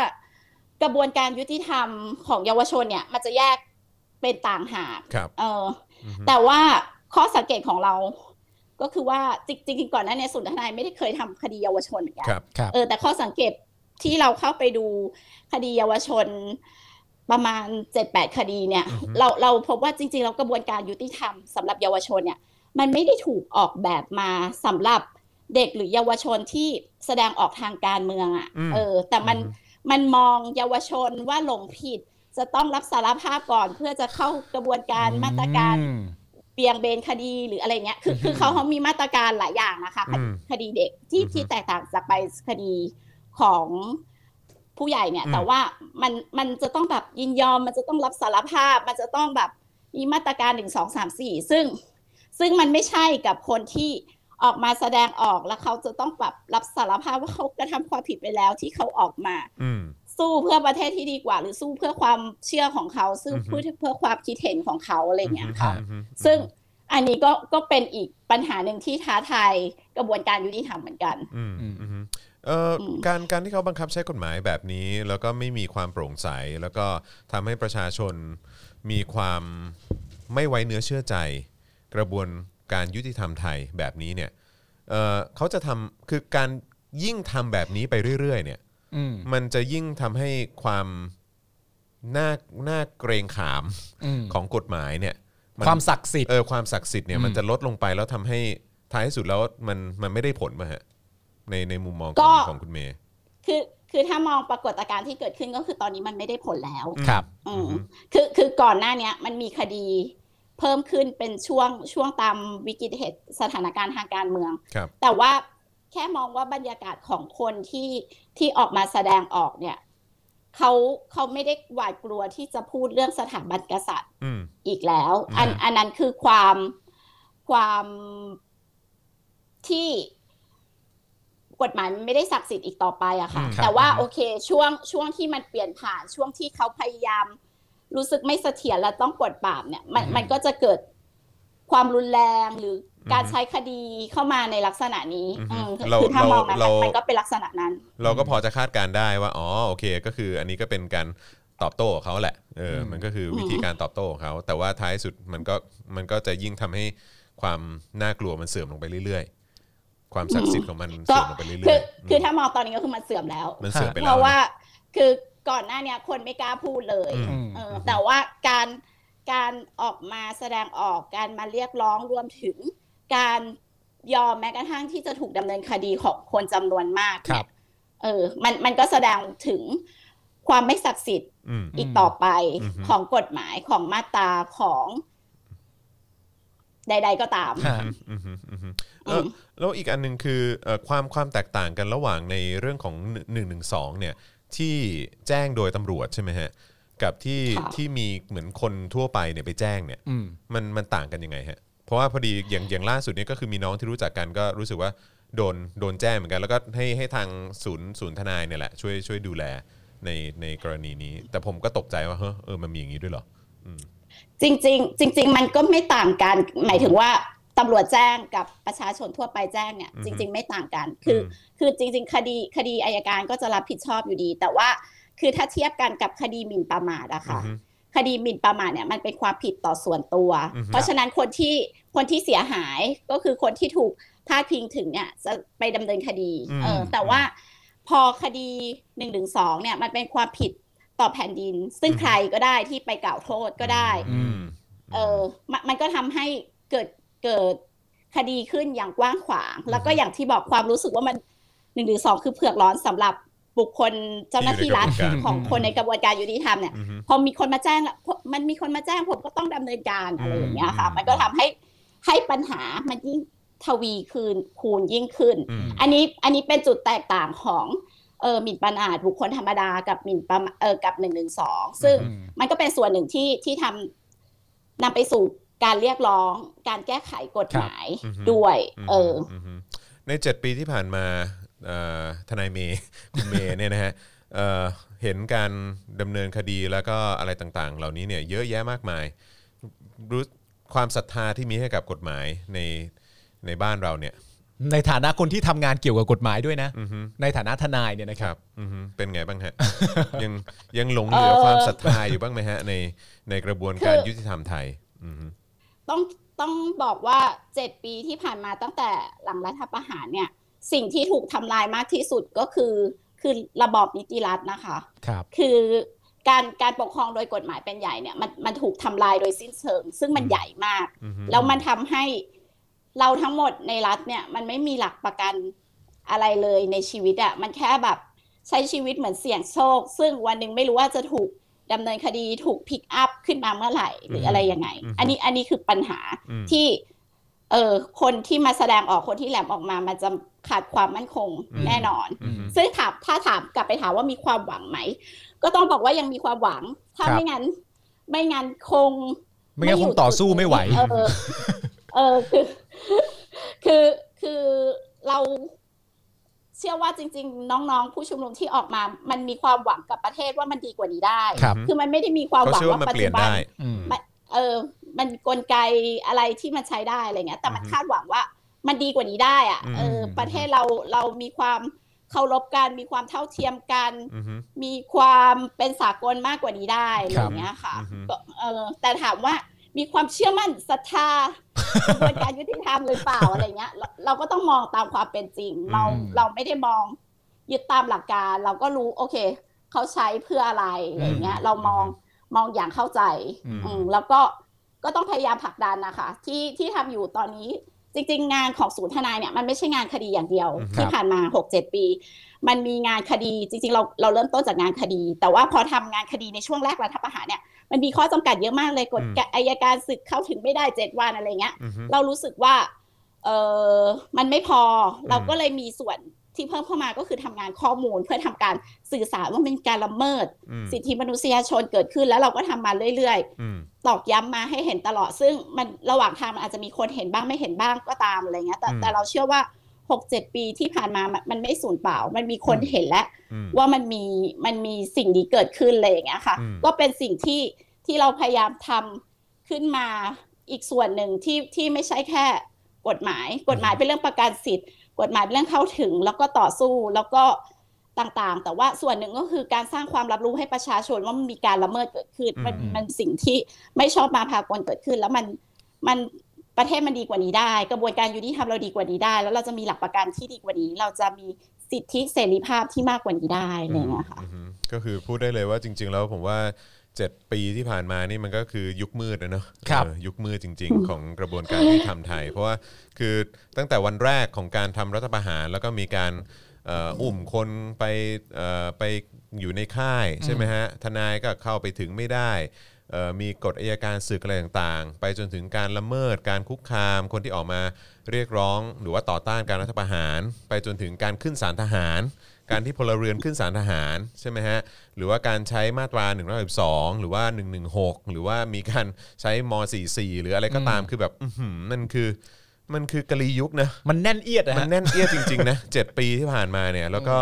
กระบวนการยุติธรรมของเยาวชนเนี่ย มันจะแยกเป็นต่างหาก
ครับ
เออ
อือฮึ
แต่ว่าข้อสังเกตของเราก็คือว่าจริงจริงๆก่อนหน้านี้ศูนย์ทนายไม่ได้เคยทำคดีเยาวชนเหมือนกัน
ครับ
ครับ
เออแต่ข้อสังเกตที่เราเข้าไปดูคดีเยาวชนประมาณเจ็ดแปดคดีเนี่ย
อือฮึ
เราเราพบว่าจริงๆแล้วกระบวนการยุติธรรมสำหรับเยาวชนเนี่ย มันไม่ได้ถูกออกแบบมาสำหรับเด็กหรือเยาวชนที่แสดงออกทางการเมืองอะ่ะ
อืม
เออ แต่มันมันมองเยาวชนว่าหลงผิด จะต้องรับสารภาพก่อนเพื่อจะเข้ากระบวนการมาตรการ
อืม
เบี่ยงเบนคดีหรืออะไรเงี้ย คือคือเขาเขามีมาตรการหลายอย่างนะคะ
อืม
คดีเด็กที่
อือฮึ
ที่แตกต่างจากไปคดีของผู้ใหญ่เนี่ย
อืม
แต่ว่ามันมันจะต้องแบบยินยอม มันจะต้องรับสารภาพ มันจะต้องแบบมีมาตรการหนึ่งสองสามสี่ซึ่ง ซึ่งมันไม่ใช่กับคนที่ออกมาแสดงออกแล้วเขาจะต้องแบบรับสารภาพว่าเขากระทำความผิดไปแล้วที่เขาออกมา
อืม
สู้เพื่อประเทศที่ดีกว่า หรือสู้เพื่อความเชื่อของเขาสู้
อือฮึ
เพื่อเพื่อความคิดเห็นของเขาอะไรเงี้ยค่ะ
อือฮึ
ซึ่งอันนี้ก็ก็เป็นอีกปัญหาหนึ่งที่ท้าทายกระบวนการยุติธรรมเหมือนกัน
อืมอืมเอ่ออ
ม
การการที่เขาบังคับใช้กฎหมายแบบนี้ แล้วก็ไม่มีความโปร่งใส แล้วก็ทำให้ประชาชนมีความไม่ไว้เนื้อเชื่อใจ กระบวนการยุติธรรมไทยแบบนี้เนี่ยเอ่อเขาจะทำคือการยิ่งทำแบบนี้ไปเรื่อยๆเนี่ย
อืม
มันจะยิ่งทำให้ความน่าน่าเกรงขาม
อืม
ของกฎหมายเนี่ยน
ความศักดิ์สิทธิ์
เออความศักดิ์สิทธิ์เนี่ย
อืม
มันจะลดลงไปแล้วทำให้ท้ายที่สุดแล้วมันมันไม่ได้ผลมาฮะในในมุมมองข
ก็
องของคุณเมย์
คือคือถ้ามองปรากฏการณ์ที่เกิดขึ้นก็คือตอนนี้มันไม่ได้ผลแล้ว
ครับ
อื
อื
ม
อฮึ
คือคือก่อนหน้าเนี้ยมันมีคดีเพิ่มขึ้นเป็นช่วงช่วงตามวิกฤตเหตุสถานการณ์ทางการเมือง
ครับ
แต่ว่าแค่มองว่าบรรยากาศของคนที่ที่ออกมาแสดงออกเนี่ย เขาเขาไม่ได้หวาดกลัวที่จะพูดเรื่องสถาบันกษัตริย์
อืม
อีกแล้ว อัน
อืม
อันนั้นคือความความที่กฎหมายมันไม่ได้ศักดิ์สิทธิ์อีกต่อไปอะค่ะ
อืมครับ
แต่ว่า
อืม
โอเคช่วงช่วงที่มันเปลี่ยนผ่านช่วงที่เขาพยายาม รู้สึกไม่เสถียรและต้องกดปราบเนี่ยมันมันก็จะเกิดความรุนแรงหรือการใช้คดีเข้ามาในลักษณะนี้
อือฮึ
อืม
เรา
คือถ้ามองนะ
เรามั
มันก็เป็นลักษณะนั้น
เราก็พอจะคาดการณ์ได้ว่าอ๋อโอเค ก็คืออันนี้ก็เป็นการตอบโต้ของเขาแหละเอออ
ม
มันก็คือวิธีการตอบโต้ของเขาแต่ว่าท้ายสุดมันก็มันก็จะยิ่งทำให้ความน่ากลัวมันเสื่อมลงไปเรื่อยๆ ความศักดิ์สิทธิ์ของมัน
ก็
เสื่อมลงไปเรื่อย
คือ
ๆ
คือ
ม
ถ้ามองตอนนี้ก็คือมันเสื่อมแล้ว
มันเสื่อมไป
เพ
แล้ว
ราะว่า
นะ
คือก่อนหน้าเนี้ยคนไม่กล้าพูดเลย
อืม
เออแต่ว่าการการออกมาแสดงออกการมาเรียกร้องรวมถึง การยอมแม้กระทั่งที่จะถูกดำเนินคดีของคนจำนวนมาก
ครับ
เนี่ยเออมันมันก็แสดงถึงความไม่ศักดิ์สิทธิ์
อืม
อีกต่อไป
อืม
ของกฎหมายของมาตราของใด ๆก็ตาม
ครับ
อืมอืมอืม
อืม
เออแล้วอีกอันหนึ่งคือเอ่อความความแตกต่างกันระหว่างในเรื่องของ1นึเนี่ยที่แจ้งโดยตำรวจใช่ไหมฮะกับที่
ค่ะ
ที่มีเหมือนคนทั่วไปเนี่ยไปแจ้งเนี่ย
อืม
มันมันต่างกันยังไงฮะ เพราะว่าพอดีอย่างอย่างล่าสุดเนี่ยก็คือมีน้องที่รู้จักกันก็รู้สึกว่าโดนโดนแจ้งเหมือนกัน แล้วก็ให้ให้ทางศูนย์ศูนย์ทนายเนี่ยแหละช่วยช่วยดูแลในในกรณีนี้ แต่ผมก็ตกใจว่าเฮ้อเออมันมีอย่างนี้ด้วยเหรอ
จริงจริงๆจริง ๆ มันก็ไม่ต่างกัน หมายถึงว่าตำรวจแจ้งกับประชาชนทั่วไปแจ้งเนี่ย
อือฮึ
จริง ๆ ไม่ต่างกัน คืออ
ม
คือจริง ๆ คดีคดีอายการก็จะรับผิดชอบอยู่ดี แต่ว่าคือถ้าเทียบกันกับคดีหมิ่นประมาทอะ
อื
ค่ะ
อฮึ
คดีหมิ่นประมาทเนี่ยมันเป็นความผิดต่อส่วนตัว
อือฮึ
เพราะฉะนั้นคนที่คนที่เสียหายก็คือคนที่ถูกพาดพิงถึงเนี่ยจะไปดำเนินคดีเอออ
ม
แต่ว่าพอคดีหนึ่งถึงสองเนี่ยมันเป็นความผิดต่อแผ่นดิน ซึ่งใครก็ได้ที่ไปกล่าวโทษก็ได้
อืม
เออมนมันก็ทำให้เกิดเกิดคดีขึ้นอย่างกว้างขวาง แล้วก็อย่างที่บอกความรู้สึกว่ามันหนึ่งหรือสองคือเผือกร้อนสำหรับบุคคลเจ้าหน้าที่รัฐ
ที่อยู่ในกระบวนการ
ของคนในกระบวนการยุติธรรมเนี่ย
อือฮึ
พอมีคนมาแจ้งแล้วพอมันมีคนมาแจ้งผมก็ต้องดำเนินการอะไรอย่างเงี้ยค่ะ
อืม
มันก็ทำให้ให้ปัญหามันยิ่งทวีคืนคูณยิ่งขึ้น
อืม
อันนี้อันนี้เป็นจุดแตกต่างของเออหมิ่นประมาทบุคคลธรรมดากับหมิ่นประมาเออกับหนึ่งหนึ่งสองซึ่ง
อืม
มันก็เป็นส่วนหนึ่งที่ที่ทำนำไปสู่การเรียกร้อง การแก้ไขกฎหมาย
ครับอือฮึ
ด้วย เออ
มมใน 7 ปีที่ผ่านมาเอ่อทนายเมย์ คุณเมย์เนี่ยนะฮ *laughs* ะเอ่อเห็นการดำเนินคดีแล้วก็อะไรต่างๆ เหล่านี้เนี่ยเยอะแยะมากมายรู้ความศรัทธาที่มีให้กับกฎหมายในในบ้านเราเนี่ย
ในฐานะคนที่ทำงานเกี่ยวกับกฎหมายด้วยนะ
อือฮึ
ในฐานะทนายเนี่ยนะค
ค
รั
รับ บอือฮึเป็นไงบ้าง
*laughs*
ฮะ ยังยังหลงเหลือ
เอ่อ
ความศรัทธาอยู่บ้างไหมฮะในในกระบวนการยุติธรรมไทยอือฮึ
ต้องต้องบอกว่าเจ็ดปีที่ผ่านมาตั้งแต่หลังรัฐประหารเนี่ย สิ่งที่ถูกทำลายมากที่สุดก็คือคือระบอบนิติรัฐนะคะ
ครับ
คือการการปกครองโดยกฎหมายเป็นใหญ่เนี่ยมันมันถูกทำลายโดยสิ้นเชิง ซึ่งมันใหญ่มาก
อือฮึ
แล้วมันทำให้เราทั้งหมดในรัฐเนี่ยมันไม่มีหลักประกันอะไรเลยในชีวิตอะมันแค่แบบใช้ชีวิตเหมือนเสี่ยงโชค ซึ่งวันหนึ่งไม่รู้ว่าจะถูกดำเนินคดีถูกพิกอัพขึ้นมาเมื่อไหร่หรืออะไรยังไง อันนี้อันนี้คือปัญหา
อืม
ที่เออคนที่มาแสดงออกคนที่แหลมออกมา มันจะขาดความมั่นคง
อืม
แน่นอน
อือฮึ
ซึ่งถามถ้าถามกลับไปถามว่ามีความหวังไหม ก็ต้องบอกว่ายังมีความหวัง ถ้า
ครับ
ไม่งั้น ไม่งั้นคง
ไม่งั้นคง
ยู่
ต่อสู้ไม่ไหว
เออเออคือคือคือเราเชื่อว่าจริง ๆ น้องๆ ผู้ชุมนุมที่ออกมา มันมีความหวังกับประเทศว่ามันดีกว่านี้ได้
ครับ
คือมันไม่ได้มีความห
เขา
วัง
เชื่อว่า
ว่า
มัน
ปัจ
เปลี่ย
จุ
น
บัน
ได้
อืม
เออมันกลไกอะไรที่มันใช้ได้อะไรเงี้ย แต่มัน
อือฮึ
คาดหวังว่ามันดีกว่านี้ได้อะ
อืม
เออ ประเทศเราเรามีความเคารพกัน มีความเท่าเทียมกัน
อือฮึ
มีความเป็นสากลมากกว่านี้ได้อะไร
ครับ
เงี้ยค่ะ
อือฮึ
ก็เออแต่ถามว่ามีความเชื่อมั่นศรัทธากระบวนการยุติธรรมหรือเปล่าอะไรเงี้ยเราเราก็ต้องมองตามความเป็นจริง เราเราไม่ได้มองยึดตามหลักการ เราก็รู้โอเค เขาใช้เพื่ออะไรอะไรเงี้ย เรามองมองอย่างเข้าใจ
อืม
อืมแล้วก็ก็ต้องพยายามผลักดันนะคะ ที่ที่ทำอยู่ตอนนี้จริง ๆ งานของศูนย์ทนายเนี่ยมันไม่ใช่งานคดีอย่างเดียว
อืมครับ
ที่ผ่านมา6 7ปี มันมีงานคดีจริง ๆ เราเราเริ่มต้นจากงานคดี แต่ว่าพอทำงานคดีในช่วงแรกรัฐประหารเนี่ยมันมีข้อจำกัดเยอะมากเลยกฎอายการศึกเข้าถึงไม่ได้ 7 วันอะไรเงี้ย
อือฮึ
เรารู้สึกว่าเออมันไม่พออเราก็เลยมีส่วน ที่เพิ่มเข้ามาก็คือทำงานข้อมูลเพื่อทำการสื่อสารว่ามันการละเมิด
อืม
สิทธิมนุษยชนเกิดขึ้นแล้วเราก็ทำมาเรื่อย
อืม
ๆ ตอกย้ำมาให้เห็นตลอด ซึ่งมันระหว่างทางมันอาจจะมีคนเห็นบ้างไม่เห็นบ้างก็ตามอะไรเงี้ยแต่
อืม
แต่เราเชื่อว่าหกเจ็ดปีที่ผ่านมามันมันไม่สูญเปล่า มันมีคนเห็นและ
อืม
ว่ามันมีมันมีสิ่งนี้เกิดขึ้นเลยอย่างเงี้ยค่ะ
อืม
ก็เป็นสิ่งที่ที่เราพยายามทำขึ้นมาอีกส่วนหนึ่งที่ที่ไม่ใช่แค่กฎหมาย กฎหมายเป็นเรื่องประกันสิทธิ์ กฎหมายเป็นเรื่องเข้าถึง แล้วก็ต่อสู้แล้วก็ต่างๆ แต่ว่าส่วนหนึ่งก็คือการสร้างความรับรู้ให้ประชาชนว่ามันมีการละเมิดเกิดขึ้น มัน
อืม
มันสิ่งที่ไม่ชอบมาพากลเกิดขึ้น แล้วมันมันประเทศมันดีกว่านี้ได้ กระบวนการยุติธรรมเราดีกว่านี้ได้ แล้วเราจะมีหลักประกันที่ดีกว่านี้ เราจะมีสิทธิเสรีภาพที่มากกว่านี้ได้อะไรอย่างเงี้ยค่ะ
อือฮึก็คือพูดได้เลยว่าจริง ๆ แล้วผมว่า 7 ปีที่ผ่านมานี่มันก็คือยุคมืดนะเนาะ
ครับ
เออยุคมืดจริง ๆ ของกระบวนการยุติธรรมไทย เพราะว่าคือตั้งแต่วันแรกของการทำรัฐประหาร แล้วก็มีการเอ่ออุ้มคนไปเอ่อไปอยู่ในค่ายใช่ไหมฮะทนายก็เข้าไปถึงไม่ได้เอ่อมีกฎอายการศึกอะไรต่างๆ ไปจนถึงการละเมิดการคุกคาม คนที่ออกมาเรียกร้อง หรือว่าต่อต้านการรัฐประหาร ไปจนถึงการขึ้นศาลทหาร การที่พลเรือนขึ้นศาลทหารใช่ไหมฮะ หรือว่าการใช้มาตรา1นึหรือว่า 116 หรือว่ามีการใช้ม 44 หรืออะไรก็ตามคือแบบอื้อหือมันคือมันคือกะลียุคนะ
มันแน่นเอียดนะ
มั
ฮะ
นแน่นเอียดจริงๆนะ *laughs* เจ็ดปีที่ผ่านมาเนี่ย แล้วก็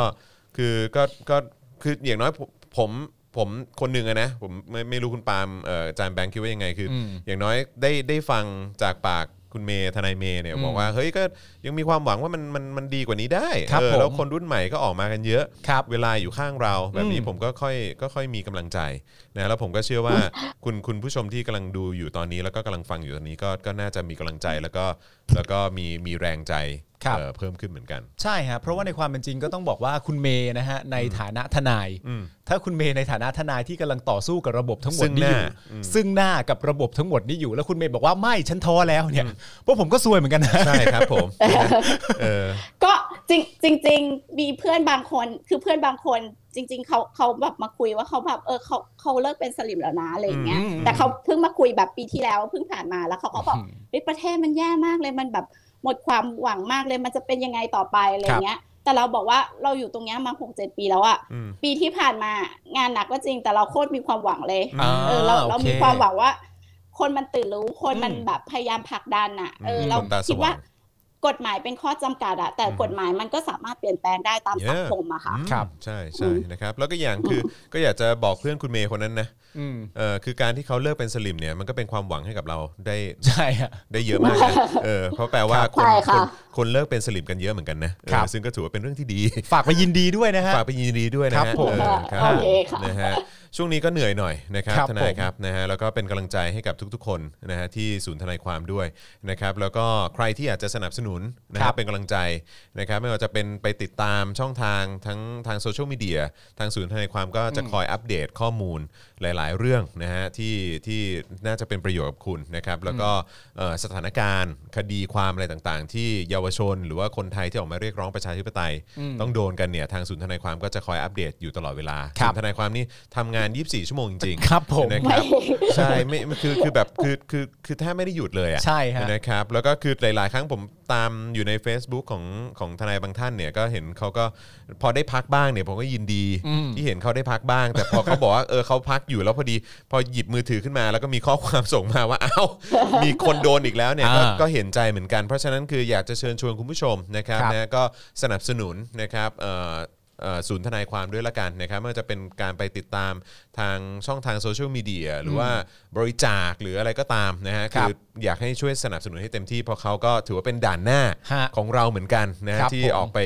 คือก็ก็คืออย่างน้อยผมผมผมคนหนึ่งอะนะ ผมไม่ไม่รู้คุณปาล์มเอ่ออาจารย์แบงค์คิดว่ายังไงคือ
อืม
อย่างน้อยได้ได้ฟังจากปากคุณเมย์ทนายเมย์เนี่ย
อืม
บอกว่าเฮ้ยก็ยังมีความหวังว่ามันมันมันดีกว่านี้ได้
ครับ
เออ
ผม
แล้วคนรุ่นใหม่ก็ออกมากันเยอะ
ครับ
เวลาอยู่ข้างเราแบบนี้
อืม
ผมก็ค่อยก็ค่อยมีกำลังใจนะแล้วผมก็เชื่อว่าคุณคุณผู้ชมที่กำลังดูอยู่ตอนนี้แล้วก็กำลังฟังอยู่ตอนนี้ก็ก็น่าจะมีกำลังใจแล้วก็แล้วก็มีมีแรงใจ
ครับ
เอ่อเพิ่มขึ้นเหมือนกัน
ใช่ฮะเพราะว่าในความเป็นจริงก็ต้องบอกว่าคุณเมย์นะฮะในฐานะทนาย
อืม
ถ้าคุณเมย์ในฐานะทนายที่กำลังต่อสู้กับระบบทั้งหม
ซึ่
ด
ง
นี้
ห
อ
น้า
ยู่
อืม
ซึ่งหน้ากับระบบทั้งหมดนี้อยู่ แล้วคุณเมย์บอกว่าไม่ฉันท้อแล้วเนี่ยพวกผมก็ซวยเหมือนกันนะ
ใช่ครับผม เออ
ก็จริงจริงจริงมีเพื่อนบางคนคือเพื่อนบางคนจริง ๆเขาเขาแบบมาคุยว่าเขาแบบเออเขาเขาเลิกเป็นสลิมแล้วนะอะไรอย่างเงี้ย
อืม
แต่เขาเพิ่งมาคุยแบบปีที่แล้วเพิ่งผ่านมาแล้วเขาก็บอก
อืม
เฮ้ยประเทศมันแย่มากเลยมันแบบหมดความหวังมากเลยมันจะเป็นยังไงต่อไปอะไรอย่างเงี้ย แต่เราบอกว่าเราอยู่ตรงเนี้ยมาหกเจ็ดปีแล้วอะ
อืม
ปีที่ผ่านมางานหนักก็จริง แต่เราโคตรมีความหวังเลย
อ่า
เออเราเรา
โอเค
มีความหวังว่า คนมันตื่นรู้คนมัน
อืม
แบบพยายามผลักดันอะเออ
อืม
เรา
คนตาสว่าง
คิดว่า กฎหมายเป็นข้อจำกัดอะแต่กฎหมายมันก็สามารถเปลี่ยนแปลงได้ตามสังคมอะค่ะ
อืม
ครับ
ใช่ใช่นะครับ แล้วก็อย่างคือก็อยากจะบอกเพื่อนคุณเมย์คนนั้นนะ
อืม
เออคือการที่เขาเลิกเป็นสลิมเนี่ยมันก็เป็นความหวังให้กับเราได้
ใช่ฮะ
ได้เยอะมากนะเออเพราะแปลว่า
ครับ
คน
ใช่
ค
ค่ะ
นคนเลิกเป็นสลิมกันเยอะเหมือนกันนะครับ เออซึ่งก็ถือว่าเป็นเรื่องที่ดี
ฝากไปยินดีด้วยนะฮะ
ฝากไปยินดีด้วยนะ
ครั
ฮะ
บผม
เออครับ
โอเคค่ะ
นะฮะช่วงนี้ก็เหนื่อยหน่อยนะครับ
ครับ
ทนาย
ผม
ครับนะฮะแล้วก็เป็นกำลังใจให้กับทุกๆ คนนะฮะที่ศูนย์ทนายความด้วยนะครับแล้วก็ใครที่อยากจะสนับสนุนนะ
ค
ค
รั
รั
บบ
เป็นกำลังใจนะครับไม่ว่าจะเป็นไปติดตามช่องทางทั้งทางโซเชียลมีเดียทางศูนย์ทนายความก็จะคอยอัปเดตข้อมูลหลายๆ เรื่องนะฮะที่ที่น่าจะเป็นประโยชน์กับคุณนะครับแล้วก็เอ่อสถานการณ์คดีความอะไรต่างๆ ที่เยาวชน หรือว่าคนไทยที่ออกมาเรียกร้องประชาธิปไตย
อืม
ต้องโดนกันเนี่ยทางศูนย์ทนายความก็จะคอยอัปเดตอยู่ตลอดเวลา
ครั
ศูน
บ
ย์ทนายความนี่ทำงาน 24 ชั่วโมงจริง
ครับผม
*laughs*
นะครับ ใช่ไม่ไม่คือคือแบบคือคือคือแทบไม่ได้หยุดเลยอ่ะ
ใช่ฮะ
นะครับแล้วก็คือหลายๆ ครั้งผมตามอยู่ใน Facebook ของของทนายบางท่านเนี่ยก็เห็นเขาก็พอได้พักบ้างเนี่ยผมก็ยินดี
อืม
ที่เห็นเขาได้พักบ้าง แต่พอเขาบอกว่าเออเขาพักอยู่แล้วพอดี พอหยิบมือถือขึ้นมา แล้วก็มีข้อความส่งมาว่าอ้าวมีคนโดนอีกแล้วเนี่ยก็
อ่า
ก็เห็นใจเหมือนกันเพราะฉะนั้นคืออยากจะเชิญชวนคุณผู้ชมนะครับ
ครับ
นะก็สนับสนุนนะครับเอ่อ เอ่อศูนย์ทนายความด้วยละกันนะครับไม่ว่าจะเป็นการไปติดตามทางช่องทางโซเชียลมีเดียหรือว่าบริจาคหรืออะไรก็ตามนะฮะ
ครับ
คืออยากให้ช่วยสนับสนุนให้เต็มที่เพราะเขาก็ถือว่าเป็นด่านหน้า
ฮะ
ของเราเหมือนกันนะฮะ
ครับ
ที่
ผม
ออกไป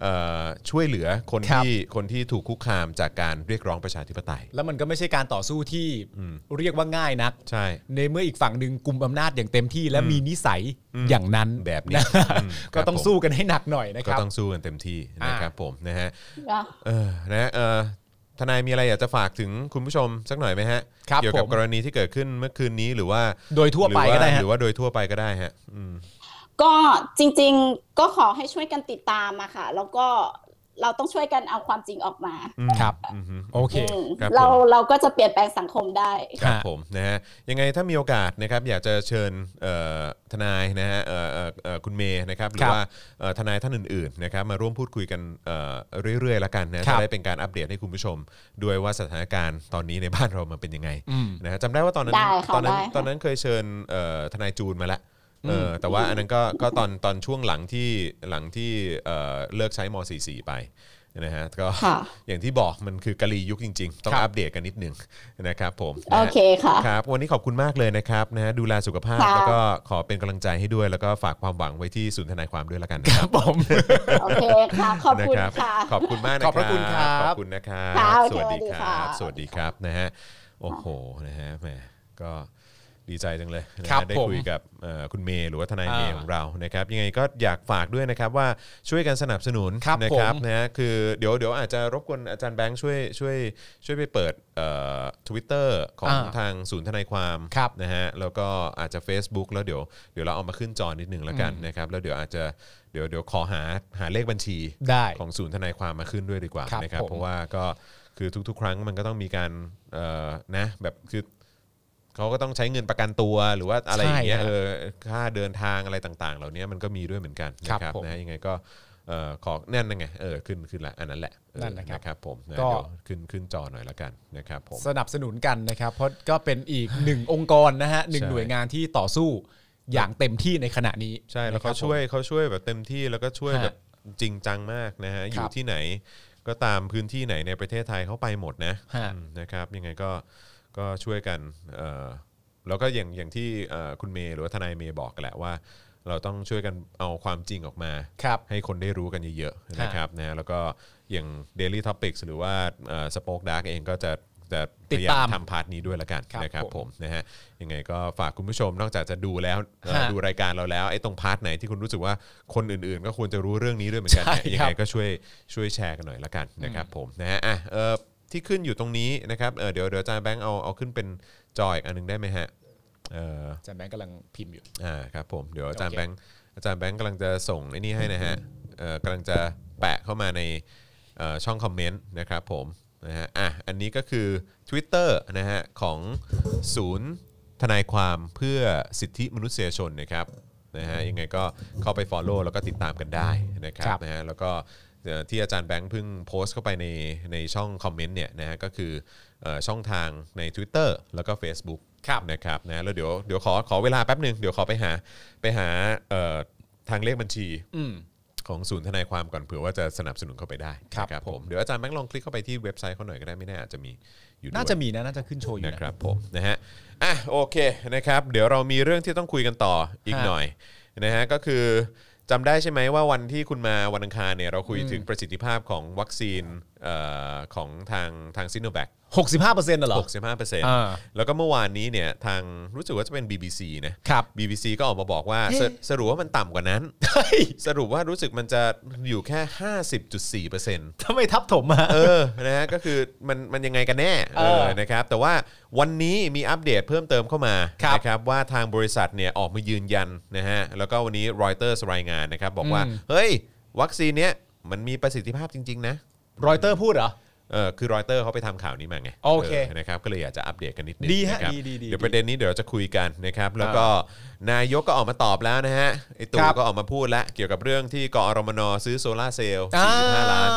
เอ่อช่วยเหลือคน
ครับ
ที่คนที่ถูกคุกคามจากการเรียกร้องประชาธิปไตย
แล้วมันก็ไม่ใช่การต่อสู้ที่
อืม
เรียกว่าง่ายนัก
ใช่
ในเมื่ออีกฝั่งหนึ่งกุมอำนาจอย่างเต็มที่และมีนิสัย
อืม
อย่างนั้น
แบบนี้
ะ
อืม
ก็ต้อง
ครับผม
สู้กันให้หนักหน่อยนะค
ก็
รับ
ต้องสู้กันเต็มที่นะครับผมนะฮะ
ก็
เออนะฮะเออทนายมีอะไรอยากจะฝากถึงคุณผู้ชมสักหน่อยไหมฮะ
ครับ
เกี่ยวกับ
ผม
กรณีที่เกิดขึ้นเมื่อคืนนี้หรือว่า
โดยทั่วไปก็ได้
หรือว่าห
ฮะ
รือว่าโดยทั่วไปก็ได้ฮะอืม
ก็จริง ๆ ก็ขอให้ช่วยกันติดตามอะค่ะ แล้วก็ เราต้องช่วยกันเอาความจริงออกมา
อืม
ครับ
อืมฮึ
โอเค
อืม
ครับผม
เราเราก็จะเปลี่ยนแปลงสังคมได้
ครับ
ฮะ
ผมนะฮะยังไงถ้ามีโอกาสนะครับอยากจะเชิญเอ่อทนายนะฮะเอ่อเอ่อเอ่อคุณเมย์นะครับหรือว่าเอ่อทนายท่านอื่นๆนะครับมาร่วมพูดคุยกันเอ่อเรื่อยๆละกันนะจะได้เป็นการอัปเดตให้คุณผู้ชม ด้วยว่าสถานการณ์ตอนนี้ในบ้านเรามันเป็นยังไงนะฮะจำได้ว่าตอนนั้น
ได้ค่ะ
ตอนนั้น
ได้ค่ะ
ตอนนั้นเคยเชิญเอ่อทนายจูนมาละเออแต่ว่าอันนั้นก็ก็ตอนตอนช่วงหลังที่หลังที่เอ่อเลิกใช้ม .44 ไปนะฮะก็
ค่ะ
อย่างที่บอกมันคือกะลียุคจริง ๆ ต้อง
ครับ
อัปเดตกันนิดหนึงนะครับผมนะ
โอ
ฮะ
เคค่ะ
ครับวันนี้ขอบคุณมากเลยนะครับนะฮะดูแลสุขภาพ
ค่ะ
แล้วก็ขอเป็นกำลังใจให้ด้วย แล้วก็ฝากความหวังไว้ที่ศูนย์ทนายความด้วยละกันนะ
ค
ค
รั
รั
บบ ผม
โอเคค่ะ ขอบคุณ
นรั
ค่ะ
ขอบคุณมากนะ
ขอบพระคุณครับ
ขอบคุณนะครับ
ค่ะ
สวัสดีค
สวัสดีค่ะ
รับสวัสดีครับนะฮะโอ้โหนะฮะแหมก็ดีใจจังเลยนะฮะ
ครับ
ได้
ผม
คุยกับเอ่อคุณเมย์หรือว่าทนายเมย์
อ่า
ของเรานะครับยังไงก็อยากฝากด้วยนะครับว่าช่วยกันสนับสนุน
ครับ
นะ
ผม
นะฮะคือเดี๋ยวเดี๋ยวอาจจะรบกวนอาจารย์แบงค์ช่วยช่วยช่วยไปเปิดทวิตเตอร์ของ
อ่า
ทางศูนย์ทนายความ
ครับ
นะฮะแล้วก็อาจจะ Facebook แล้วเดี๋ยวเดี๋ยวเราเอามาขึ้นจอนิดหนึ่งแล้วกันนะครับแล้วเดี๋ยวอาจจะเดี๋ยวเดี๋ยวขอหาหาเลขบัญชี
ได้
ของศูนย์ทนายความมาขึ้นด้วยดีกว่า
ครับ
นะครับ
ผม
เพราะว่าก็คือทุกๆ ครั้งมันก็ต้องมีการเอ่อนะแบบคือเขาก็ต้องใช้เงินประกันตัวหรือว่าอะไรอย่างเงี้ย
ใช่ครับ
เออค่าเดินทางอะไรต่าง ๆ เหล่านี้มันก็มีด้วยเหมือนกัน
ครั
นะ
บ
ครับ
ผม
นะฮะยังไงก็เอ่อขอแน่นนะไงเออขึ้นขึ้นละอันนั้นแหละเออ
นั่นนะครับ
ผมนะ
ก็
เดี๋ยวขึ้นขึ้นจอหน่อยละกันนะครับผม
สนับสนุนกันนะครับ เพราะก็เป็นอีกหนึ่งองค์กรนะฮะหนึ่ง
ใช่
หน่วยงานที่ต่อสู้อย่างเต็มที่ในขณะนี้
ใช่แล้ว
นะครั
เขา
บ
ช่วย
ผม
เขาช่วยแบบเต็มที่แล้วก็ช่วย
ฮะ
แบบจริงจังมากนะฮะอยู่ที่ไหนก็ตามพื้นที่ไหนในประเทศไทยเขาไปหมดนะ
ฮะ
อืมนะครับยังไงก็ก็ช่วยกันเอ่อแล้วก็อย่างอย่างที่เอ่อคุณเมย์หรือว่าทนายเมย์บอกกันแหละว่า เราต้องช่วยกันเอาความจริงออกมา
ครับ
ให้คนได้รู้กันเยอะๆนะครับนะฮะแล้วก็อย่าง Daily Topics หรือว่าสป็อคดักเองก็จะจะพ
ติด
ยายา
ตาม
มทำพาร์ทนี้ด้วยละกัน
ครับ
นะครับ
ผม
ผม นะฮะยังไงก็ฝากคุณผู้ชมนอกจากจะดูแล้วเอ่อ
ฮะ
ดูรายการเราแล้วไอ้ตรงพาร์ทไหนที่คุณรู้สึกว่าคนอื่นๆ ก็ควรจะรู้เรื่องนี้ด้วยเหมือนกันเนี่ย
ใช่
ยัง
ครับ
ไงก็ช่วยช่วยแชร์กันหน่อยละกันนะครับผมนะฮะอ่ะเอ่อที่ขึ้นอยู่ตรงนี้นะครับเอ่อเดี๋ยวเดี๋ยวอาจารย์แบงค์เอาเอาขึ้นเป็นจออีกอันหนึงได้ไหมฮะเอ่อา
จารย์แบงค์กำลังพิมพ์อยู่
อ่าครับผมเดี๋ยวอาจารย์
โอเค
แบงค์อาจารย์แบงค์กำลังจะส่งไอ้นี่ให้นะฮะเอ่อกำลังจะแปะเข้ามาในเอ่อช่องคอมเมนต์นะครับผมนะฮะอ่ะอันนี้ก็คือ Twitter นะฮะของศูนย์ ทนายความเพื่อสิทธิมนุษยชนนะครับนะฮะยังไงก็เข้าไป Follow แล้วก็ติดตามกันได้นะครั
ครับ บ
นะฮะแล้วก็เอ่อที่อาจารย์แบงค์เพิ่งโพสต์เข้าไปในในช่องคอมเมนต์เนี่ยนะฮะก็คือเอ่อช่องทางใน Twitter แล้วก็ Facebook ครับนะครับนะแล้วเดี๋ยวเดี๋ยวขอขอเวลาแป๊บหนึ่งเดี๋ยวขอไปหาไปหาเอ่อทางเลขบัญชี
อืม
ของศูนย์ทนายความก่อนเผื่อว่าจะสนับสนุนเข้าไปได้
ครับ
นะผม
ผม
เดี๋ยวอาจารย์แบงค์ลองคลิกเข้าไปที่เว็บไซต์เขาหน่อยก็ได้ไม่แน่อาจจะมีอยู่ด้วย
น่าจะมีนะน่าจะขึ้นโชว์อยู่
นะ
นะ
ครับผมนะฮะอ่ะโอเคนะครับเดี๋ยวเรามีเรื่องที่ต้องคุยกันต่ออีก
ฮะ
หน่อยนะฮะก็คือจำได้ใช่ไหมว่าวันที่คุณมาวันอังคารเนี่ยเราคุย
อืม
ถึงประสิทธิภาพของวัคซีนเอ่อของทางทางซิโนแวค
หกสิบห้าเปอร์เซ็นต์เหรอ อ่า
65%แล้วก็เมื่อวานนี้เนี่ยทางรู้สึกว่าจะเป็น BBC นะ
ครับ
BBC ก็ออกมาบอกว่า
เย้
สสรุปว่ามันต่ำกว่านั้น สรุปว่ารู้สึกมันจะอยู่แค่ 50.4%
ทำไมทับถมมา
เออ นะฮะ ก็คือมันมันยังไงกันแน่ เอ
เอ
อ
อ
นะครับ แต่ว่าวันนี้มีอัปเดตเพิ่มเติมเข้ามา
ครับ
นะครับ ว่าทางบริษัทเนี่ยออกมายืนยันนะฮะ แล้วก็วันนี้รอยเตอร์รายงานนะครับ บอกว่า
อืม
เฮ้ย วัคซีนเนี้ยมันมีประสิทธิภาพจริง ๆ นะ
รอยเตอร์พูดเหรอ
เออคือรอยเตอร์เขาไปทำข่าวนี้มาไง
โอเค
นะครับก็เลยอยากจะอัปเดตกันนิดนึง
ดีฮะ
นครับ
ดีดีดี
เดี๋ยวประเด็นนี้เดี๋ยวเราจะคุยกันนะครับแล้วก็นายกก็ออกมาตอบแล้วนะฮะไอตู่
ครับ
ก็ออกมาพูดแล้วเกี่ยวกับเรื่องที่กอรมนซื้อโซลาร์เซลล์45 ล้าน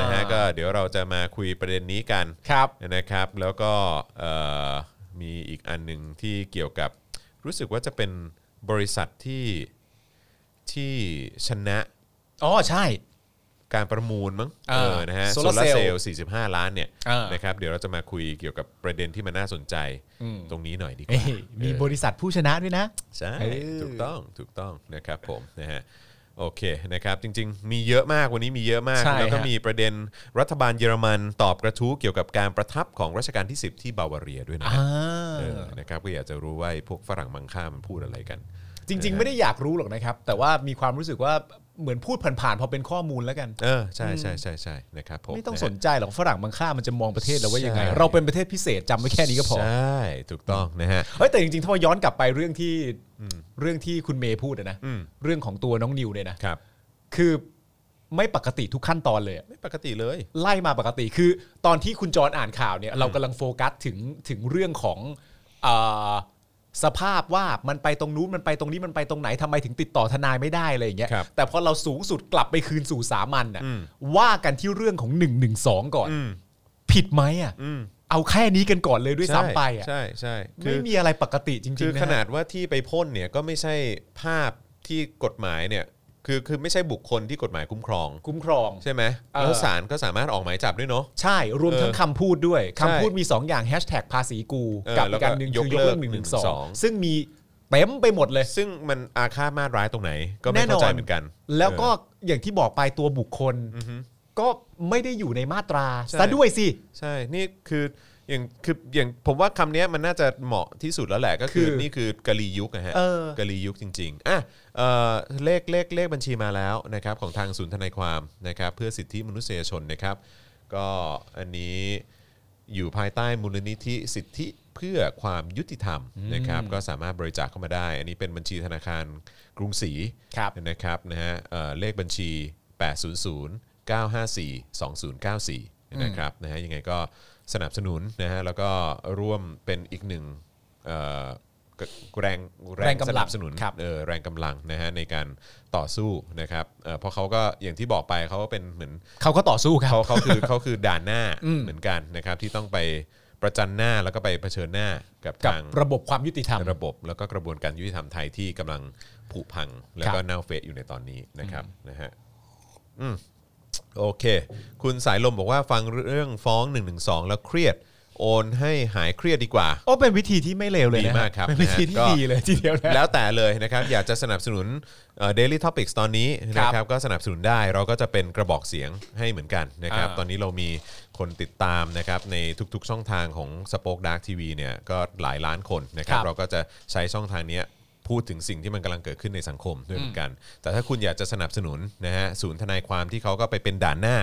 นะฮะก็เดี๋ยวเราจะมาคุยประเด็นนี้กัน
ครับ
นะครับ แล้วก็เอ่อมีอีกอันหนึ่งที่เกี่ยวกับรู้สึกว่าจะเป็นบริษัทที่ที่ชนะ
อ๋อใช่
การประมูลมั้ง
อ่า
นะฮะโซ
Solar
ลา
Cell
เซลล์45 ล้านเนี่ย
อ่าน
นะครับเดี๋ยวเราจะมาคุยเกี่ยวกับประเด็นที่มันน่าสนใจตรงนี้หน่อยดีก
เอ้
ว่าย
มี
เออ
บริษัทผู้ชนะด้วยนะ
ใช่
เออ
ถูกต้องถูกต้องนะครับผมนะฮะโอเคนะครับจริงๆ มีเยอะมากวันนี้มีเยอะมาก
ใช่
แล้วก็
ฮะ
มีประเด็นรัฐบาลเยอรมันตอบกระทู้เกี่ยวกับการประทับของรัชกาลที่ 10 ที่บาวาเรียด้วยนะฮะ
อ่า
เออนะครับก็อยากจะรู้ว่าไอ้พวกฝรั่งมังค่ามันพูดอะไรกัน
จริง ๆ ไม่ได้อยากรู้หรอกนะครับ แต่ว่ามีความรู้สึกว่าเหมือนพูดผ่านๆพอเป็นข้อมูลแล้วกัน
เออใช่ใช่ใช่ใช่นะครับผม
ไม่ต้อง
ะฮะ
สนใจหรอกฝรั่งบางค่ามันจะมองประเทศเราว่ายังไง
ใช่
เราเป็นประเทศพิเศษจำไว้แค่นี้ก็พอ
ใช่ถูกต้องนะฮะ
เฮ้ยแต่จริงๆถ้าว่าย้อนกลับไปเรื่องที่เรื่องที่คุณเมย์พูดอะนะ
อืม
เรื่องของตัวน้องนิวเนี่ยนะครับ คือ ไม่ปกติทุกขั้นตอนเลยอะ
ไม่ปกติเลย
ไล่มาปกติคือตอนที่คุณจรอ่านข่าวเนี่ยเรากำลังโฟกัสถึงถึงเรื่องของเออสภาพว่ามันไปตรงนู้นมันไปตรงนี้มันไปตรงไหนทำไมถึงติดต่อทนายไม่ได้อะไรอย่างเงี้ย
ครับ
แต่พอเราสูงสุดกลับไปคืนสู่สามัญน่ะ
อืม
ว่ากันที่เรื่องของ1นึก่อน
อืม
ผิดไหมอ่ะ
อืม
เอาแค่นี้กันก่อนเลยด้วยซ้ำไปอ่ะ
ใช่ใช่คื
ไม่
อ
มีอะไรปกติจริงๆ
คือ
นะ
ข
ฮะ
นาดว่าที่ไปพ่นเนี่ยก็ไม่ใช่ภาพที่กฎหมายเนี่ยคือคือไม่ใช่บุคคลที่กฎหมายคุ้มครอง
คุ้มครอง
ใช่ไหม
เออ
แล้วศาลก็สามารถออกหมายจับด้วยเนาะ
ใช่ รวมทั้ง
เออ
คำพูดด้วย
ใช่
คำพูดมี 2 อย่างแฮชแท็กภาษีกู
เออ
กับ
แล้
อี
ว
ก
ก็
อันหนึ่งคือยกเลิกหนึ่งหนึ่งส
112
องซึ่งมีเต็มไปหมดเลย
ซึ่งมันอาฆาตมาตร้ายตรงไหน ก็ไม่เข้าใจเหมือนกัน
แล้วก็
เออ
อย่างที่บอกไปตัวบุคคล
อือฮึ
ก็ไม่ได้อยู่ในมาตรา
ใช่
ซะด้วยสิ
ใช่ นี่คืออย่างคืออย่างผมว่าคำเนี้ยมันน่าจะเหมาะที่สุดแล้วแหละก็คือ
คือ
นี่คือกะลียุคนะฮะ
เออ
กะลียุคจริงๆ อ่ะเอ่อเลขเลขเลขบัญชีมาแล้วนะครับของทางศูนย์ทนายความนะครับเพื่อสิทธิมนุษยชนนะครับ ก็อันนี้อยู่ภายใต้มูลนิธิสิทธิเพื่อความยุติธรรมนะครับก็สามารถบริจาคเข้ามาได้ อันนี้เป็นบัญชีธนาคารกรุงศรี
ครับ
นะครับนะฮะเอ่อเลขบัญชี 800 954 2094นะครับนะฮะยังไงก็สนับสนุนนะฮะแล้วก็ร่วมเป็นอีกหนึ่งเอ่อแรง
แรงกำลัง
สนับสนุน
ครับ
เออแรงกำลังนะฮะในการต่อสู้นะครับเอ่อเพราะเขาก็อย่างที่บอกไปเขาก็เป็นเหมือน
เขาก็ต่อสู้ครับ
เขาเขาคือเขาคือด่านหน้าเหมือนกันนะครับที่ต้องไปประจันหน้าแล้วก็ไปเผชิญหน้ากับ
กับ
ทาง
ระบบความยุติธรรม
ระบบ แล้วก็กระบวนการยุติธรรมไทยที่กำลังผุพัง แล้วก็เน่าเฟะอยู่ในตอนนี้นะครับนะฮะอืมโอเค คุณสายลมบอกว่าฟังเรื่องฟ้อง1นึแล้วเครียด โอนให้หายเครียดดีกว่า
โอ้เป็นวิธีที่ไม่เลวเลย
ดี
นะ
มากครับ
เป็นวิธี
นะฮะก็
ที่ดีเลยทีเดียวนะ
แล้วแต่เลยนะครับ อยากจะสนับสนุนเดลิทอพิกส์ตอนนี้
ครั
นะ
บ
ครับก็สนับสนุนได้เราก็จะเป็นกระบอกเสียงให้เหมือนกันนะครับ
อ่า
ตอนนี้เรามีคนติดตามนะครับในทุกๆช่องทางของสป็อคดักทีวีเนี่ยก็หลายล้านคนนะครับ
ครับ
เราก็จะใช้ช่องทางเนี้ยพูดถึงสิ่งที่มันกำลังเกิดขึ้นในสังคมด้วยเหมือนกัน แต่ถ้าคุณอยากจะสนับสนุนนะฮะศูนย์ทนายความที่เขาก็ไปเป็นด่านหน้า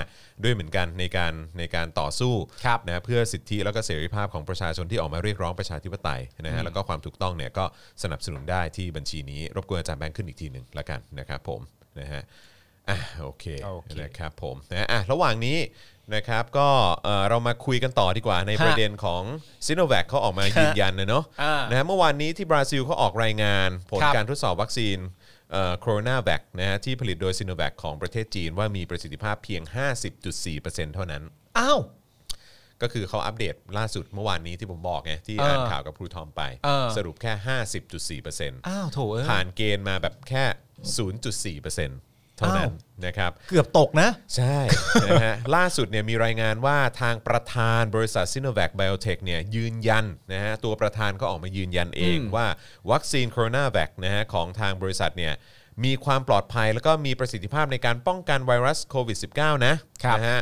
ด้วยเหมือนกันในการในการต่อสู้
ครับ
นะเพื่อสิทธิแล้วก็เสรีภาพของประชาชนที่ออกมาเรียกร้องประชาธิปไตยนะฮะแล้วก็ความถูกต้องเนี่ยก็สนับสนุนได้ที่บัญชีนี้ รบกวนอาจารย์แบงค์ขึ้นอีกทีหนึ่งละกันนะครับผมนะฮะอ่ะโอเค
โอเค
นะครับผมนะอ่ะระหว่างนี้นะครับก็เอ่อเรามาคุยกันต่อดีกว่าใน
ฮะ
ประเด็นของซิโนแวคเขาออกมายืนยันนะเนาะ
อ่าน
นะฮะเมื่อวานนี้ที่บราซิลเขาออกรายงาน ผล
ครับ
การทดสอบวัคซีนโคโรนาแวคนะฮะที่ผลิตโดยซิโนแวคของประเทศจีนว่ามีประสิทธิภาพเพียง 50.4%เท่านั้น
อ้าว
ก็คือเขาอัปเดตล่าสุดเมื่อวานนี้ที่ผมบอกไงที่
เอออ่
อ่านข่าวกับครูทอมไป
เออ
สรุปแค่ 50.4%
อ้าวโถเอ้ย
ผ่านเกณฑ์มาแบบแค่ 0.4%เท่านั้น
อ้
นะครับ
เกือบตกนะ
ใช่ นะฮะล่าสุดเนี่ยมีรายงานว่าทางประธานบริษัท s i n o v a c Biotech เนี่ยยืนยันนะฮะตัวประธานก็ออกมายืนยันเองว่าวัคซีนโคโรนาแวคนะฮะของทางบริษัทเนี่ยมีความปลอดภัยแล้วก็มีประสิทธิภาพในการป้องกันไวรัสโควิด -19 นะครับ นะฮะ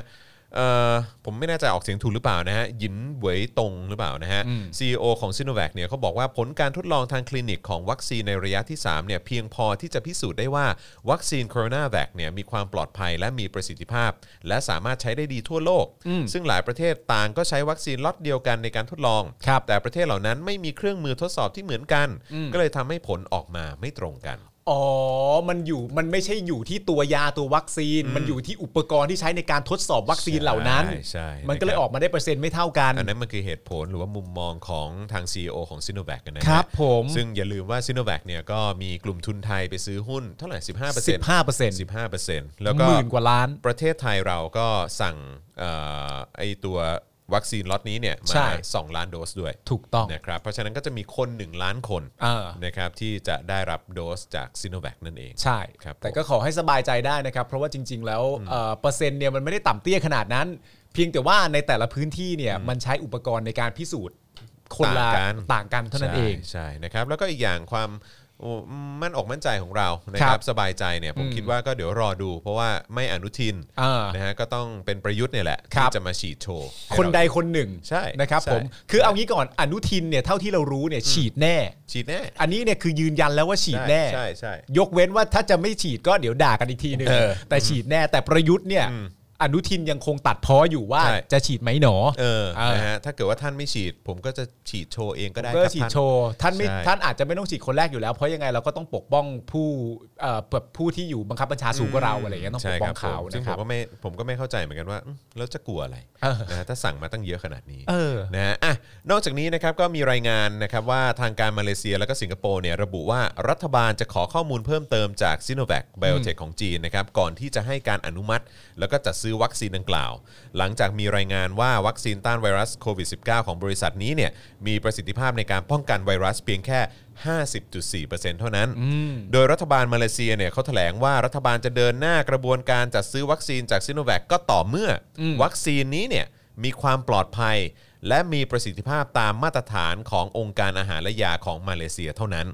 เอ่อผมไม่แน่ใจออกเสียงถูกหรือเปล่านะฮะหยินเหวยตงหรือเปล่านะฮะ
อืม
CEO ของ s i n o v a c เนี่ยเขาบอกว่าผลการทดลองทางคลินิกของวัคซีนในระยะที่ 3 เนี่ยเพียงพอที่จะพิสูจน์ได้ว่าวัคซีนโคโรนาแวคเนี่ยมีความปลอดภัยและมีประสิทธิภาพ และสามารถใช้ได้ดีทั่วโลก ซึ่งหลายประเทศต่างก็ใช้วัคซีนล็อตเดียวกันในการทดลอง
ครับ
แต่ประเทศเหล่านั้นไม่มีเครื่องมือทดสอบที่เหมือนกัน ก็เลยทำให้ผลออกมาไม่ตรงกัน
อ๋อ มันอยู่มันไม่ใช่อยู่ที่ตัวยาตัววัคซีน มันอยู่ที่อุปกรณ์ที่ใช้ในการทดสอบวัคซีนเหล่านั้น
ใช่ใช่
มันก็เลย
นะครับ
ออกมาได้เปอร์เซ็นต์ไม่เท่ากัน
อันนั้นมันคือเหตุผลหรือว่ามุมมองของทาง CEO ของ s i n o v a c กันนะฮะ
ครับผม
ซึ่งอย่าลืมว่า s i n o v a c เนี่ยก็มีกลุ่มทุนไทยไปซื้อหุ้นเท่าไหร่ 15%
สิบห้าเปอร์เซ็นต์
15%แล้วก็
หมื่นกว่าล้าน
ประเทศไทยเราก็สั่งเออไอตัววัคซีนล็อตนี้เนี่ย
ใช่
มา2 ล้านโดสด้วย
ถูกต้อง
นะครับเพราะฉะนั้นก็จะมีคน 1 ล้านคน
เออ
นะครับที่จะได้รับโดสจากซิโนแวคนั่นเอง
ใช่
ครับ
แต่
ผม
ก็ขอให้สบายใจได้นะครับ เพราะว่าจริง ๆ แล้วเอ่อเปอร์เซ็นต์เนี่ยมันไม่ได้ต่ำเตี้ยขนาดนั้น เพียงแต่ว่าในแต่ละพื้นที่เนี่ยมันใช้อุปกรณ์ในการพิสูจน์คนละ
ต่างกัน
ต่างกันเท่านั้นเอง
ใช่ใช่นะครับแล้วก็อีกอย่างความโอ้มั่นอกมั่นใจของเรานะค
ครั
รับบ สบายใจเนี่ยผม
อืม
คิดว่าก็เดี๋ยวรอดู เพราะว่าไม่อนุทิน
อ่าน
นะฮะก็ต้องเป็นประยุทธ์เนี่ยแหละ
ครั
ที่
บ
จะมาฉีดโชว์ให้
คน
เรา
ใดคนหนึ่ง
ใช่
นะครับ
ใช่
ผมคือเอางี้ก่อนอนุทินเนี่ยเท่าที่เรารู้เนี่ยฉีดแน่
ฉีดแน่
อันนี้เนี่ยคือยืนยันแล้วว่าฉีดแน่
ใช่ใช่
ยกเว้นว่าถ้าจะไม่ฉีดก็เดี๋ยวด่ากันอีกทีหนึ่ง
เออ
แต่ฉีดแน่แต่ประยุทธ์เนี่ย
อืม
อ อนุทินยังคงตัดพ้ออยู่ว่า
ใช่
จะฉีดไหมหนอ
เออ
เออ
นะฮะถ้าเกิดว่าท่านไม่ฉีด ผมก็จะฉีดโชว์เองก็ได้ค
ก็
รับ
ฉีด
ท่าน
โชว์ท่านไม่
ใช่
ท่านอาจจะไม่ต้องฉีดคนแรกอยู่แล้ว เพราะยังไงเราก็ต้องปกป้องผู้เอ่อแบบผู้ที่อยู่บังคับบัญชาสูงกว่าเรา
อืม
อะไรอย่างเงี้ยต้อง
ใช่
ปก
ค
ป้อ
รับ
งเขา
ผมซึ่งผ
นะครั
ม
บ
ก็ไม่ผมก็ไม่เข้าใจเหมือนกันว่าอืมแล้วจะกลัวอะไร
เออ
นะฮะถ้าสั่งมาตั้งเยอะขนาดนี้
เออ
นะฮะอ่ะนอกจากนี้นะครับก็มีรายงานนะครับว่าทางการมาเลเซียและก็สิงคโปร์เนี่ยระบุว่ารัฐบาลจะขอข้อมูลเพิ่มเติมจากซิโนแวคไบโอเทคของจีนนะครับก่อนที่จะให้การอนุมัติ แล้วก็จัดซื้อวัคซีนดังกล่าว หลังจากมีรายงานว่าวัคซีนต้านไวรัสโควิด -19 ของบริษัทนี้เนี่ยมีประสิทธิภาพในการป้องกันไวรัสเพียงแค่ 50.4%เท่านั้น โดยรัฐบาลมาเลเซียเนี่ยเขาแถลงว่ารัฐบาลจะเดินหน้ากระบวนการจัดซื้อวัคซีนจากซิโนแวคก็ต่อเมื่ออวัคซีนนี้เนี่ยมีความปลอดภัย และมีประสิทธิภาพตามมาตรฐานขององค์การอาหารและยาของมาเลเซียเท่านั้น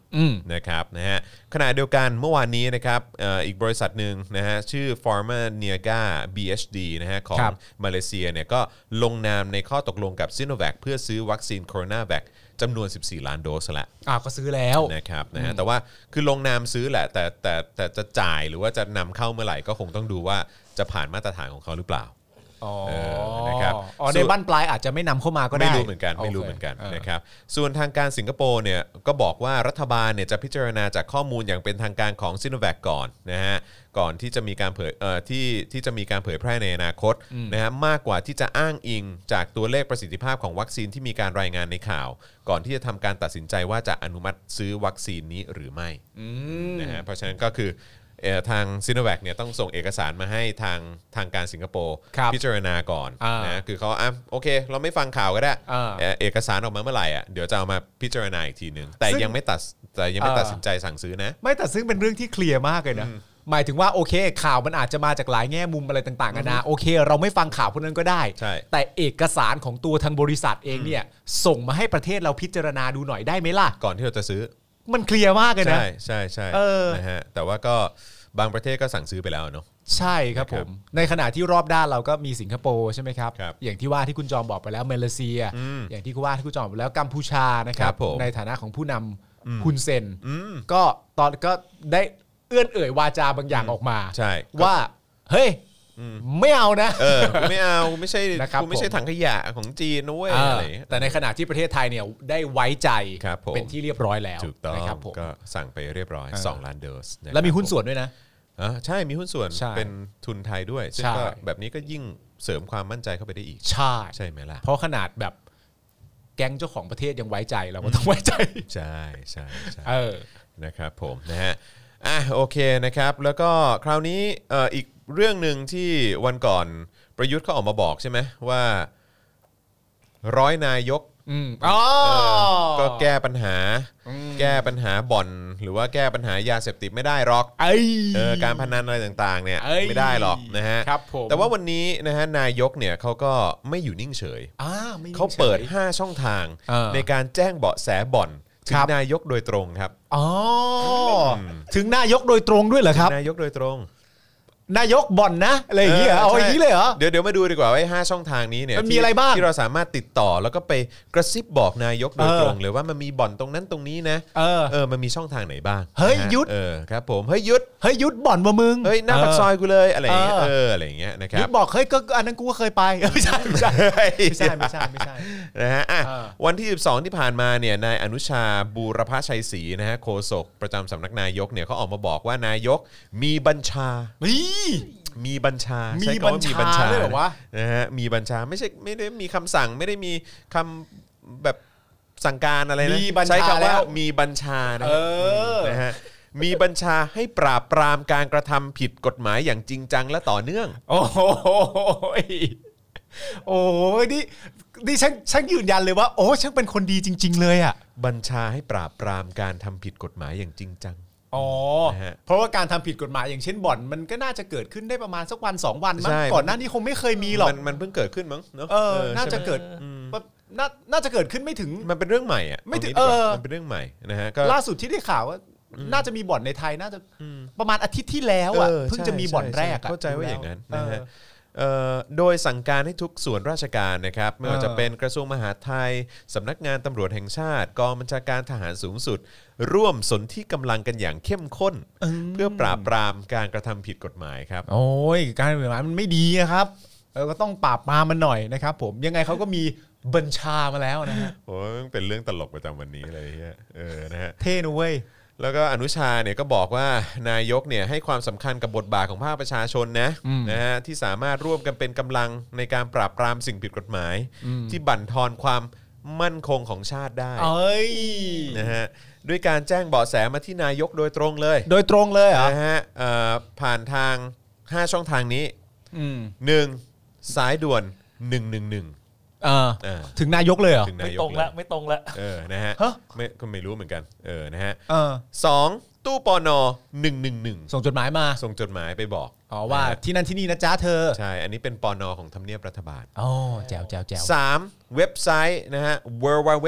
นะครับนะฮะขณะเดียวกันเมื่อวานนี้นะครับเอ่ออีกบริษัทหนึ่งนะฮะชื่อ Pharma n i a g a BHD นะฮะของ
ครับ
มาเลเซียเนี่ยก็ลงนามในข้อตกลงกับ s i n o v a c เพื่อซื้อวัคซีนโคโรนาแวคจำนวน 14 ล้านโดสละ
อ่าก็ซื้อแล้ว
นะครับนะฮะแต่ว่าคือลงนามซื้อแหละแต่แต่แต่จะจ่ายหรือว่าจะนำเข้าเมื่อไหร่ก็คงต้องดูว่าจะผ่านมาตรฐานของเขาหรือเปล่า
อ๋อ
เออนะครับ
อ๋อ
ส่
ใน
วน
บ้านปลายอาจจะไม่นำเข้ามาก็ได้
ไม่รู้เหมือนกันไม่รู้
โค
เหมือนกัน
ออ
นะครับส่วนทางการสิงคโปร์เนี่ยก็บอกว่ารัฐบาลเนี่ยจะพิจารณาจากข้อมูลอย่างเป็นทางการของซิโนแวคก่อนนะฮะก่อนที่จะมีการเผยเอ่อที่ที่จะมีการเผยแพร่ในอนาคตนะฮะมากกว่าที่จะอ้างอิงจากตัวเลขประสิทธิภาพของวัคซีนที่มีการรายงานในข่าว ก่อนที่จะทำการตัดสินใจว่าจะอนุมัติซื้อวัคซีนนี้หรือไม่ นะฮะเพราะฉะนั้นก็คือเอ่อทางซิโนแวคเนี่ยต้องส่งเอกสารมาให้ทางทางการสิงคโปร์
ครับ
พิจารณาก่อน
อ่าน
นะคือเขาอ่ะโอเค เราไม่ฟังข่าวก็ได้
อ่า
เอ่อเอกสารออกมาเมื่อไหร่อ่ะเดี๋ยวจะเอามาพิจารณาอีกทีหนึ่งแต่
ซึ่ง
ยังไม่ตัดแต่ยังไม่
อ่า
ตัดสินใจสั่งซื้อนะ
ไม่แต่ซึ่งเป็นเรื่องที่เคลียร์มากเลยนะหมายถึงว่าโอเค ข่าวมันอาจจะมาจากหลายแง่มุมอะไรต่างๆกันานะโอเค เราไม่ฟังข่าวพวกนั้นก็ได้
ใช่
แต่เอกสารของตัวทางบริษัทเองเนี่ย ส่งมาให้ประเทศเราพิจารณาดูหน่อยได้ไหมล่ะ
ก่อนที่เราจะซื้อ
มันเคลียร์มากเลยนะ
ใช่ใช่ใช่
เออ
นะฮะแต่ว่าก็บางประเทศก็สั่งซื้อไปแล้วเนาะ
ใช่ครับผม ในขณะที่รอบด้านเราก็มีสิงคโปร์ใช่ไหมครับ
ครับ
อย่างที่ว่าที่คุณจอมบอกไปแล้วมาเลเซีย
อืม
อย่างที่คุณว่าที่คุณจอมบอกไปแล้วกัมพูชานะค
ค
รั
รับ บผม
ในฐานะของผู้นำฮุนเซน
อืม
ก็ตอนก็ได้เอื้อนเอ่ยวาจาบางอย่างออกมา
ใช่
ว่า เฮ้ยไม่เอานะ
เออกูไม่เอากูไม่ใช่
นะครับ
กูไม่ใช่
ผม
ถังขยะของจีนนะเว้ย
เออ
อะไรอย่างเงี้ย
แต่ในขณะที่ประเทศไทยเนี่ยได้ไว้ใจ
ครับผม
เป็นที่เรียบร้อยแล้ว
ถูกต้อง
นะครับผม
ก็สั่งไปเรียบร้อย
เออ
สองล้านโดสะครับ
แล้วมีหุ้นส่วนด้วยนะ
อ่าใช่มีหุ้นส่วน
ใช่
เป็นทุนไทยด้วยซึ่ง
ใช่
ก็แบบนี้ก็ยิ่งเสริมความมั่นใจเข้าไปได้อีก
ใช่
ใช่ไหมล่ะ
เพราะขนาดแบบแก๊งเจ้าของประเทศยังไว้ใจเราก็ต้องไว้ใจ
ใช่ใช่ใช่
เออ
นะครับผมนะฮะอ่ะโอเคนะครับแล้วก็คราวนี้เอ่ออีกเรื่องหนึ่งที่วันก่อนประยุทธ์เขาออกมาบอกใช่ไหมว่าร้อยนายก
อืมอ๋อ
เอ่อก็แก้ปัญหา แก้ปัญหาบ่อน หรือว่าแก้ปัญหายาเสพติดไม่ได้หรอก
ไอ้
เออการพนันอะไรต่างๆเนี่ย
เอ้ย
ไม่ได้หรอกนะฮะ
ครับผม
แต่ว่าวันนี้นะฮะนายกเนี่ยเขาก็ไม่อยู่นิ่งเฉย
อ่าไม่
เขาเปิด 5 ช่องทาง
เออ
ในการแจ้งเบาะแสบ่อนถึง
ครับ
นายกโดยตรงครับ
อ๋อถึงนายกโดยตรงด้วยเหรอครับ
นายกโดยตรง
นายกบ่อนนะอะไรอย่างเงี้ยเหรอเอาอย่างนี้เลยเหรอ
เดี๋ยวเดี๋ยวมาดูดีกว่าว่าไอ้ห้าช่องทางนี้เนี่ย
มันมี
ที่
อะไรบ้าง
ที่เราสามารถติดต่อแล้วก็ไปกระซิบบอกนายกโดย
เออ
ตรงเลยว่ามันมีบ่อนตรงนั้นตรงนี้นะ
เออ
เออมันมีช่องทางไหนบ้าง
เฮ้ย
นะฮะ
หยุด
เออครับผมเฮ้ยหยุด
เฮ้ยยุดบ่อนมามึง
เฮ้ยหน้าปากซอยกูเลยอะไรอย่างเงี้ย
เออ
เอออะไรอย่างเงี้ยนะค
ยุ
รั
ด
บ
บอกเฮ้ยก็ก็อันนั้นกูก็เคยไปเออไม่ใช่ไม่ใช่ไม่ใช่ไม่ใช่ไม่ใช่
นะฮะอ่ะ
เออ
วันที่ 12 ที่ผ่านมาเนี่ยนายอนุชาบูรพชัยศรีนะฮะโฆษกประจำสำนักนายกเนี่ยเขาออกมาบอกว่านายกมีบัญชา มีบัญชา
มี
ใช้คำว่ามี
บั
บัญ
ญ
ชา
ชาด้วยเหรอวะ
นะฮะมีบัญชาไม่ใช่ไม่ได้มีคำสั่งไม่ได้มีคำแบบสั่งการอะไรนะ
มีบัญชา
ใช้คำว่า
แล้ว
มีบัญชานะ
เอ
ฮะ
อ
นะฮะมีบัญชาให้ปราบปรามการกระทำผิดกฎหมายอย่างจริงจังและต่อเนื่อง
โอ้โหยโอ้ยนี่นี่ฉันฉันยืนยันเลยว่า โอ้ฉันเป็นคนดีจริง ๆ เลยอ่ะ
บัญชาให้ปราบปรามการทำผิดกฎหมายอย่างจริงจัง
อ๋อ
นะฮะ
เพราะว่าการทำผิดกฎหมายอย่างเช่นบ่อน มันก็น่าจะเกิดขึ้นได้ประมาณสักวันสองวันมั้ง
ใช่
ก่อนหน้านี้คงไม่เคยมีหรอก
มันมันเพิ่งเกิดขึ้นมั้งเนอะ
เออ
เออ
น่าจะ
ใช่ไหม
เกิดแบบน่าน่าจะเกิดขึ้นไม่ถึง
มันเป็นเรื่องใหม่อะ
ไม่ถึง
างี้ดีกว่า
เออ
มันเป็นเรื่องใหม่นะฮะก็
ล่าสุดที่ได้ข่าวว่า น่าจะมีบ่อนในไทยน่าจะประมาณอาทิตย์ที่แล้วอ่ะ
เออ
เพิ่ง
ใช่
จะมีบ่อนแรก
ใช่
อะ
เข้าใจว่าอย่างนั้นนะฮะ เอ่อโดยสั่งการให้ทุกส่วนราชการนะครับไม่ว่าจะเป็นกระทรวงมหาดไทยสำนักงานตำรวจแห่งชาติ กองบัญชาการทหารสูงสุด ร่วมสนที่กำลังกันอย่างเข้มข้น เพื่อปราบปรามการกระทำผิดกฎหมายครับ
โอ้ยการกฎหมายมันไม่ดีอะครับเออก็ต้องปราบปรามมันหน่อยนะครับ ผมยังไงเขาก็มีบัญชามาแล้วนะฮะ
โอ้ยมันเป็นเรื่องตลกประจำวันนี้เลยเหี้ยเออนะฮะ
เท่นะเว้ย
แล้วก็อนุชาเนี่ยก็บอกว่านายกเนี่ยให้ความสำคัญกับบทบาทของภาคประชาชนนะ
อืม
นะฮะที่สามารถร่วมกันเป็นกำลังในการปราบปรามสิ่งผิดกฎหมาย ที่บั่นทอนความมั่นคงของชาติได้
เอ้ย
นะฮะด้วยการแจ้งเบาะแสมาที่นายกโดยตรงเลย
โดยตรงเลยเหรอ
นะฮะเอ่อผ่านทาง 5 ช่องทางนี้
อืม
1. สายด่วน 111
เออ
อ่า
ถึงนายกเลยเหรอ
ถึงนา
ไม่
ย
ตร
ก
ง
เล
ละ
ย
ไม่ตรงละ
เออนะฮะ
ฮะ
ไม่ก็ไม่รู้เหมือนกันเออนะฮะ
เออ
สองตู้ปอนอ111
ส่งจดหมายมา
ส่งจดหมายไปบอก
อ๋อว่าที่นั่นที่นี่นะจ๊ะเธอ
ใช่ อันนี้เป็นปอนอของทำเนียบรัฐบาล
อ๋อแจวแจวแจว
3. เว็บไซต์นะฮะ www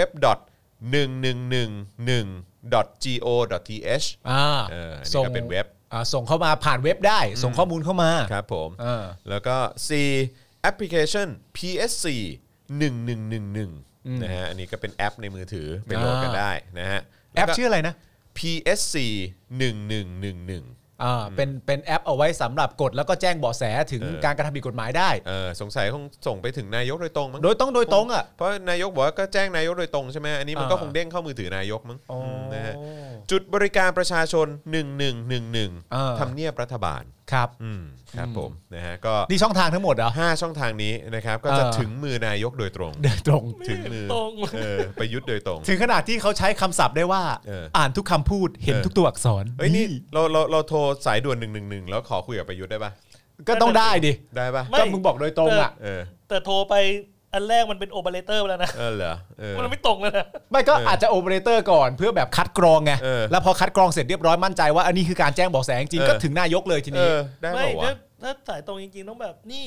1 1 1 1 go th
อ่า
เอออันนี้ก็เป็นเว็บ
อ่าส่งเข้ามาผ่านเว็บได้ ส่งข้อมูลเข้ามา
ครับผม
เออ
แล้วก็ 4. แอปพลิเคชัน PSC 1111นะฮะ อันนี้ก็เป็นแอปในมือถือไปโหลดกันได้นะฮะ
แอปชื่อ
ล้วก็
อะไรนะ
PSC 1111
อ่าเป็นเป็นแอปเอาไว้สำหรับกดแล้วก็แจ้งเบาะแสถึง
เออ
การกระทำผิดกฎหมายได้
เออสงสัยคงส่งไปถึงนายกโดยตรงมั้ง
โดยต้องโดยตรงอ่ะ
เพราะนายกบอกว่าก็แจ้งนายกโดยตรงใช่ไหมอันนี้มันก็
อ่า
คงเด้งเข้ามือถือนายกมั้ง
อ๋อ
มนะฮะจุดบริการประชาชน 1111
อ่า
ทำเนียบรัฐบาล
ครับ
อืมครับผมนะฮะก็
นี่ช่องทางทั้งหมดเหรอ
ห้าช่องทางนี้นะครับ ก็จะ
อ่า
ถึงมือนายกโดยตรง
โดยตรง
ถึงมือ
ตรง
เออประยุทธ์โดยตรง
ถึงขนาดที่เขาใช้คำศัพท์ได้ว่า
เอออ่
อ่านทุกคำพูดเห็น
เออ
ทุกตัวอักษร
เอ้ยนี่เราเราเราโทรสายด่วน 111 แล้วขอคุยกับประยุทธ์ได้ปะ
ก็ต้องได้ดิ
ได้ปะ
ไม่
ก็มึงบอกโดยตรงอ่ะ
เออ
แต่โทรไปอันแรกมันเป็นโอเปอเรเตอร์ไปแล้วนะ
เออเหรอเออ
มันไม่ตรงแล้วนะ
ไม่ก็
เอออ
อาจจะโอเปอเรเตอร์ก่อนเพื่อแบบคัดกรองไง
เออ
แล้วพอคัดกรองเสร็จเรียบร้อยมั่นใจว่าอันนี้คือการแจ้งเบอกแสจริง
เออ
ๆก็ถึงนายกเลยที
เอ
นี้
อได้
ไม่
ปะวะ
ถ้าถ้าสายตรงจริงๆ ต้องแบบนี่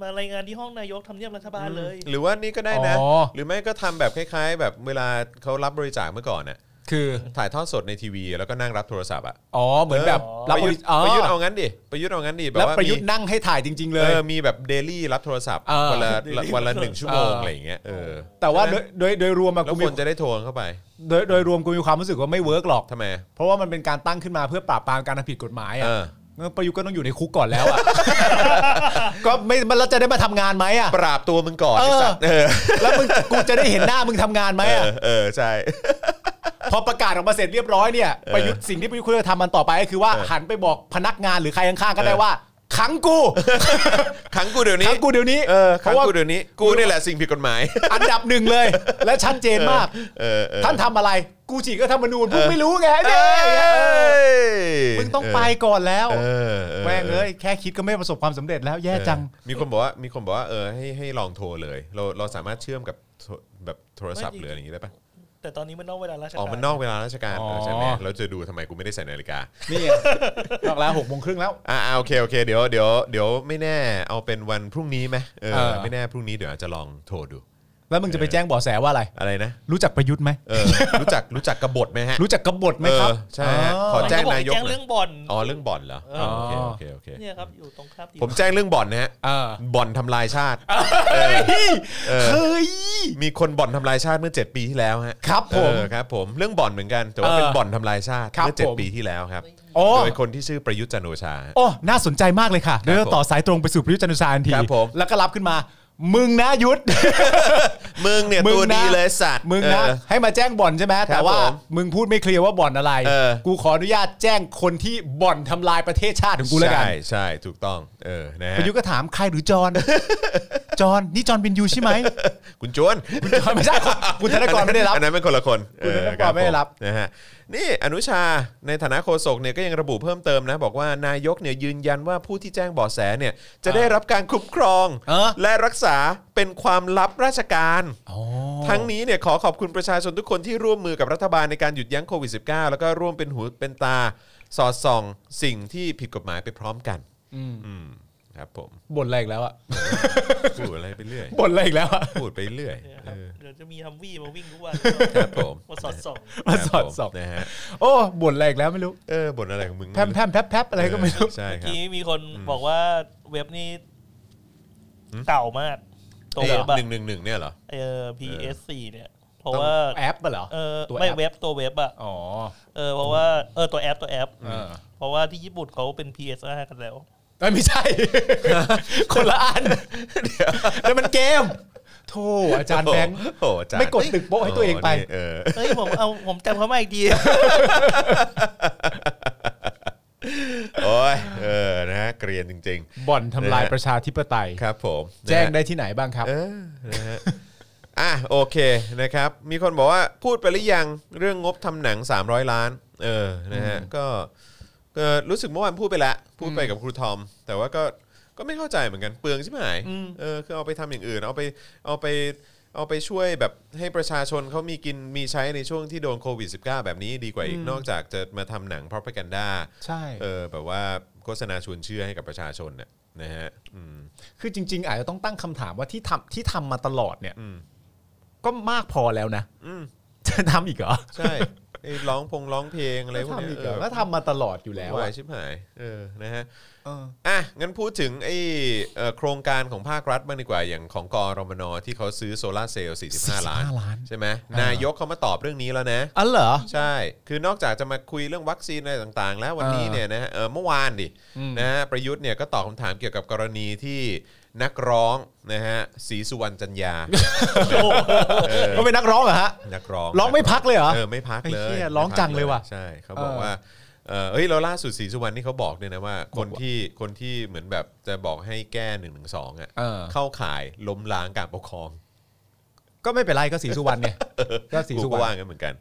มารายงานที่ห้องนายกทำเนียบรัฐบาลเลย
หรือว่านี่ก็ได้นะ
อ๋อ
หรือไม่ก็ทำแบบคล้าย ๆ แบบเวลาเขารับบริจาคเมื่อก่อนน่ะ
คือ
ถ่ายทอดสดในทีวี แล้วก็นั่งรับโทรศัพท์อ่ะ
อ๋อเหมือนแบบ
ป
รับ
ระยุทธ์
อ๋อ
ประยุทธ์เอางั้นดิประยุทธ์เอางั้นดิแบบ
แล้ว
ว่า
ประยุทธ์
มี
นั่งให้ถ่ายจริง ๆ เลย
เออมีแบบเดลี่รับโทรศัพท์
เออ
วันละวันละหนึ่งชั่วโมง
เอออ
อะไรอย่างเงี้ยเออ
แต่ว่า
ใช่
โด
ไหม
ยโดยโดยรวมอะ
แล้
กู
ว
มี
คนจะได้โทรเข้าไป
โดยโดยรวมกูมีความรู้สึกว่าไม่เวิร์กหรอก
ทำไมอะ
เพราะว่ามันเป็นการตั้งขึ้นมาเพื่อปราบปรามการทำผิดกฎหมาย
เอ
อะ
อ
งั้นประยุทธ์ก็ต้องอยู่ในคุกก่อนแล้วอะ *laughs* ก็ไม่มันแล้วจะได้มาทำงานไหมอะ
ปราบตัวมึงก่อน
เออ
ไอ้สัตว์เออ
แล้วมึงกูจะได้เห็นหน้ามึงทำงานไหม
เอ
อะ
อเออใช่
พอประกาศออกมาเสร็จเรียบร้อยเนี่ย
เออ
ประยุทธ์สิ่งที่ประยุทธ์ควรจะทำมันต่อไปก็คือว่า
เออ
หันไปบอกพนักงานหรือใครข้างๆก็ได้ว่าขังกู
ขังกูเดี๋ยวนี้
ขังกูเดี๋ยวนี้
เออ
เพ
ขัง
ราะว่า
กูเดี๋ยวนี้กูนี่แหละสิ่งผิดกฎหมาย
อันดับหนึ่งเลย และชัดเจนมาก
เออเออ
ท่านทำอะไร กูฉีกก็ธรรมนูญพวกไม่รู้ไง
เอ
เนี่ยเออ้
ย
มึงต้องไปก่อนแล้ว
เออเออ
แม่งเอ้ยแค่คิดก็ไม่ประสบความสำเร็จแล้วแย่จัง
เออมีคนบอกว่ามีคนบอกว่าเออให้ให้ลองโทรเลย เราเราสามารถเชื่อมกับโทรแบบโทรศัพท์หรืออะไรอย่างนี้ได้ปะ
แต่ตอนนี้มันนอกเวลาราชการ
อ๋อมันนอกเวลาราชการเออใช่ไหม
อ๋อ
เราจะดูทำไมกูไม่ได้ใส่นาฬิกา
นี่ไงนอกแล้วหกโมงครึ่งแล้ว
อ่าโอเคโอเคเดี๋ยวเดี๋ยวเดี๋ยวไม่แน่เอาเป็นวันพรุ่งนี้ไหมเออ
เออ
ไม่แน่พรุ่งนี้เดี๋ยวอาจจะลองโทรดู
แล้วมึงจะไปแจ้งเบอแสว่าอะไร
อะไรนะ
รู้จักประยุทธ์ไหม
เออ รู้จักรู้จักกบฏไหมฮะ
รู้จักกบฏไหมครับ
เออใช่ฮะ
อ๋อ
ขอ
มัน
แจ้ง
ก็บอก
นายก
แจ้ง
หน่อย
เรื่องบ่อน
อ๋อเรื่องบ่อนเหรอ
เออ
โอเคโอเคโอเค
เนี่ยครับอยู่ตรงข้ามที่
ผมแจ้งเรื่องบ่อนนะฮะ
เออ
บ่อนทำลายชาติเออ
เฮ้ย
มีคนบ่อนทำลายชาติเมื่อ 7 ปีที่แล้วฮะ
ครับผม
เออครับผมเรื่องบ่อนเหมือนกันแต่ว่า
เออ
เป็นบ่อนทำลายชาติ
ครับ
เมื่อ
ผม
7 ปีที่แล้วครับ
โอ้
โดยคนที่ชื่อประยุทธ์จันทร์โอชา
โอ้ น่าสนใจมากเลยค่ะ เดี๋ยวเราต่อสายตรงไปสู่ประยุทธ์จันทร์โอชาทันที
ครับผม
แล้วก็รับขึ้นมา มึงนะยุทธ *laughs*
มึงเนี่ย
มึ
ตั
งนะ
วดีเลยสัตว์
มึงนะ
เออ
ให้มาแจ้งบ่อนใช่ไหม แต่ว่า
ผม
มึงพูดไม่เคลียร์ว่าบ่อนอะไร
เออ
กูขออนุญาตแจ้งคนที่บ่อนทำลายประเทศชาติของกูแล้วกัน
ใช่ใช่ถูกต้องเออนะฮะ
ประยุทธ์ก็ถามใครหรือจอน *laughs* จอนนี่จอนบินยูใช่ไหม
คุณจวน
คุณจอนไม่ใช่คุณคุณธนกรไม่ได้รับ
อันนั้นเป็นคนละคน
คุณธนกร
เออค
ไม่ได้รับ
ผนะฮะนี่อนุชาในฐานะโฆษกเนี่ยก็ยังระบุเพิ่มเติมนะบอกว่านายกเนี่ยยืนยันว่าผู้ที่แจ้งเบาะแสเนี่ยจะได้รับการคุ้มครอง
เออ
และรักษาเป็นความลับราชการ
อ๋อ
ทั้งนี้เนี่ยขอขอบคุณประชาชนทุกคนที่ร่วมมือกับรัฐบาลในการหยุดยั้งโควิด -19 แล้วก็ร่วมเป็นหูเป็นตา สอดส่องสิ่งที่ผิดกฎหมายไปพร้อมกัน
อืม
อืมครับผม
บ่นอะไรอีกแล้วอะ
พูดอะไรไปเรื่อย
บ่นอะไรอีกแล้วอะ
พูดไปเรื่อย
เนี่ยค
เอ
รับ
อ
เดี๋ยวจะมีฮัมวี่มาวิ่งทุกวัน
ครับผม
มาสอดส่อง
มาสอดสอง
ครับผมนะฮะ
โอ้ บ่นอะไรอีกแล้วไม่รู้
เออบ่นอะไรของมึง
แพมแพมแพมแพมอะไรก็ไม่รู้
ใช่ค
เมื่อ
รับ
กี้มีคนบอกว่าเว็บนี้ เก่ามากตัว
เอ้ย
เว็บอะ
หนึ่งหนึ่งหนึ่งเนี่ยเหรอ
เออ PS4 เนี่ย เพราะ
ต้อง
ว่า
แอปปะเหรอ
เออ
ตัว
ไม่
แอป
เว็บตัวเว็บอะ
อ๋อ
เออเพราะว่าเออตัวแอปตัวแอป
เออ
เพราะว่าที่ญี่ปุ่นเขาเป็น PS5 กันแล้ว
เอ้ยไม่ใช่ *laughs* คนละอันแล้วมันเกมโธ่อาจารย์แบงค์
โอ้โหอาจารย์
ไม่กดตึกโป๊ะให้ตัวเองไป
โนี่เออ
เฮ้ยผมเอา *laughs* ผมจำเขามาอีกที
โอ้ยเออนะฮะเกรียนจริง
บ่อนทำลาย
นะฮะ
ประชาธิปไตย
ๆ ครับผมนะฮะ
แจ้งได้ที่ไหนบ้างครับ
เออนะฮะ *laughs* อ่ะโอเคนะครับ มีคนบอกว่าพูดไปหรือยังเรื่องงบทำหนัง 300 ล้าน เออนะฮะก็ก็รู้สึกเมื่อวานพูดไปแล้วพูดไปกับครูทอม แต่ว่าก็ก็ไม่เข้าใจเหมือนกันเปลืองใช่ไหม
อืม
เออคือเอาไปทำอย่างอื่น เอาไปเอาไปเอาไปช่วยแบบให้ประชาชนเขามีกินมีใช้ในช่วงที่โดนโควิด -19 แบบนี้ดีกว่าอีกนอกจากจะมาทำหนัง propaganda
ใช่
เออแบบว่าโฆษณาชวนเชื่อให้กับประชาชนเนี่ยนะฮะอืม
คือจริง ๆ อาจจะต้องตั้งคำถามว่าที่ทำที่ทำมาตลอดเนี่ย
อืม
ก็มากพอแล้วนะ
อืม
จะทำอีกเหรอ
ใช่ไอ้ร้องพงร้องเพลงอะไรพวก
ทำ
เนี้
อี
ย
ก
เอ
เหรอ
อ
ก็ทำมาตลอดอยู่แล้ว
วา
อะ
ยชิบหายเออนะฮะ
เออ
อ่ะงั้นพูดถึงไอ้เอ่อโครงการของภาครัฐบ้างดีกว่าอย่างของกรมนที่เขาซื้อโซลาร์เซลล์45 ล้าน
45ล้าน
ใช่ไหมนายกเขามาตอบเรื่องนี้แล้วนะ
อ๋อเหรอ
ใช่ คือนอกจากจะมาคุยเรื่องวัคซีนอะไรต่างๆ แล้ววันนี้
อ่า
เนี่ยนะฮะเอ่อเมื่อวานดิ นะฮะประยุทธ์เนี่ยก็ตอบคำถามเกี่ยวกับกรณีที่นักร้องนะฮะศรีสุวรรณจันยา เออ
ก็เป็นนักร้องเหรอฮะ
นักร้อง
ร้องไม่พักเลยเหรอ
เออไม่พัก
ไอ้
เล
เหี้
ย
ยร้องจังเลยว่ะ
ใช่เขาบอก
เออ
ว่าเออเฮ้ยเราล่าสุดศรีสุวรรณนี่เขาบอกเนี่ยนะว่าคนที่คนที่เหมือนแบบจะบอกให้แก้หนึ่งหนึ่งสองอ่ะ
เออ
เข้าข่ายล้มล้างการปกครอง
ก็ไม่เป็นไรก็สีสุวรรณเนี่ยก็สี
กู
สุว
ก็
ร
ว่าร
ณ
งั้นเหมือนกัน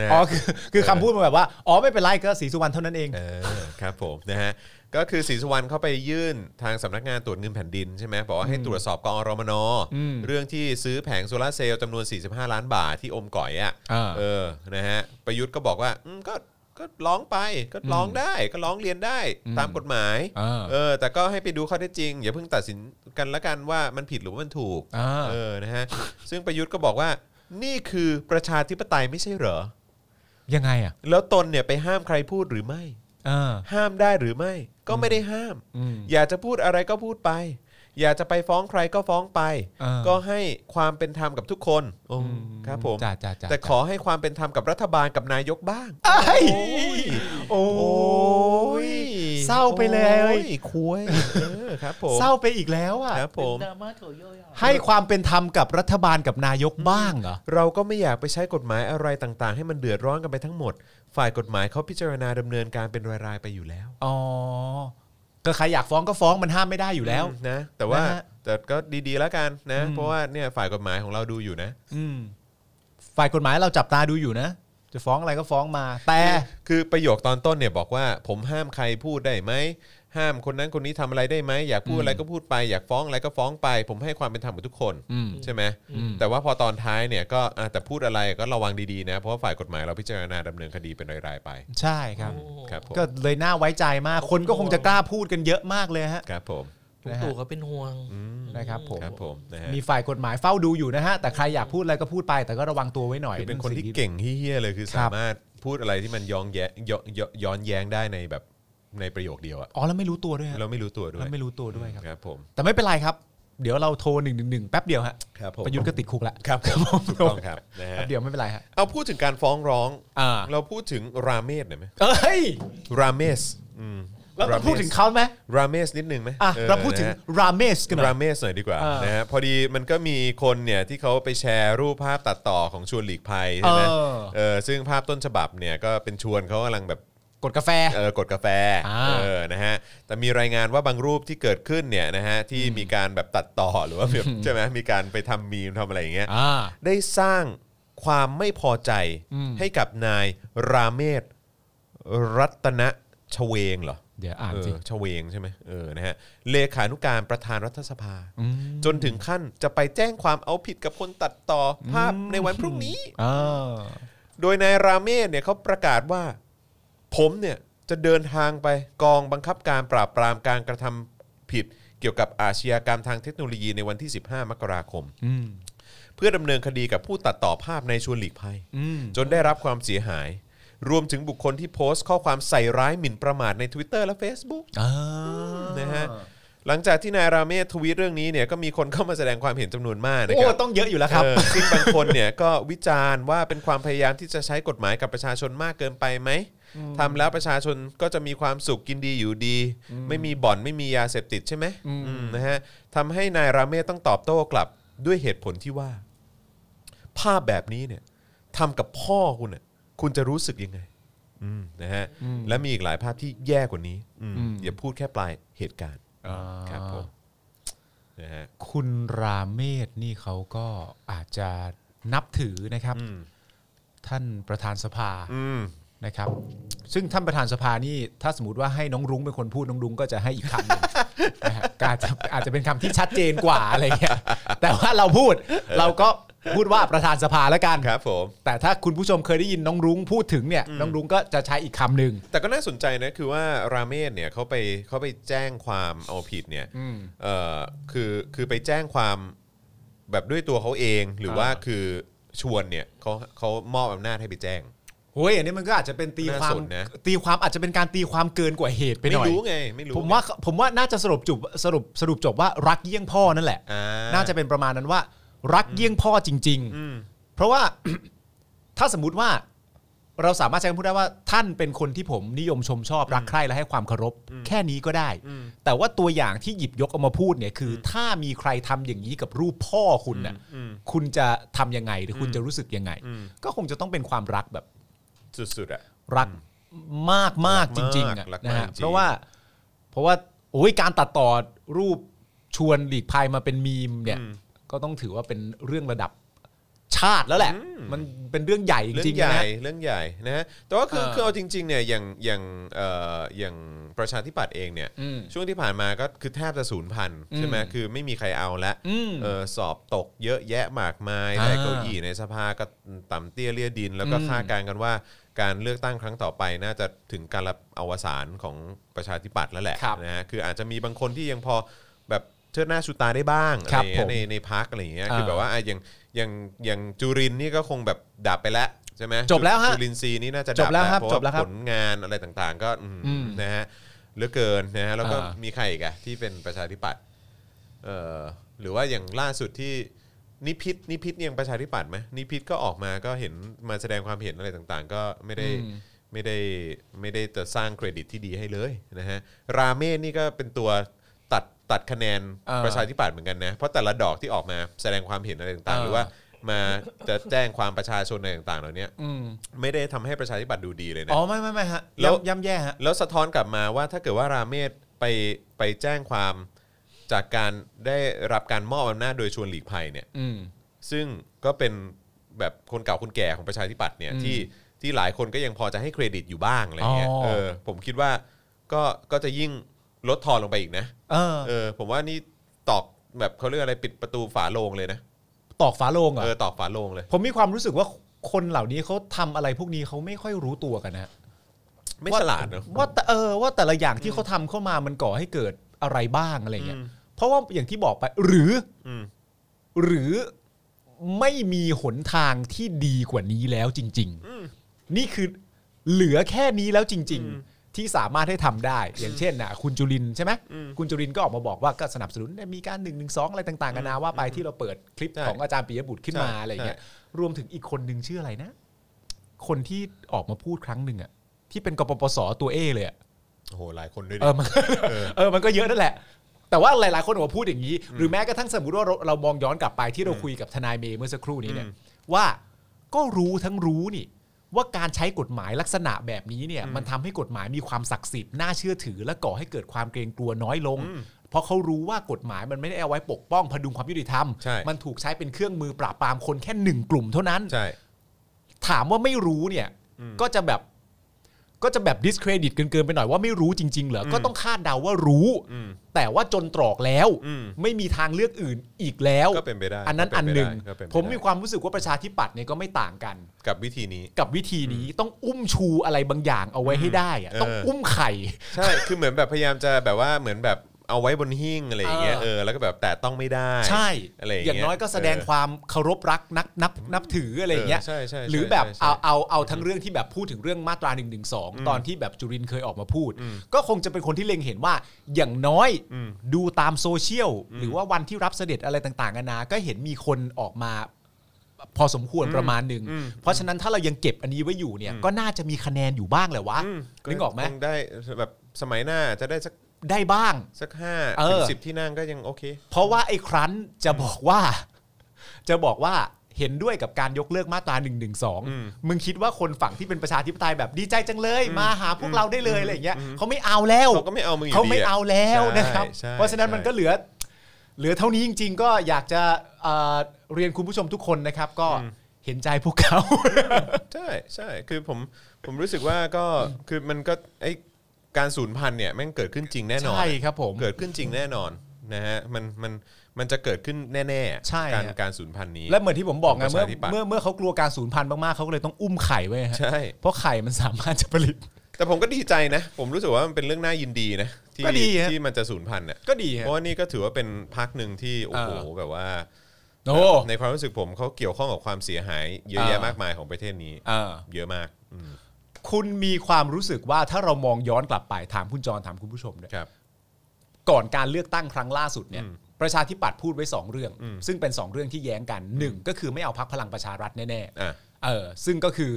นะฮะ
อ๋อคือคือคำพูดมันแบบว่าอ๋อไม่เป็นไรก็สีสุวรรณเท่านั้นเอง
เออครับผมนะฮะก็คือศรีสุวรรณเขาไปยื่นทางสำนักงานตรวจเงินแผ่นดินใช่ไหมบอกว่าให้ตรวจสอบกอรมน
อืม
เรื่องที่ซื้อแผงโซลาร์เซลล์จำนวน 45 ล้านบาทที่อมก่อยอ่ะ
อ่า
เออนะฮะประยุทธ์ก็บอกว่าอืมก็ก็ร้องไปก็ร้องได้ก็ร้องเรียนได้ตามกฎหมาย
อ่า
เออแต่ก็ให้ไปดูข้อเท็จจริง อย่าเพิ่งตัดสินกันละกันว่ามันผิดหรือว่ามันถูก
อ่า
เออนะฮะซึ่งประยุทธ์ก็บอกว่านี่คือประชาธิปไตยไม่ใช่เหรอ
ยังไงอ่ะ
แล้วตนเนี่ยไปห้ามใครพูดหรือไม่
เออ
ห้ามได้หรือไม่ก็ไม่ได้ห้าม
อืม
อยากจะพูดอะไรก็พูดไป อยากจะไปฟ้องใครก็ฟ้องไป
อ่า
ก็ให้ความเป็นธรรมกับทุกคนโอ้ครับผม
จ้าจ้าจ้า
แต่ขอให้ความเป็นธรรมกับรัฐบาลกับนายกบ้าง
เอ้ยโอ้
โอ้
ย
ย
เศร้าไปเลย
โอ้คุยเออครับผม
เศร้าไปอีกแล้วอ่ะ
ครับผม
ดราม่าโถโยยอ
ให้ความเป็นธรรมกับรัฐบาลกับนายกบ้างเหรอ
เราก็ไม่อยากไปใช้กฎหมายอะไรต่างๆ ให้มันเดือดร้อนกันไปทั้งหมด ฝ่ายกฎหมายเขาพิจารณาดำเนินการเป็นรายๆไปอยู่แล้ว
อ๋อ ก็ใครอยากฟ้องก็ฟ้องมันห้ามไม่ได้อยู่แล้ว
นะ แต่ว่า
นะฮะ
แต่ก็ดีๆแล้วกันนะ เพราะว่าเนี่ยฝ่ายกฎหมายของเราดูอยู่นะ
อืม ฝ่ายกฎหมายเราจับตาดูอยู่นะ จะฟ้องอะไรก็ฟ้องมา แต่
คือประโยคตอนต้นเนี่ยบอกว่าผมห้ามใครพูดได้ไหมห้ามคนนั้นคนนี้ทำอะไรได้ไหมอยากพูดอะไรก็พูดไปอยากฟ้องอะไรก็ฟ้องไป ผมให้ความเป็นธรรมกับทุกคน
อืม
ใช่ไหมแต่ว่าพอตอนท้ายเนี่ยก็อ่ะแต่พูดอะไรก็ระวังดีๆนะ เพราะว่าฝ่ายกฎหมายเราพิจารณาดำเนินคดีเป็นรายๆไป
ใช่ครับ
ครับผม
ก็เลยน่าไว้ใจมาก คนก็คงจะกล้าพูดกันเยอะมากเลยฮะ
ครับผม
ลุงตู่ก็เป็นห่วง
นะครับผม
ครับผมนะฮะ
มีฝ่ายกฎหมายเฝ้าดูอยู่นะฮะ แต่ใครอยากพูดอะไรก็พูดไป แต่ก็ระวังตัวไว้หน่อย
คือเป็นคนที่เก่งเฮี้ยๆเลยคือ
ครั
สา
บ
มารถพูดอะไรที่มันย้อนแย้ย้อนย้อนย้อนแย้งได้ในแบบในประโยคเดียวอะ
อ๋อแล้วไม่รู้ตัวด้วยฮะ
เราไม่รู้ตัวด้วย
แล้วไม่รู้ตัวด้วยครับ
ครับผม
แต่ไม่เป็นไรครับ เดี๋ยวเราโทรหนึ่งหนึ่งหนึ่งแป๊บเดียวฮะ
ครับผม
ประยุทธ์ก็ติดคุกละ
ครับผมถูกต้องครับนะฮะ
แป๊บเดียวไม่เป็นไรฮะ
เอาพูดถึงการฟ้องร้อง
อ่า
เราพูดถึงราเมศหน่อยไหม
เอ้ย
ราเมสอืม
แล้วต้องพูด
รมส
ถึงเขาไหม
ราเมสนิดนึงไหม
อ่ะ
ออ
เราพูดถึง
นะฮะ
ราเมสกันหน่อย
ราเมสหน่อยดีกว่า
อ่าน
นะฮะพอดีมันก็มีคนเนี่ยที่เขาไปแชร์รูปภาพตัดต่อของชวนหลีกภัยใช่ไหม
เออ
เออซึ่งภาพต้นฉบับเนี่ยก็เป็นชวนเขากำลั
*laughs*
งแบบ
กดกาแฟ
เออกดกาแฟ
อ่า
เออนะฮะแต่มีรายงานว่าบางรูปที่เกิดขึ้นเนี่ยนะฮะที่มีการแบบตัดต่อหรือว่า
*laughs*
แบบใช่ไหมมีการไปทำมีมทำอะไรอย่างเงี้ย
อ่า
ได้สร้างความไม่พอใจให้กับนายราเมศรัตนชเวงเหรอ
เดี๋ยวอ่าน
เออ
สิ
ชเวงใช่ไหมเออนะฮะเลขานุการประธานรัฐสภา จนถึงขั้นจะไปแจ้งความเอาผิดกับคนตัดต่อภาพในวันพรุ่งนี้
อ่า
โดยนายราเมศเนี่ยเขาประกาศว่า ผมเนี่ยจะเดินทางไปกองบังคับการปราบปรามการกระทำผิดเกี่ยวกับอาชญากรรมทางเทคโนโลยีในวันที่ 15 มกราคม
อืม
เพื่อดำเนินคดีกับผู้ตัดต่อภาพในชวนหลีกภัย
อืม
จนได้รับความเสียหาย รวมถึงบุคคลที่โพสต์ข้อความใส่ร้ายหมิ่นประมาทใน Twitter และ Facebook
อ่า
นะฮะ หลังจากที่นายราเมศทวีตเรื่องนี้เนี่ยก็มีคนเข้ามาแสดงความเห็นจำนวนมากนะ
โอ้
ครับ
ต้องเยอะอยู่แล้วครับ
เออซึ่งบางคนเนี่ย ก็วิจารณ์ว่าเป็นความพยายามที่จะใช้กฎหมายกับประชาชนมากเกินไปไหมทำแล้วประชาชนก็จะมีความสุขกินดีอยู่ดี ไม่มีบ่อนไม่มียาเสพติดใช่ไหมอืมนะฮะทำให้นายราเมศต้องตอบโต้กลับด้วยเหตุผลที่ว่า ภาพแบบนี้เนี่ยทำกับพ่อคุณน่ะคุณจะรู้สึกยังไง อืมนะฮะและมีอีกหลายภาพที่แย่กว่านี้อืมอย่าพูดแค่ปลายเหตุการณ์ครับผมนะฮะ
คุณราเมศนี่เขาก็อาจจะนับถือนะครับ
อืม
ท่านประธานสภา
อืม
นะครับ ซึ่งท่านประธานสภานี่ถ้าสมมติว่าให้น้องรุ้งเป็นคนพูดน้องรุ้งก็จะให้อีกคำห
*laughs*
นึ่งนะฮะก็อาจจะอาจจะเป็นคำที่ชัดเจนกว่าอะไรเงี้ยแต่ว่าเราพูดเราก็พูดว่าประธานสภาแล้วกัน
ครับผม
แต่ถ้าคุณผู้ชมเคยได้ยินน้องรุ้งพูดถึงเนี่ยน้องรุ้งก็จะใช้อีกคำหนึ่ง
แต่ก็น่าสนใจนะคือว่าราเมศเนี่ยเขาไปเขาไปแจ้งความเอาผิดเนี่ยเออคือคือไปแจ้งความแบบด้วยตัวเขาเองหรือว่าคือชวนเนี่ยเขาเขามอบอำนาจให้ไปแจ้ง
เฮ้ยอันนี้มันก็อาจจะเป็นตีความ
น่าสนนะ
ตีความอาจจะเป็นการตีความเกินกว่าเหตุไปห
ไม่
น่อย
รู้ไงไม่รู้
ผมว่าผมว่าน่าจะสรุปจบสรุปสรุปจบว่ารักเยี่ยงพ่อนั่นแหละ
อ่
น่าจะเป็นประมาณนั้นว่า รักเยี่ยงพ่อจริง
อืม
ๆ เพราะว่า *coughs* ถ้าสมมติว่าเราสามารถใช้คำพูดได้ว่าท่านเป็นคนที่ผมนิยมชมชอบรักใคร่และให้ความเคารพแค่นี้ก็ได้ แต่ว่าตัวอย่างที่หยิบยกเอามาพูดเนี่ยคืออถ้ามีใครทำอย่างนี้กับรูปพ่อคุณน่ะคุณจะทำยังไงหรือคุณจะรู้สึกยังไง ก็คงจะต้องเป็นความรักแบบ
สุดๆอ่ะ
รักมากมาก
รัก
จ
มาก
ริงๆอะ
รักมาก
นะฮะ
จริง
เพราะว่าเพราะว่าโอ้ยการตัดต่อรูปชวนหลีกภัยมาเป็นมีมเนี่ย ก็ต้องถือว่าเป็นเรื่องระดับชาติแล้วแหละ มันเป็นเรื่องใหญ่จ
เรื่อง
ริงๆ
ให
นะ
ญ่
ฮะ
เรื่องใหญ่นะฮะแต่ว่าคือ
เออ
คือเอาจริงๆเนี่ยอย่างอย่างเอ่ออย่างประชาธิปัตย์เองเนี่ย
อืม
ช่วงที่ผ่านมาก็คือแทบจะศูนย์พันใช่ไหมคือไม่มีใครเอาละ
อืม
เออสอบตกเยอะแยะมากมาย
อ่า
ได้เก้าอี้ในสภาก็ต่ำเตี้ยเลี่ยดิน แล้วก็
อืม
คาดการณ์กันว่าการเลือกตั้งครั้งต่อไปน่าจะถึงการรับอวสานของประชาธิปัตย์แล้วแหละนะฮะคืออาจจะมีบางคนที่ยังพอแบบเชิดหน้าชูตาได้บ้างอะไร
ครับ
อย่างเงี้ย
ผม
ในในพักอะไรอย่างเงี้ย
อ่า
คือแบบว่าอ่ะอย่างอย่างอย่างจุรินทร์นี่ก็คงแบบดับไปแล้วใช่ไหม
จบแล้วฮะ
จุรินทรีย์นี่น่าจะ
จบแล้วครับ
เพาะ
จบแล้วครับ
ผลงานอะไรต่างๆ ก็อืม
อืม
นะฮะ เหลือเกินนะฮะแล้วก็
อ่ามี
มีใครอีกอะที่เป็นประชาธิปัตย์เอ่อหรือว่าอย่างล่าสุดที่นิพิษนิพิษเนี่ยยังประชาธิปัตย์ไหมนิพิษก็ออกมาก็เห็นมาแสดงความเห็นอะไรต่างๆ ก็ไม่ได้ไม่ได้ไม่ได้จะสร้างเครดิตที่ดีให้เลยนะฮะราเมศนี่ก็เป็นตัวตัดตัดคะแนน
อ่า
ประชาธิปัตย์เหมือนกันนะเพราะแต่ละดอกที่ออกมาแสดงความเห็นอะไรต่างๆ
อ่า
หรือว่ามาจะแจ้งความประชาชนอะไรต่างๆเหล่านี้
อืม
ไม่ได้ทำให้ประชาธิปัตย์ดูดีเลยนะ
อ๋อไม่ไม่ไม่ฮะ
แล้ว
ย่ำย่ำแย่ฮะ
แล้วสะท้อนกลับมาว่าถ้าเกิดว่าราเมศไปไปแจ้งความจากการได้รับการมอบอำนาจโดยชวนหลีกภัยเนี่ย
อืม
ซึ่งก็เป็นแบบคนเก่าคนแก่ของประชาธิปัตย์เนี่ย
อืม
ที่ที่หลายคนก็ยังพอจะให้เครดิตอยู่บ้างอะไรเงี้ย
อ๋อ
เออผมคิดว่าก็ก็จะยิ่งลดทอนลงไปอีกนะ
เออ
เออผมว่านี่ตอกแบบเขาเรียกอะไรปิดประตูฝาโลงเลยนะ
ตอกฝาโลงเหร
เออ
อ่ะ
ตอกฝาโลงเลย
ผมมีความรู้สึกว่าคนเหล่านี้เขาทำอะไรพวกนี้เขาไม่ค่อยรู้ตัวกันนะฮะ
ไม่
ว่
ฉลาดเนอะ
ว่าแต่เออว่าแต่ละอย่างที่เขาทำเข้ามามันก่อให้เกิดอะไรบ้างอะไรเงี้ยเพราะว่าอย่างที่บอกไปหรืออ
ม
หรือไม่มีหนทางที่ดีกว่านี้แล้วจริง ๆ นี่คือเหลือแค่นี้แล้วจริง ๆ ที่สามารถให้ทำได้ อย่างเช่นนะคุณจุลินทร์ใช่ไหมคุณจุลินทร์ก็ออกมาบอกว่าก็สนับสนุนมีการหนึ่งหนึ่งสองอะไรต่างๆกันานาว่าไปที่เราเปิดคลิปของอาจารย์ปิยบุตรขึ้นมา
ใช่
อะไรเงี้ยรวมถึงอีกคนหนึ่งชื่ออะไรนะ คนที่ออกมาพูดครั้งหนึ่งอะที่เป็นกปปสตัวเอเลยอะ
โอ้โหหลายคนด้วยดิ
เออมัน เออมันก็เยอะนั่นแหละ แต่ว่าหลาย ๆ คนออกมาพูดอย่างนี้ หรือแม้กระทั่งสมมติว่าเราเรามองย้อนกลับไปที่เราคุยกับทนายเมย์เมื่อสักครู่นี้เนี่ยว่าก็รู้ทั้งรู้นี่ ว่าการใช้กฎหมายลักษณะแบบนี้เนี่ย มันทำให้กฎหมายมีความศักดิ์สิทธิ์น่าเชื่อถือ และก่อให้เกิดความเกรงกลัวน้อยลง เพราะเขารู้ว่ากฎหมายมันไม่ได้เอาไว้ปกป้องพดุงความยุติธรรม
ใช่
มันถูกใช้เป็นเครื่องมือปราบปรามคนแค่หนึ่งกลุ่มเท่านั้น
ใช่
ถามว่าไม่รู้เนี่ย ก็จะแบบก็จะแบบ discredit เกินเกินๆไปหน่อยว่าไม่รู้จริง ๆ เหรอ ก็ต้องคาดเดาว่ารู้
อืม
แต่ว่าจนตรอกแล้ว
อืม
ไม่มีทางเลือกอื่นอีกแล้ว
ก็เป็นไปได้
นนั้น
ก็เป็
อั
น
น
ไป
หนึ่ง
ได้ก็เป็นไป
ผม
ได้
มีความรู้สึกว่าประชาธิปัตย์เนี่ยก็ไม่ต่างกัน
กับวิธีนี้
กับวิธีนี้ต้องอุ้มชูอะไรบางอย่างเอาไว้ให้ได้อะ
เออ
ต้องอุ้มไข่
ใช่ คือเหมือนแบบพยายามจะแบบว่าเหมือนแบบเอา เอาไว้บนหิ้งอะไรอย่างเงี้ย
เออ
เออแล้วก็แบบแต่ต้องไม่ได้
ใช่
อะไรอย่าง
อ
เงี้
ย่างน้อยก็แสดง
เออ
ความเคารพรักนับนับนับถืออะไรอย่างเงี้ย
ใช่ใช่ใช่
หรือแบบ
ใช่ใช่
เอาเอาเอาทั้งเรื่องที่แบบพูดถึงเรื่องมาตรา1นึตอนที่แบบจุรินทร์เคยออกมาพูด ก็คงจะเป็นคนที่เล็งเห็นว่าอย่างน้อย
อืม
ดูตามโซเชียลหรือว่าวันที่รับเสด็จอะไรต่างๆนานาก็เห็นมีคนออกมา พอสมควรประมาณหนึ่ง
อืม
เพราะฉะนั้นถ้าเรายังเก็บอันนี้ไว้อยู่เนี่ย ก็น่าจะมีคะแนนอยู่บ้างแหละวะ
อืม
นึกออกไหม
คงได้แบบสมัยหน้าจะได้สัก
ได้บ้าง
สักห้า
เออ
ถึงสิบที่นั่งก็ยังโอเค
เพราะว่าไอ้ครั้นจะบอกว่า *laughs* จะบอกว่าเห็นด้วยกับการยกเลิกมาตรา1นึ
อืม
มึงคิดว่าคนฝั่งที่เป็นประชาธิปไตยแบบดีใจจังเลย มาหาพวกเราได้เลยอะไรอย่างเงี้ย
อืม
เขาไม่เอาแล้ว
เขาก็ไม่เอามึงอยู่ดีะ
เขาไม่เอาแล้วนะครับ
ใช่ใช่
เพราะฉะนั้น
ใช่
มันก็เหลือ เหลือเท่านี้จริง ๆ ก็อยากจะเอ่อเรียนคุณผู้ชมทุกคนนะครับ ก็เห็นใจพวกเขา
ใช่ใช่คือผมผมรู้สึกว่าก็คือมันก็ไอการสูญพันธุ์เนี่ยแม่งเกิดขึ้นจริงแน่นอน
*laughs* ใช่ครับผม
เกิดขึ้นจริงแน่นอนนะฮะมันมันมันจะเกิดขึ้นแน่ๆ
ใช่
การ
ฮะ
การสูญพันธุ์นี้
และเหมือนที่ผมบอกไง
ประ
เมื่
ชา
อ
ธิปัตย์
เมื่อเมื่อเขากลัวการสูญพันธุ์มากๆเขาก็เลยต้องอุ้มไข่ไว้ฮะ
ใช่
เพราะไข่มันสามารถจะผลิต
แต่ผมก็ดีใจนะ ผมรู้สึกว่ามันเป็นเรื่องน่ายินดีนะ ที่
ก็ดีฮะ
ที่มันจะสูญพันธุ์เนี่ย
ก็ดีฮะ
เพราะว่านี่ก็ถือว่าเป็นพักหนึ่งที่โอ้โห
เออ
แบบว่า
โอ้
ในความรู้สึกผมเขาเกี่ยวข้องกับความเสียหายเยอะ
อ่า
แยะมากมายของประเทศนี้
เออ
เยอะมากอืม
คุณมีความรู้สึกว่าถ้าเรามองย้อนกลับไปถามคุณจรถามคุณผู้ชมด้วย
ครับ
ก่อนการเลือกตั้งครั้งล่าสุดเนี่ย
อืม
ประชาธิปัตย์พูดไว้ 2 เรื่อง
อืม
ซึ่งเป็น 2 เรื่องที่แย้งกันหนึ่งก็คือไม่เอาพักพลังประชารัฐแน่
อ่ะ
ๆเออซึ่งก็คือ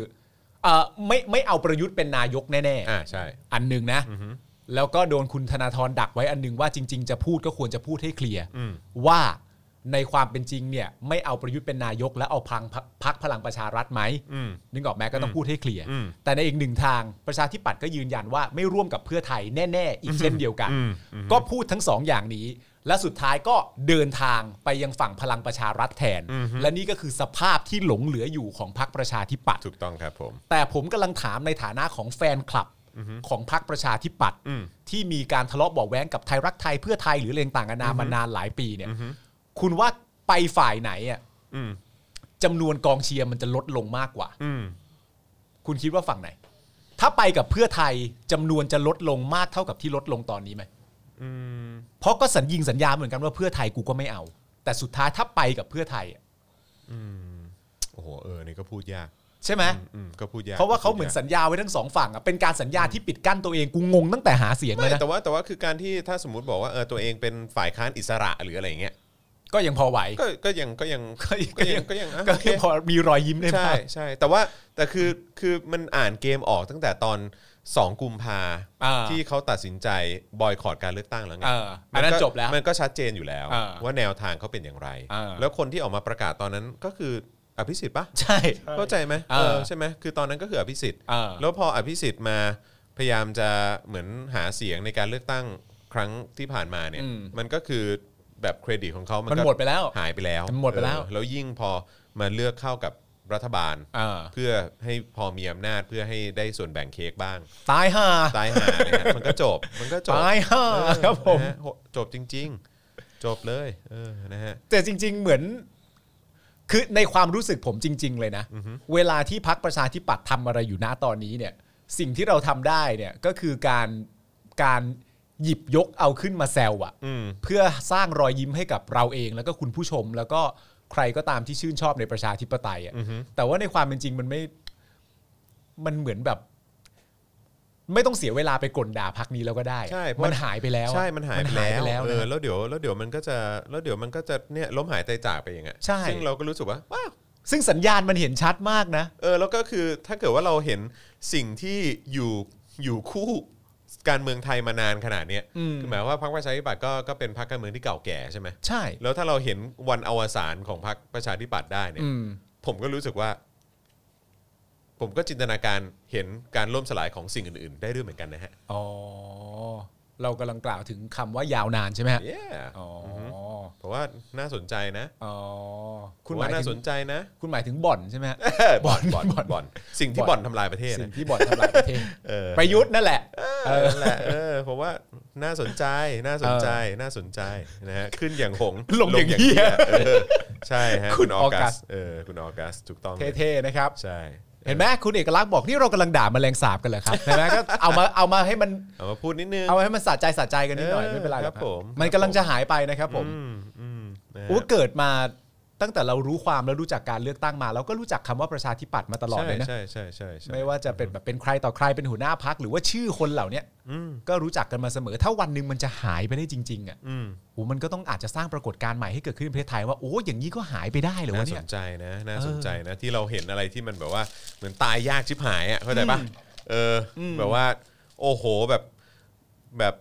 เออไม่ไม่เอาประยุทธ์เป็นนายกแน่
อ่ะใช่
ๆ อันหนึ่งนะ
อือฮึ
แล้วก็โดนคุณธนาธรดักไว้อันหนึ่งว่าจริง ๆ จะพูดก็ควรจะพูดให้เคลียร์
อืม
ว่าในความเป็นจริงเนี่ยไม่เอาประยุทธ์เป็นนายก แล้วเอาพังพักพลังประชารัฐไหม
อืม
นึกออกไหมก็ต้อง
อืม
พูดให้เคลียร์
อืม
แต่ในอีกหนึ่งทางประชาธิปัตย์ก็ยืนยันว่าไม่ร่วมกับเพื่อไทยแน่ ๆ อีกเช่นเดียวกัน
อืมอืม
ก็พูดทั้งสองอย่างนี้ และสุดท้ายก็เดินทางไปยังฝั่งพลังประชารัฐแทน และนี่ก็คือสภาพที่หลงเหลืออยู่ของพรรคประชาธิปัตย์
ถูกต้องครับผม
แต่ผมกำลังถามในฐานะของแฟนคลับของพรรคประชาธิปัตย์
อืม
ที่มีการทะเลาะเบาะแว้งกับไทยรักไทยเพื่อไทยหรืออะไรต่างๆนานามานานหลายปีเนี่ยคุณว่าไปฝ่ายไหนอ่ะ
อืม
จำนวนกองเชียร์มันจะลดลงมากกว่า
อืม
คุณคิดว่าฝั่งไหน ถ้าไปกับเพื่อไทยจำนวนจะลดลงมากเท่ากับที่ลดลงตอนนี้ไหม
อืม
เพราะก็สัญญิงสัญญาเหมือนกันว่าเพื่อไทยกูก็ไม่เอา แต่สุดท้ายถ้าไปกับเพื่อไทยอะ
โอ้โหเออนี่ก็พูดยาก
ใช่ไหม
อืมก็พูดยาก
เพราะว่าเขาเหมือน
พูดยก
สัญญาไว้ทั้งสองฝั่งอะเป็นการสัญญาที่ปิดกั้นตัวเองกูงงตั้งแต่หาเสียงเลย
ไม่
นะ
แต่ว่าแต่ว่าคือการที่ถ้าสมมติบอกว่าเออตัวเองเป็นฝ่ายค้านอิสระหรืออะไรอย่างเงี้ย
ก็ยังพอไหว
ก็ก็ยังก็ยัง
ก็ยัง
ก็ยังก็ยังอ่ะ
ก็
โอเค
ยังพอมีรอยยิ้มได้บ้า
ใช่
ง
ใช่แต่ว่าแต่คือคือมันอ่านเกมออกตั้งแต่ตอน 2 กุมภา
อ่า
ที่เขาตัดสินใจบอยคอรดการเลือกตั้งแล้วไง
เอออันนั้น
มัก็
จบแล้ว
มันก็ชัดเจนอยู่แล้ว
อ่า
ว่าแนวทางเขาเป็นอย่างไร
อ่า
แล้วคนที่ออกมาประกาศตอนนั้นก็คืออภิสิทธิ์ปะ
ใช่
เข้าใจไหม
อ่า
เออใช่ไหมคือตอนนั้นก็คืออภิสิทธิ์
เออ
แล้วพออภิสิทธิ์มาพยายามจะเหมือนหาเสียงในการเลือกตั้งครั้งที่ผ่านมาเนี่ย
อืม
มันก็คือแบบเครดิตของเขามั
มัน
ก็
หมดไปแล้ว
หายไปแล้ว
มันหมดไปแล้ว
เออแล้วยิ่งพอมาเลือกเข้ากับรัฐบาล
เออ
เพื่อให้พอมีอำนาจเพื่อให้ได้ส่วนแบ่งเค้กบ้าง
ตายห่า
ตายหาเลยฮะมันก็จบมันก็จบ
ตายห่า
เออ
ครับผม
นะฮะโหจบจริง ๆ จบเลยเออนะฮะ
แต่จริง ๆ เหมือน คือในความรู้สึกผมจริง ๆ เลยนะ เวลาที่พักประชาธิปัตย์ทำอะไรอยู่หน้าตอนนี้เนี่ย สิ่งที่เราทำได้เนี่ยก็คือการการหยิบยกเอาขึ้นมาแซวอะ
อืม
เพื่อสร้างรอยยิ้มให้กับเราเอง แล้วก็คุณผู้ชม แล้วก็ใครก็ตามที่ชื่นชอบในประชาธิปไตยอะ
อือฮึ
แต่ว่าในความเป็นจริงมันไม่ มันเหมือนแบบ ไม่ต้องเสียเวลาไปกลด่าพักนี้แล้วก็ได้อะ
ใช่เพราะ
มันหายไปแล้วอะ
ใช่มันหายไปแล้วเอ
นะ
อแล้วเดี๋ยวแล้วเดี๋ยวมันก็จะแล้วเดี๋ยวมันก็จะเนี่ยล้มหายใจจากไปอย่างเงี้ย
ใช่
ซึ่งเราก็รู้สึกว่าว้าว
ซึ่งสัญญาณมันเห็นชัดมากนะ
เออแล้วก็คือถ้าเกิดว่าเราเห็นสิ่งที่อยู่อยู่คู่การเมืองไทยมานานขนาดเนี้ย
อืม
คือหมายว่าพรรคประชาธิปัตย์ก็ก็เป็นพรรคการเมืองที่เก่าแก่ใช่ไหม
ใช่
แล้วถ้าเราเห็นวันอวสานของพรรคประชาธิปัตย์ได้เนี่ย
อืม
ผมก็รู้สึกว่า ผมก็จินตนาการเห็นการล่มสลายของสิ่งอื่นๆ ได้ด้วยเหมือนกันนะฮะ
อ๋อ เรากำลังกล่าวถึงคำว่ายาวนานใช่ไหมฮะ
yeah
อ๋อ
เพราะว่าน่าสนใจนะ
อ๋อ
คุ
คุณ ณ
หมาม
หาย ย
น่า
ถึ
สน
ง
ใจนะ
คุณหมายถึงบ่อนใช่ไหมฮะ
เออ *laughs* บ่อน
บ่
บ่อ
อน น
บ่อนสิ่งที่
บ่
บ่อ
อน น
ทำลายประเทศ
สิ่
นะ
งที่บ่อนทำลายประเทศ
เออ
ประยุทธ์นั่นแหละ
เออนั่นแหละเออผมว่าน่าสนใจน่าสนใจน่าสนใจนะฮะขึ้นอย่างหงส์
ลงอย่างเหี้ย
เออใช่ฮะ
คุณ
ออกั
ออกั
ส
ส
เออคุณออกัสถูกต้อง
เท่ๆนะครับ
ใช่
เห็นไหมคุณเอกลักษณ์บอกนี่เรากำลังด่าแมลงสาบกันเหรอครับเห็นไหมก็เอามาเอามาให้มัน
เอามาพูดนิดนึง
เอาให้มันสะใจสะใจกันนิดหน่อยไม่เป็นไรหรอกค
เออครั
รั
บบ ผม
มันกำลังจะหายไปนะครับผม
อืมอืมนะฮะ
โอ้เกิดมาตั้งแต่เรารู้ความแล้วรู้จักการเลือกตั้งมาเราก็รู้จักคำว่าประชาธิปัตย์มาตลอดเลยนะ
ใช่ใช่ใช่ใช่
ไม่ว่าจะเป็นแบบเป็นใครต่อใครเป็นหัวหน้าพักหรือว่าชื่อคนเหล่าเนี้ย
อืม
ก็รู้จักกันมาเสมอ ถ้าวันหนึ่งมันจะหายไปได้จริงๆอ่ะ
อืม
โอ้มันก็ต้องอาจจะสร้างปรากฏการณ์ใหม่ให้เกิดขึ้นในประเทศไทยว่าโอ้อย่างนี้ก็หายไปได้เหร
น่าวส
อะเนี่ย
นใจนะน่าสนใจนะที่เราเห็นอะไรที่มันแบบว่าเหมือนตายยากชิบหายอ่ะเข้าใจปะเอออแบบว่า โอ้โหแบบแบบ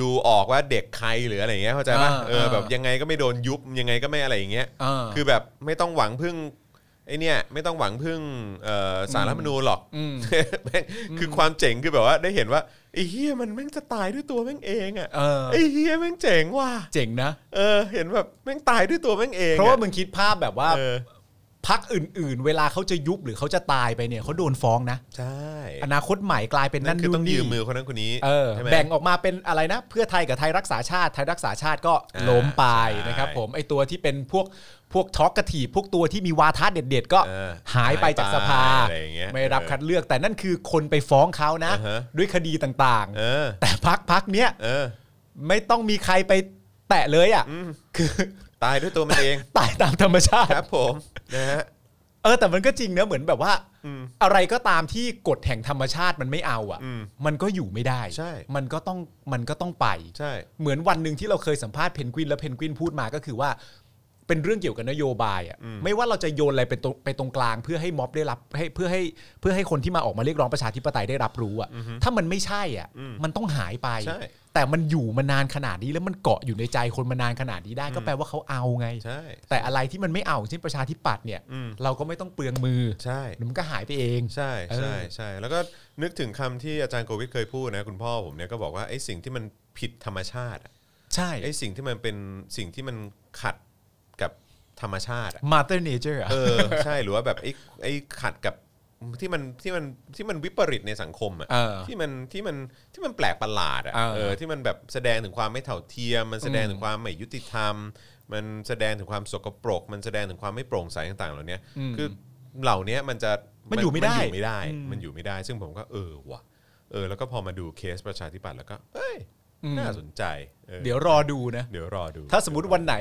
ดูออกว่าเด็กใครหรืออะไรอย่างเงี้ยเข้าใจปะ
อ่า
เออแบบ
อ่ายั
ยังไงก็ไม่โดนยุบยังไงก็ไม่อะไรอย่างเงี้ย
อ่า
คือแบบไม่ต้องหวังพึ่งไอเนี่ยไม่ต้องหวังพึ่งเอ่อสารรัฐธรรมนูญหรอก
อืม
*laughs* แม่งคือความเจ๋งคือแบบว่าได้เห็นว่าไอ้เฮียมันแม่งจะตายด้วยตัวแม่งเองอ่ะ
เออ
ไอ้เฮียแม่งเจ๋งว่ะ
เจ๋งนะ
เออ เห็นแบบแม่งตายด้วยตัวแม่งเอง
เพราะว่ามึงคิดภาพแบบว่า
เออ
พักอื่น ๆ เวลาเขาจะยุบหรือเขาจะตายไปเนี่ยเขาโดนฟ้องนะ
ใช่
อนาคตใหม่กลายเป็น
นั่
นั่
น
น
คือต้อง
นี่
ยืมมือคนนั้นคนนี้
เออ
ใช่ไหม
แบ่งออกมาเป็นอะไรนะ เพื่อไทยกับไทยรักษาชาติไทยรักษาชาติก็
อ่า
ล้มไป
ใช่
นะครับผมไอตัวที่เป็นพวกพวกท็อกกระถีบพวกตัวที่มีวาทะเด็ด ๆ ก็
เออ
หายไปจากสภา
อะไรอย่างเงี้ย
ไม่รับคัดเลือกแต่นั่นคือคนไปฟ้องเขานะ
อ่าฮะ
ด้วยคดีต่าง
เออ
ๆ แต่พักพักๆเนี้ย
เออ
ไม่ต้องมีใครไปแตะเลยอ่ะ
อืม
คือ *laughs*
ตายด้วยตัวมันเอง
ตายตามธรรมชาติ
ครับผมนะฮะ
เออแต่มันก็จริงนะเหมือนแบบว่า
อืม
อะไรก็ตามที่กฎแห่งธรรมชาติมันไม่เอาอ่ะ
อืม
มันก็อยู่ไม่ได้
ใช่
มันก็ต้องมันก็ต้องไป
ใช่
เหมือนวันหนึ่งที่เราเคยสัมภาษณ์เพนกวินแล้วเพนกวินพูดมาก็คือว่า เป็นเรื่องเกี่ยวกับนโยบายอ่ะ
อืม
ไม่ว่าเราจะโยนอะไรไปตรงไปตรงกลาง เพื่อให้ม็อบได้รับให้เพื่อให้เพื่อให้คนที่มาออกมาเรียกร้องประชาธิปไตยได้รับรู้อ่ะถ้ามันไม่ใช่อ่ะ มันต้องหายไป
ใช่
แต่มันอยู่มานานขนาดนี้แล้วมันเกาะอยู่ในใจคนมานานขนาดนี้ได้ก็แปลว่าเขาเอาไง
ใช่
แต่อะไรที่มันไม่เอาอย่างเช่นประชาธิปัตย์เนี่ย
อืม
เราก็ไม่ต้องเปลืองมือ
ใช่
เดี๋ยวมันก็หายไปเอง
ใช่
เออ
ใช่ใช่แล้วก็นึกถึงคำที่อาจารย์โควิดเคยพูดนะ คุณพ่อผมเนี่ยก็บอกว่าไอ้สิ่งที่มันผิดธรรมชาติอะ
ใช่
ไอ้สิ่งที่มันเป็นสิ่งที่มันขัดกับธรรมชาติอะ
Mother Nature อะ
เออ ใช่หรือว่าแบบไอ้ไอ้ขัดกับที่มันที่มันที่มันวิปริตในสังคมอ่ะ
เออ
ที่มันที่มันที่มันแปลกประหลาดอ่ะ
เออ
เออที่มันแบบแสดงถึงความไม่เท่าเทียม มันแสดงถึงความไม่ยุติธรรม มันแสดงถึงความสกปรก มันแสดงถึงความไม่โปร่งใสต่างๆเหล่าเนี้ย
อืม
คือเหล่าเนี้ยมันจะ
มันอยู่ไม่ได้
มันอยู่ไม่ได้ มันอยู่ไม่ได้ ซึ่งผมก็เออว่ะเออ แล้วก็พอมาดูเคสประชาธิปัตย์แล้วก็เอ้ย
อืม
น่าสนใจออ
เดี๋ยวรอดูนะ
เดี๋ยวรอดู
ถ้าสมมติวันไหน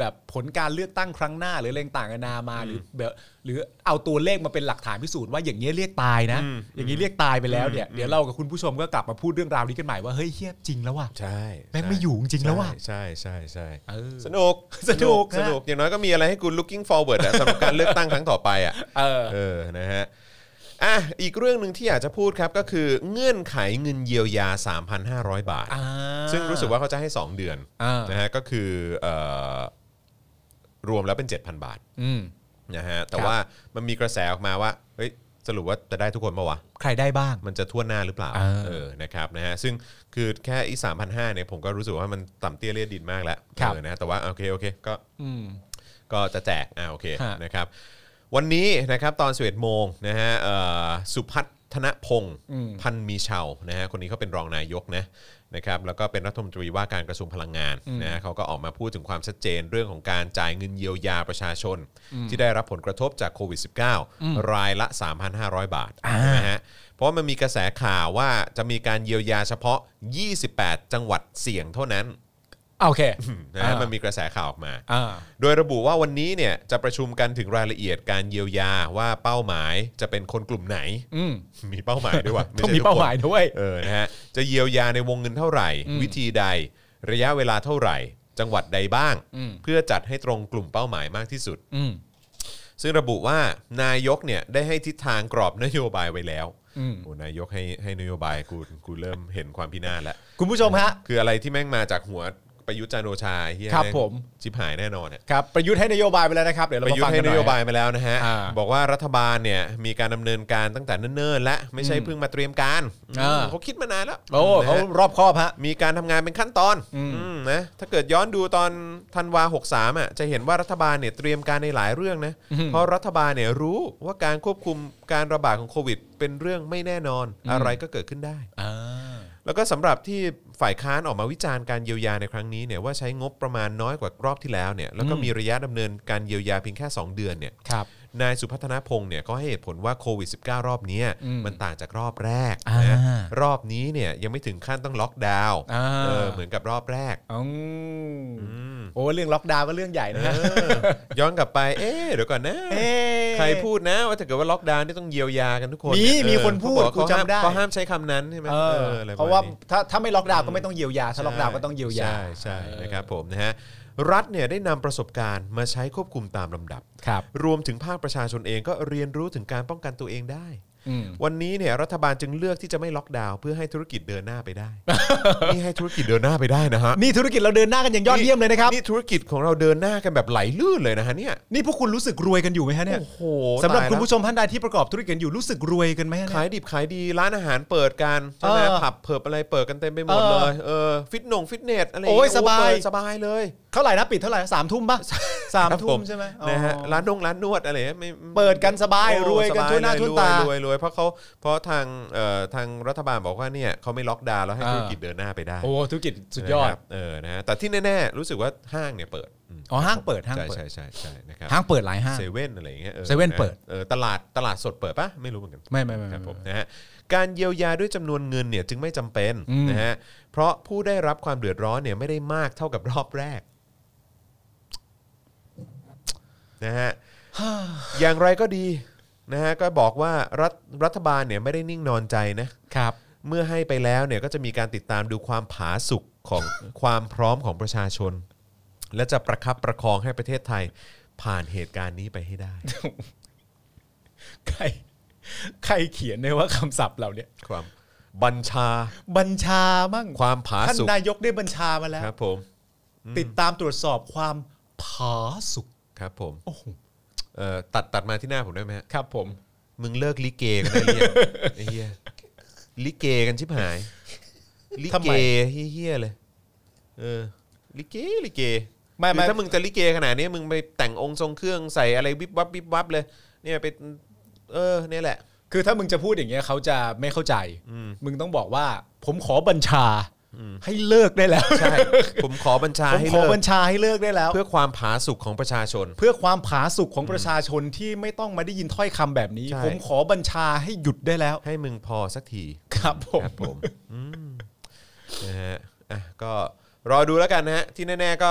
แบบผลการเลือกตั้งครั้งหน้าหรืออะไรต่างๆนานามาหรือแบบหรือเอาตัวเลขมาเป็นหลักฐานพิสูจน์ว่าอย่างเงี้ยเรียกตายนะ
อืม
อย่างนี้เรียกตายไปแล้วเนี่ยเดี๋ยวเรากับคุณผู้ชมก็กลับมาพูดเรื่องราวนี้กันใหม่ว่าเฮ้ยเฮียจริงแล้วว่ะ
ใช่
แม่งไม่อยู่จริงๆแล้วว่ะ
ใช่ใช่ใช่
เออ
สนุก สนุก
ฮะ
สนุก อย่างน้อยก็มีอะไรให้คุณ looking forward อะสำหรับการเลือกตั้งครั้งต่อไปอะ
*laughs* เออ
เออ นะฮะ อ่ะ อีกเรื่องหนึ่งที่อยากจะพูดครับ ก็คือเงื่อนไขเงินเยียวยา 3,500 บาท
อ่า
ซึ่งรู้สึกว่าเขาจะให้ 2 เดือน
อ่า
นะฮะ ก็คือเอ่อรวมแล้วเป็น 7,000 บาท
อืม
นะฮะ แต่
ครับ
ว่ามันมีกระแสออกมาว่า เฮ้ย สรุปว่าจะได้ทุกคนปะวะ
ใครได้บ้าง
มันจะทั่วหน้าหรือเปล่า
เออ
เออ นะครับ นะฮะ ซึ่งคือแค่อีสามพันห้าเนี่ยผมก็รู้สึกว่ามันต่ำเตี้ยเลียดดินมากแล้ว
ครับ
เออนะฮะแต่ว่าโอเค โอเค ก็
อืม
ก็จะแจก อ่า โอเค
ฮะ
นะครับ วันนี้นะครับตอน11โมงนะฮะเอ่อสุพัฒนพงศ์
อืม
พันมีเชาวนะฮะ คนนี้เขาเป็นรองนายกนะนะครับ แล้วก็เป็นรัฐมนตรีว่าการกระทรวงพลังงานนะฮะเขาก็ออกมาพูดถึงความชัดเจนเรื่องของการจ่ายเงินเยียวยาประชาชน ที่ได้รับผลกระทบจากโควิด -19 รายละ 3,500 บาท
อ่า
นะฮะ เพราะว่ามันมีกระแสข่าวว่าจะมีการเยียวยาเฉพาะ 28 จังหวัดเสี่ยงเท่านั้น
โอเค
นะฮะ มันมีกระแสข่าวออกมา
อ่า
โดยระบุว่าวันนี้เนี่ยจะประชุมกันถึงรายละเอียดการเยียวยาว่าเป้าหมายจะเป็นคนกลุ่มไหน *laughs*
อืม
มีเป้าหมายด้วย
*laughs*
ว่ะไใช่
ต้องมีเป้าหมายด้วย
ทุกคนเออนะฮะจะเยียวยาในวงเงินเท่าไหร่ วิธีใด ระยะเวลาเท่าไหร่ จังหวัดใดบ้าง
อืม
เพื่อจัดให้ตรงกลุ่มเป้าหมายมากที่สุด
อืม
ซึ่งระบุว่านายกเนี่ยได้ให้ทิศทางกรอบนโยบายไว้แล้ว
อืม
โอ้นายกให้ให้นโยบายกูกูเริ่มเห็นความพินาศแล้ว
คุณผู้ชมฮะ
คืออะไรที่แม่งมาจากหัวประยุทธ์จันทร์โอชาเฮีย
ครับ
แง
ผม
ชิบหายแน่นอนอะ
ครับประยุทธ์ให้นโยบายไปแล้วนะครับ เดี๋ยวเรา
ประ
มา
ยุท
ฟัง
ธ์ให้
กันห
น
น่อย
โยบายมาแล้วนะฮะ
อ่า
บอกว่ารัฐบาลเนี่ยมีการดำเนินการตั้งแต่เนิ่นๆและไม่ใช่เพิ่งมาเตรียมการ
อ่า
อืมเขาคิดมานานแล้ว
โอ้เขา
นะฮะ
รอบคอบฮะ
มีการทำงานเป็นขั้นตอน
อืม
อืมนะถ้าเกิดย้อนดูตอนธันวา63อ่ะจะเห็นว่ารัฐบาลเนี่ยเตรียมการในหลายเรื่องนะ เพราะรัฐบาลเนี่ยรู้ว่าการควบคุมการระบาดของโควิด เป็นเรื่องไม่แน่นอนอะไรก็เกิดขึ้นได้
อ่า
แล้วก็สำหรับที่ฝ่ายค้านออกมาวิจารณ์การเยียวยาในครั้งนี้เนี่ยว่าใช้งบประมาณน้อยกว่ารอบที่แล้วเนี่ยแล้วก็มีระยะดำเนินการเยียวยาเพียงแค่ 2 เดือนเนี่ย
ครับ
นายสุพัฒนพงศ์เนี่ยก็ให้เหตุผลว่าโควิด -19 รอบเนี้ย
อืม
มันต่างจากรอบแรก
อ่า
นะรอบนี้เนี่ยยังไม่ถึงขั้นต้องล็อกดาวน์
อ่า
เออเหมือนกับรอบแรก
อืม
อืม
โอ้เรื่องล็อกดาวน์ก็เรื่องใหญ่นะ
เอ
ฮะ *laughs*
อย้อนกลับไป เอ๊ะเดี๋ยวก่อนนะ ใครพูดนะ ว่าถ้าเกิดว่าล็อกดาวน์นี่ต้องเยียวยากันทุกคน
มี
เออ
มีคนพูด
เขาบอกว่า
กูจำได้
เขาห้ามเขาห้ามใช้คำนั้นใช่ไหม
เออ
อออไ
เพราะว่า
ปมณนี้
ถ้าถ้าไม่ล็อกดาวน์ก็ไม่ต้องเยียวยา ถ้า
ใช่
ล็อกดาวน์ก็ต้องเยียวยา
ใช่ใช่นะครับผมนะฮะรัฐเนี่ยได้นำประสบการณ์มาใช้ควบคุมตามลำดับ
ครับ
รวมถึงภาคประชาชนเองก็เรียนรู้ถึงการป้องกันตัวเองได้
อืม *laughs*
วันนี้เนี่ยรัฐบาลจึงเลือกที่จะไม่ล็อกดาวน์เพื่อให้ธุรกิจเดินหน้าไป
*laughs*
ได้ นี่ให้ธุรกิจเดินหน้าไปได้นะฮะ
นี่ธุรกิจเราเดินหน้ากันอย่างยอดเยี่ยมเลยนะครับ
นี่ธุรกิจของเราเดินหน้ากันแบบไหลลื่นเลยนะฮะเนี่ย
นี่พวกคุณรู้สึกรวยกันอยู่ไหมฮะเนี่ย
โอ้โห
สำหรับ
ตาย
คุณ
แล้ว
ผู้ชมท่านใดที่ประกอบธุรกิจกันอยู่รู้สึกรวยกันไหมฮะเนี่
ขาย ยดิบขายดีร้านอาหารเปิดกันใช่ไหม
เออ
ผับเพิบอะไรเปิดกันเต็มไปหมด
เออ
เลยเออฟิตหนงฟิตเนสอะไราง
โอ้ย
เงี้
สบาย
เปิดสบายเลย
เท่าไหร่นะปิดเท่าไหร่สามทุ่มปะสามทุ่มใช่ไหม
นะฮะ
อ๋อ
ร้านนงร้านนวดอะไรเงี้ยไม่
เปิดกันสบาย
โอ้
รวยกัน
สบ
ทั่วหน้า
เลย
ทั่วตาร
วยรวยรวยเพราะเขาเพราะทางเอ่อทางรัฐบาลบอกว่าเนี่ยเขาไม่ล็อกดาวน์แล้วให้
เออ
ธุรกิจเดินหน้าไปได้
โอ้ธุรกิจสุดยอด
นะครับเออนะฮะแต่ที่แน่ๆรู้สึกว่าห้างเนี่ยเปิดอืม
อ๋อห้างเปิดห้าง
ใช่
เปิด
ใช่ใช่ใช่นะครับ
ห้างเปิดหลายห้าง
เซเว่นอะไรอย่างเงี้ยออะ
เซเว่นเปิด
ออตลาดตลาดสดเปิดปะไม่รู้เหมือนกัน
ไม่ไม่ไม่
ค
ไม่
รับผม
ไม่
นะฮะการเยียวยาด้วยจำนวนเงินเนี่ยจึงไม่จำเป็น
อืม
นะฮะเพราะผู้ได้รับความเดือดร้อนเนี่ยไม่ได้มากเท่ากับรอบแรกนะ
*sighs*
ฮะอย่างไรก็ดีนะฮะก็บอกว่ารัฐรัฐบาลเนี่ยไม่ได้นิ่งนอนใจนะครับ เมื่อให้ไปแล้วเนี่ยก็จะมีการติดตามดูความผาสุกของ ความพร้อมของประชาชน และจะประคับประคองให้ประเทศไทยผ่านเหตุการณ์นี้ไปให้ได้
ใครใครเขียนเนี่ยว่าคำศัพท์เราเนี่ย
ความบัญชา
บัญชามั่ง
ความผา
ท่าน
สุก
นายกได้บัญชามาแล้ว
ครับผม
ติดตามตรวจสอบความผาสุก
ครับผม
โอ้โห
เอ่อตัดตัดมาที่หน้าผมได้ไหมฮะ
ครับผม
มึงเลิกลิเกกันได้หรือ
*laughs*
ยังไอ้เหี้ยลิเกกันชิบหาย ลิ
ทำ
เก
ไม
เฮี้ยๆเลย เออ ลิเกลิเก
ไม่ไม่
คือถ้ามึงจะลิเกขนาดนี้มึงไปแต่งองค์ทรงเครื่องใส่อะไรวิบวับวิบวับเลย เนี่ยไปเออเนี่ยแหละ
คือถ้ามึงจะพูดอย่างเงี้ยเขาจะไม่เข้าใจ มึงต้องบอกว่า ผมขอบัญชาให้เลิกได้แล้ว *laughs*
ใช่ ผมขอบัญชา
ผม
ให้
ขอ
เลิก
บัญชาให้เลิกได้แล้ว
เพื่อความผาสุกของประชาชน
เพื่อความผาสุกของประชาชนที่ไม่ต้องมาได้ยินถ้อยคำแบบนี้
ใช่
ผมขอบัญชาให้หยุดได้แล้ว
ให้มึงพอสักที
ครับผม
ครับผมอืมนะฮะอ่ะก็รอดูแล้วกันนะฮะ ที่แน่ ๆ ก็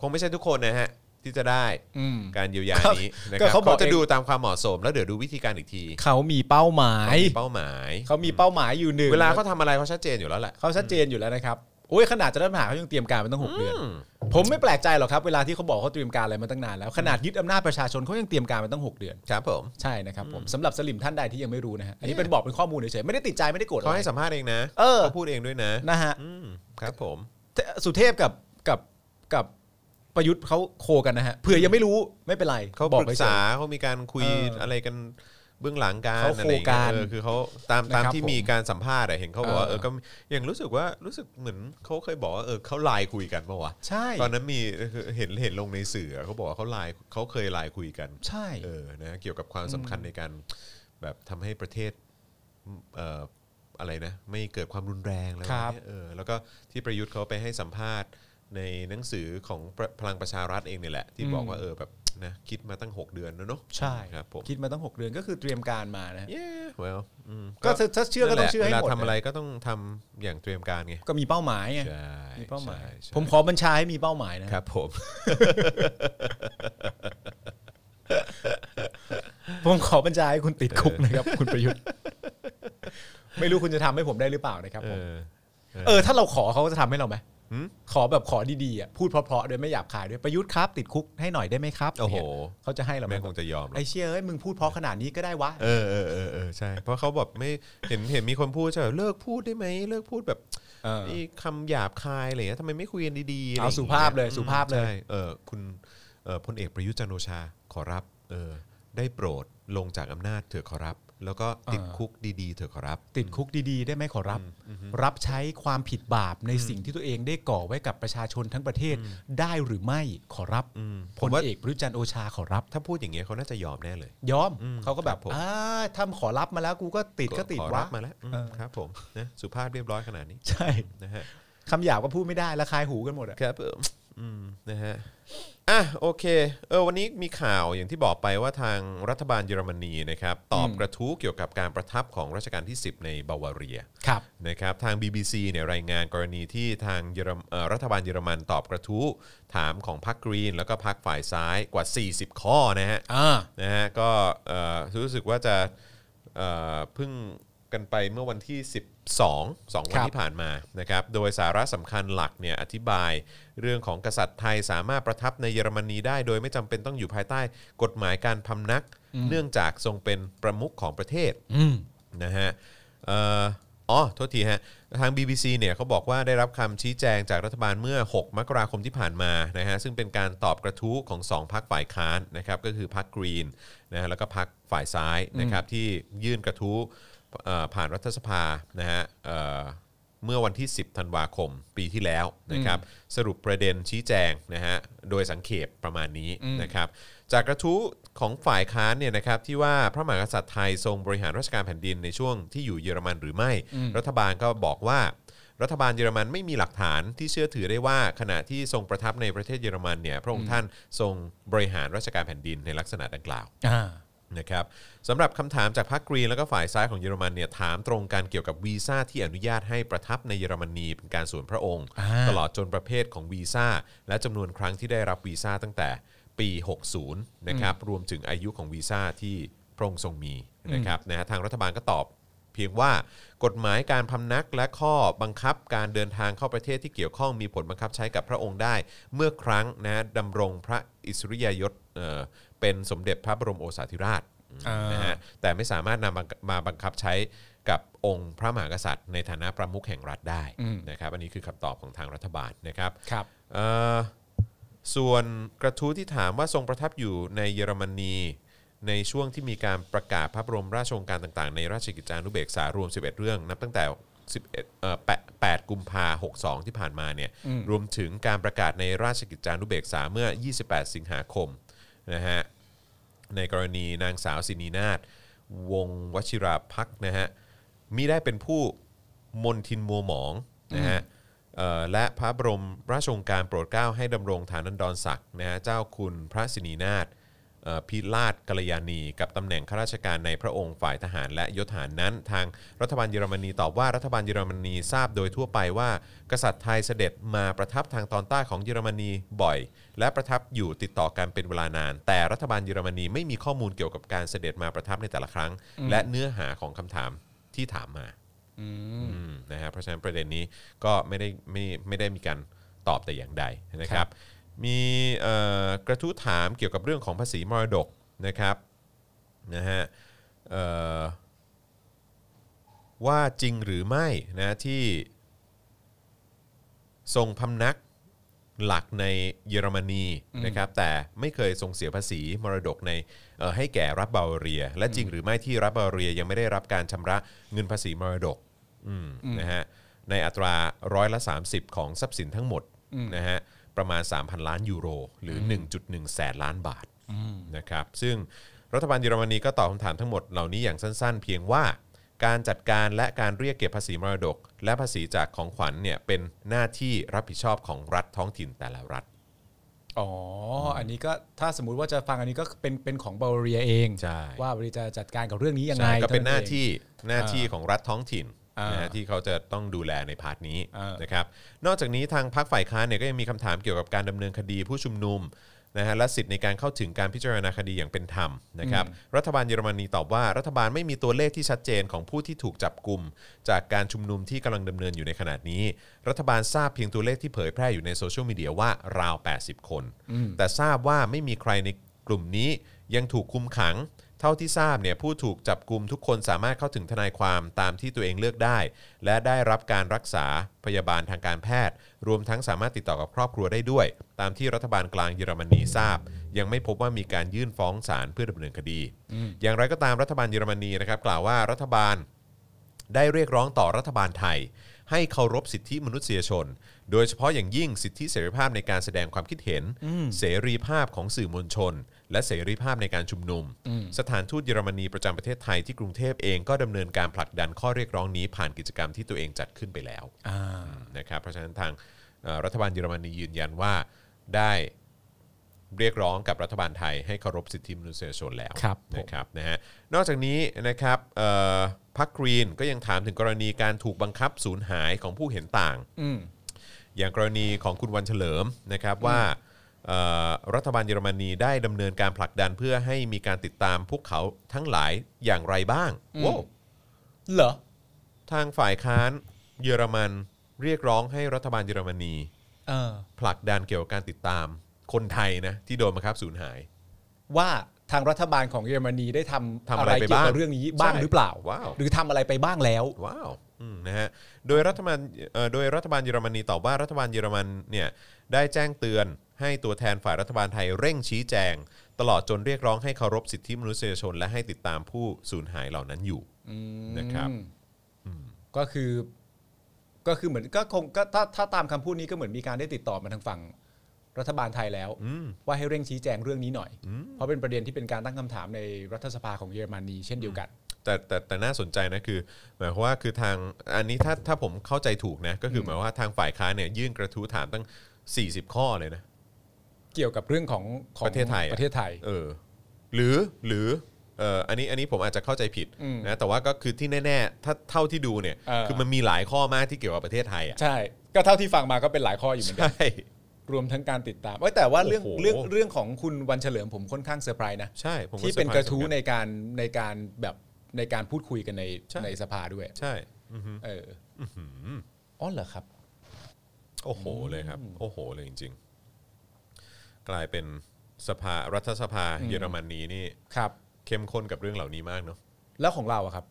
คงไม่ใช่ทุกคนนะฮะ ที่จะได้
อืม
การเยียวยานี้
ครับ
นะค
ก็
รับ
เขา
เขา
บอก
จะ
เอง
ดูตามความเหมาะสม แล้วเดี๋ยวดูวิธีการอีกที
เขามีเป้าหมาย
มีเป้าหมาย
เขามีเป้าหมายอยู่หนึ่ง
เวลาเขาทำอะไรเขาชัดเจนอยู่แล้วแหละ
เขาชัดเจนอยู่แล้วนะครับโอ้ยขนาดจะได้ปัญหาเขายังเตรียมการมาตั้งหกเดือน ผมไม่แปลกใจหรอกครับเวลาที่เขาบอกเขาเตรียมการอะไรมาตั้งนานแล้วขนาดยึดอำนาจประชาชนเขายังเตรียมการมาตั้งหกเดือน
ครับผม
ใช่นะครับผมสำหรับสลิมท่านใดที่ยังไม่รู้นะฮะอันนี้เป็นบอกเป็นข้อมูลเฉยๆไม่ได้ติดใจไม่ได้โกรธอะ
เขา
ไร
ให้สัมภาษณ์เองนะ
เออ
พูดเองด้วยนะ
นะฮะ
อืมครับผม
แต่สุเทพกับกับกับประยุทธ์เขาโคกันนะฮะเผื่อยังไม่รู้ไม่เป็นไร
เขา
บอ
ป
ก
รึก
ไว้เฉ
ษาย เขามีการคุย
เอออ
อะไรกันเบื้องหลังการ
เขา
อะไรอย่ง
โคกั
เงี้ยเอ
น
อคือเขาตามตาม
นะครับ
ที่
ผม
มีการสัมภาษณ์อะเห็นเขาบอกว่าเอ
เอ
อ
อ
ก็อย่างรู้สึกว่ารู้สึกเหมือนเขาเคยบอกว่าเออเขาไลน์คุยกันปะวะ
ใช่
ตอนนั้นมีเห็นเห็นลงในสื่ออะเขาบอกว่าเขาไลน์เขาเคยไลน์คุยกัน
ใช่
เออนะเกี่ยวกับความสำคัญในการแบบทำให้ประเทศเอ่ออะไรนะไม่เกิดความรุนแรงแล้ว
ครับ
เนี่ยเออแล้วก็ที่ประยุทธ์เขาไปให้สัมภาษณ์ในหนังสือของประพลังประชารัฐเองเนี่ยแหละ ที่บอกว่า
อืม
เออแบบนะคิดมาตั้ง 6 เดือนแล้วเนาะ
ใช่
ครับผม
คิดมาตั้งหกเดือนก็คือเตรียมการมานะฮะ
yeah well อืม
ก็ถ้าถ้าเชื่อก็ต้องเชื่อให้
นั่นแล
ห
เวลาทำ
มด
อะไร
นะ
ก็ต้องทำอย่างเตรียมการไง
ก็มีเป้าหมายไง
ใช่
มีเป้าหมาย
ใช่ใช่
ผมขอบัญชาให้มีเป้าหมายนะครับ
ผม
ผมขอบัญชาให้คุณติดคุก
*laughs*
นะครับคุณประยุทธ์ ไม่รู้คุณจะทำให้ผมได้หรือเปล่านะครับ
เอ
ผม
อ
เออถ้าเราขอเขาจะทำให้เราไหม
หืม
ขอแบบขอดีๆอ่ะพูดเพราะๆด้วยไม่หยาบคายด้วยประยุทธ์ครับ ติดคุกให้หน่อยได้ไหมครับ
โอ้โห
เนี่ยเขาจะให้เราไหม
แม่งคงจะยอมหรอก
ไอเชี่ยเอ้ยมึงพูดเพราะขนาดนี้ก็ได้วะ
เออเออเออเออใช่ เพราะเขาแบบไม่เห็นเห็นมีคนพูดใช่ไหมเลิกพูดได้ไหมเลิกพูดแบบ
เออ
ไอ้คำหยาบคายอะไรเงี้ยทำไมไม่คุยกันดีๆะไรย่งงี้
เอาสุภาพเลยสุภาพเลย
ใช่เออคุณเออพลเอกประยุทธ์จันทร์โอชาขอรับเออได้โปรดลงจากอำนาจเถอะขอรับ แล้วก็ติดคุกดีๆเถอะขอรับ
ติดคุกดีๆ ได้ไหมขอรับ รับใช้ความผิดบาปในสิ่งที่ตัวเองได้ก่อไว้กับประชาชนทั้งประเทศได้หรือไม่ขอรับ
อืมผ
พ
ม
ล
ว่า
เอกประยุทธ์จันทร์โอชาขอรับ
ถ้าพูดอย่างเงี้ยเขาน่าจะยอมแน่เลย
ยอม
อืม
เขาก็แบ
ค
บ
รับผม
อ่าทำขอรับมาแล้วกูก็ติดก็ติด
ขอ
วะ
รับมาแล้วอืม
เออ
ครับผมนะสุภาพเรียบร้อยขนาดนี้
ใช่
นะฮะ
คำหยาบก็พูดไม่ได้ละคายหูกันหมดอะ
ครับผม อืมนะฮะอ่ะโอเคเออวันนี้มีข่าวอย่างที่บอกไปว่าทางรัฐบาลเยอรมนีนะครับตอบกระทู้เกี่ยวกับการประทับของรัชกาลที่ 10 ในบาวาเรีย
ครับ
นะครับทาง BBC เนี่ยรายงานกรณีที่ทางเยอรมเอ่อรัฐบาลเยอรมันตอบกระทู้ถามของพรรคกรีน แล้วก็พรรคฝ่ายซ้ายกว่า 40 ข้อนะฮะ
อ่า
นะฮะก็เอ่อรู้สึกว่าจะเอ่อเพิ่งกันไปเมื่อวันที่ 12 2 วัน
ครับ
ที่ผ่านมานะครับโดยสาระสำคัญหลักเนี่ยอธิบายเรื่องของกษัตริย์ไทยสามารถประทับในเยอรมนีได้ โดยไม่จำเป็นต้องอยู่ภายใต้กฎหมายการพำนัก เนื่องจากทรงเป็นประมุขของประเทศ
อืม
นะฮะเอ่ออ๋อ โทษทีฮะ ทาง BBC เนี่ยเขาบอกว่าได้รับคำชี้แจงจากรัฐบาลเมื่อ 6 มกราคมที่ผ่านมา นะฮะ ซึ่งเป็นการตอบกระทู้ของ 2พักฝ่ายค้านนะครับ ก็คือพักกรีน นะฮะ แล้วก็พักฝ่ายซ้ายนะครับ ที่ยื่นกระทู้เอ่อผ่านรัฐสภา นะฮะเอ่อ เมื่อวันที่ 10 ธันวาคมปีที่แล้วนะครับสรุปประเด็นชี้แจงนะฮะโดยสังเขปประมาณนี้นะครับจากกระทู้ของฝ่ายค้านเนี่ยนะครับที่ว่าพระมหากษัตริย์ไทยทรงบริหารราชการแผ่นดินในช่วงที่อยู่เยอรมันหรือไม่ รัฐบาลก็บอกว่า รัฐบาลเยอรมันไม่มีหลักฐานที่เชื่อถือได้ว่าขณะที่ทรงประทับในประเทศเยอรมันเนี่ยพระองค์ท่านทรงบริหารราชการแผ่นดินในลักษณะดังกล่าว
อ่า
นะครับสำหรับคำถามจากพรรคกรีนแล้วก็ฝ่ายซ้ายของเยอรมันเนี่ยถามตรงกันเกี่ยวกับวีซ่าที่อนุญาตให้ประทับในเยอรมนีเป็นการส่วนพระองค์
อ่า
ตลอดจนประเภทของวีซ่าและจำนวนครั้งที่ได้รับวีซ่าตั้งแต่ปี 60 นะครับรวมถึงอายุของวีซ่าที่พระองค์ทรงมีนะครับนะฮะทางรัฐบาลก็ตอบ เพียงว่ากฎหมายการพำนักและข้อบังคับการเดินทางเข้าประเทศที่เกี่ยวข้องมีผลบังคับใช้กับพระองค์ได้ เมื่อครั้งนะดำรงพระอิสริยยศเอ่อเป็นสมเด็จพระบรมโอษาธิราช
อ่าน
นะฮะแต่ไม่สามารถนำมามาบังคับใช้กับองค์พระมหากษัตริย์ในฐานะประมุขแห่งรัฐได้นะครับอันนี้คือคำตอบของทางรัฐบาลนะครับ
ครับ
เอ่อส่วนกระทู้ที่ถามว่าทรงประทับอยู่ในเยอรมนีในช่วงที่มีการประกาศพระบรมราชโองการต่างๆ ในราชกิจจานุเบกษารวม 11 เรื่อง นับตั้งแต่ 11เอ่อ8 8กุมภา62 ที่ผ่านมาเนี่ยรวมถึงการประกาศในราชกิจจานุเบกษาเมื่อ 28 สิงหาคมนะฮะ ในกรณีนางสาวสินีนาฏวงศ์วชิราพักษ์นะฮะมิได้เป็นผู้มนทินมัวหมองนะฮะเอ่อและพระบรมราชโองการโปรดเกล้าให้ดำรงฐานันดรศักดิ์นะฮะเจ้าคุณพระสินีนาฏเอ่อพิราชกัลยาณีกับตำแหน่งข้าราชการในพระองค์ฝ่ายทหารและยศทหารนั้น ทางรัฐบาลเยอรมนีตอบว่ารัฐบาลเยอรมนีทราบโดยทั่วไปว่า กษัตริย์ไทยเสด็จมาประทับทางตอนใต้ของเยอรมนีบ่อย และประทับอยู่ติดต่อกันเป็นเวลานาน แต่รัฐบาลเยอรมนีไม่มีข้อมูลเกี่ยวกับการเสด็จมาประทับในแต่ละครั้ง และเนื้อหาของคำถามที่ถามมาอืมนะฮะเพราะฉะนั้นประเด็นนี้ก็ไม่ได้ไม่ไม่ได้มีการตอบแต่อย่างใดนะครับ มีเอ่อกระทู้ถามเกี่ยวกับเรื่องของภาษีมรดกนะครับนะฮะเอ่อว่าจริงหรือไม่นะที่ ทรงพำนักหลักในเยอรมนีนะครับแต่ไม่เคยทรงเสียภาษีมรดกในเอ่อให้แก่รัฐบาวาเรีย และจริงหรือไม่ที่รัฐบาวาเรียยังไม่ได้รับการชำระเงินภาษีมรดกอืมนะฮะในอัตราร้อยละ 30 ของทรัพย์สินทั้งหมดนะฮะประมาณ 3,000 ล้านยูโร หรือ 1.1 แสนล้านบาทนะครับซึ่งรัฐบาลเยอรมนีก็ตอบคำถามทั้งหมดเหล่านี้อย่างสั้น ๆ เพียงว่า การจัดการและการเรียกเก็บภาษีมรดก และภาษีจากของขวัญเนี่ยเป็นหน้าที่รับผิดชอบของรัฐท้องถิ่นแต่ละรัฐ
อ๋อออันนี้ก็ถ้าสมมุติว่าจะฟังอันนี้ก็เป็นเป็นของบาเรียเอง
ใช่
ว่าบริจะจัดการกับเรื่องนี้ยังไง
ใช่ก็เป็นหน้า
ท่อง
ที่หน้าที่ของรัฐท้องถิ่น
อ่าน
นะฮะที่เขาจะต้องดูแลในพาร์ทนี้
อ่าน
นะครับนอกจากนี้ทางพรรคฝ่ายค้านเนี่ยก็ยังมีคำถามเกี่ยวกับการดำเนินคดีผู้ชุมนุมนะฮะและสิทธิ์ในการเข้าถึงการพิจารณาคดีอย่างเป็นธรรมนะครับรัฐบาลเยอรมนีตอบว่ารัฐบาลไม่มีตัวเลขที่ชัดเจนของผู้ที่ถูกจับกลุ่ม จากการชุมนุมที่กำลังดำเนินอยู่ในขณะนี้ รัฐบาลทราบเพียงตัวเลขที่เผยแพร่อยู่ในโซเชียลมีเดียว่าราว 80 คน แต่ทราบว่าไม่มีใครใน กลุ่มนี้ยังถูกคุมขัง เท่าที่ทราบเนี่ยผู้ถูกจับกลุ่มทุกคนสามารถเข้าถึงทนายความตามที่ตัวเองเลือกได้ และได้รับการรักษาพยาบาลทางการแพทย์ รวมทั้งสามารถติดต่อกับครอบครัวได้ด้วย ตามที่รัฐบาลกลางเยอรมนีทราบ ยังไม่พบว่ามีการยื่นฟ้องศาลเพื่อดำเนินคดี อย่างไรก็ตามรัฐบาลเยอรมนีนะครับกล่าวว่ารัฐบาล ได้เรียกร้องต่อรัฐบาลไทย ให้เคารพสิทธิมนุษยชน โดยเฉพาะอย่างยิ่งสิทธิเสรีภาพในการแสดงความคิดเห็น เสรีภาพของสื่อมวลชน และเสรีภาพในการชุมนุม สถานทูตเยอรมนีประจำประเทศไทยที่กรุงเทพเองก็ดำเนินการผลักดันข้อเรียกร้องนี้ผ่านกิจกรรมที่ตัวเองจัดขึ้นไปแล้ว
อ่า
นะครับเพราะฉะนั้นทางเอ่อรัฐบาลเยอรมนียืนยันว่า ได้เรียกร้องกับรัฐบาลไทยให้เคารพสิทธิมนุษยชนแล้ว
ครับผม
นะครับนะฮะนอกจากนี้นะครับเอ่อพักกรีนก็ยังถามถึงกรณีการถูกบังคับสูญหายของผู้เห็นต่าง
อืม
อย่างกรณีของคุณวันเฉลิมนะครับว่าเอ่อรัฐบาลเยอรมนีได้ดำเนินการผลักดันเพื่อให้มีการติดตามพวกเขาทั้งหลายอย่างไรบ้าง
อืม
โว้ว
เหรอ
ทางฝ่ายค้านเยอรมันเรียกร้องให้รัฐบาลเยอรมนี
เออ
ผลักดันเกี่ยวกับการติดตามคนไทยนะที่โดนบังคับสูญหาย
ว่าทางรัฐบาลของเยอรมนีได้ทำ
ทำอะ
อะไร ไร
ไป
เกี่ยว
บ้า
กั
ง
บเรื่องนี้บ้าง
ใช่
หรือเปล่า
ว้าว
หรือทำอะไรไปบ้างแล้ว
ว้าวอืมนะฮะโดยรัฐบาลเอ่อโดยรัฐบาลเยอรมนีตอบว่ารัฐบาลเยอรมันเนี่ยได้แจ้งเตือนให้ตัวแทนฝ่ายรัฐบาลไทยเร่งชี้แจง ตลอดจนเรียกร้องให้เคารพสิทธิมนุษยชน และให้ติดตามผู้สูญหายเหล่านั้นอยู่ นะครับ
อืม
อืม
ก็คือก็คือเหมือนก็คงก็ถ้าถ้าตามคำพูดนี้ก็เหมือนมีการได้ติดต่อมาทางฝั่งรัฐบาลไทยแล้ว
อืม
ว่าให้เร่งชี้แจงเรื่องนี้หน่อย
อืม
เพราะเป็นประเด็นที่เป็นการตั้งคำถามในรัฐสภาของเยอรมนีเช่นเดียวกัน
แต่แต่แต่น่าสนใจนะคือ หมายความว่าคือทางอันนี้ถ้าถ้าผมเข้าใจถูกนะก็คือหมายว่าทางฝ่ายค้านเนี่ยยื่นกระทู้ถามตั้ง 40 ข้อเลยนะ
เกี่ยวกับเรื่องของของ
ประเทศไทยอะ
ประเทศไทย
เออหรือหรือเอ่ออันนี้อันนี้ผมอาจจะเข้าใจผิด
อืม
นะแต่ว่าก็คือที่แน่ๆถ้าเท่าที่ดูเนี่ย
เออ
คือมันมีหลายข้อมากที่เกี่ยวกับประเทศไทยอ่ะ
ใช่ ก็เท่าที่ฟังมาก็เป็นหลายข้ออยู่เหมือนกัน
ใช่
รวมทั้งการติดตามเอ้ยแต่ว่าเรื่อง
โอ้โห
เรื่องเรื่องของคุณวันเฉลิมผมค่อนข้างเซอร์ไพรส์นะ
ใช่ผม
ที่เป็น
ซอไพ
ก
ส์
ระทู้
หมือ
ในการในการแบบในการพูดคุยกันใน
ใช่
ในสภาด้วย
ใช่อือฮึ
เออ
อื้อหือ
อ๋อเหรอครับ
โอ้โหเลยครับ โอ้โหเลยจริง ๆ กลายเป็นสภารัฐสภาเยอรมนนีนี่
ครับ
เข้มข้นกับเรื่องเหล่านี้มากเนาะ
แล้วของเราอะครับ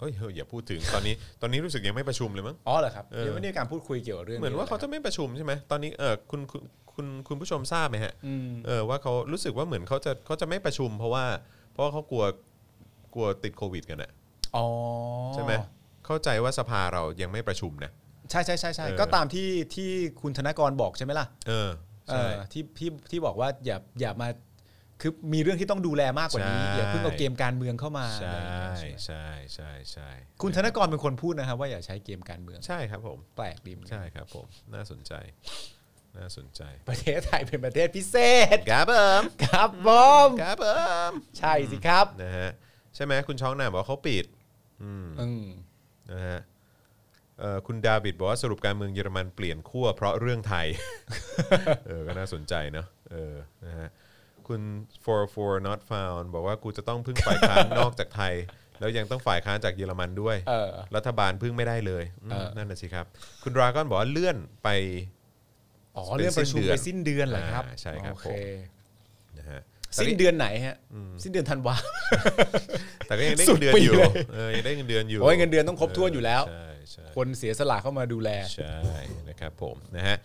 เฮ้ยเฮ้ยอย่าพูดถึงตอนนี้ ตอนนี้รู้สึกยังไม่ประชุมเลยมั้ง
อ๋อเหรอครับ
เออ
เดี๋ยวไม่ได้มีการพูดคุยเกี่ยวกับเรื่อง
เหมือนว่าเขาจะ
ลย
ไม่ประชุมใช่ไหมตอนนี้เออคุณคุณคุณคุณผู้ชมทราบไหมฮะ
อืม
เออว่าเขารู้สึกว่าเหมือนเขาจะเขาจะไม่ประชุม เพราะว่าเพราะว่าเขากลัวกลัวติดโควิดกันนะ
อ๋อ
ใช่ไหมเข้าใจว่าสภาเรายังไม่ประชุมนะ
ใช่ใช่ใช่ใช่
เออ
ก็ตามที่ที่คุณธนกรบอกใช่ไหมล่ะ
เออ
เอ
ใช่
อที่ที่ที่บอกว่าอย่าอย่ามาคือมีเรื่องที่ต้องดูแลมากกว่านี้
ใช่
อย่าเพิ่งเอาเกมการเมืองเข้ามา
ใช่
อะไรอย่างเงี้ยใช่ไหม
ใช่ใช่ใช่
คุณธนกรเป็นคนพูดนะครับว่าอย่าใช้เกมการเมือง
ใช่ครับผม
แปลกดีเหมือนกัน
ใช่ครับผมน่าสนใจ น่าสนใจ
ประเทศไทยเป็นประเทศพิเศษ
ครับผม
ครับผม
ครับผม
ใช่สิครับ
นะฮะใช่ไหมคุณช้องหนาบอกว่าเขาปิดอืม
อืม
นะฮะเอ่อคุณดาวิดบอกว่าสรุปการเมืองเยอรมันเปลี่ยนขั้วเพราะเรื่องไทย *laughs* เออ ก็น่าสนใจเนอะเออ นะฮะ คุณ 44 not found บอกว่ากูจะต้องพึ่งฝ่ายค้าน นอกจากไทย แล้วยังต้องฝ่ายค้านจากเยอรมันด้วย
เออ
รัฐบาลพึ่งไม่ได้เลยอืม
เออ
นั่นน่ะสิครับ คุณราก้อนบอกว่าเลื่อนไป
อ๋อ
เป็น
เรื่องประชุม
สิ้นเดือน
ไปสิ้นเดือนเหรอครับ
อ่าใช่ครับ
โอ
ผ
เค
ม นะฮะแต่
สิ้น
ก็
เดือนไหนฮะสิ้นเดือนธันวา
แต่ก็ยังได้
สุ
เงิ
ด
นเดือน
ปี
อยู่
เลย
เออยังได้เงินเดือนอยู่
โอ้ยเงินเดือนต้องครบถ้วนอยู่แล้ว
ใช่ใช่
คนเสียสละเข้ามาดูแล
ใช่ นะครับผมนะฮะ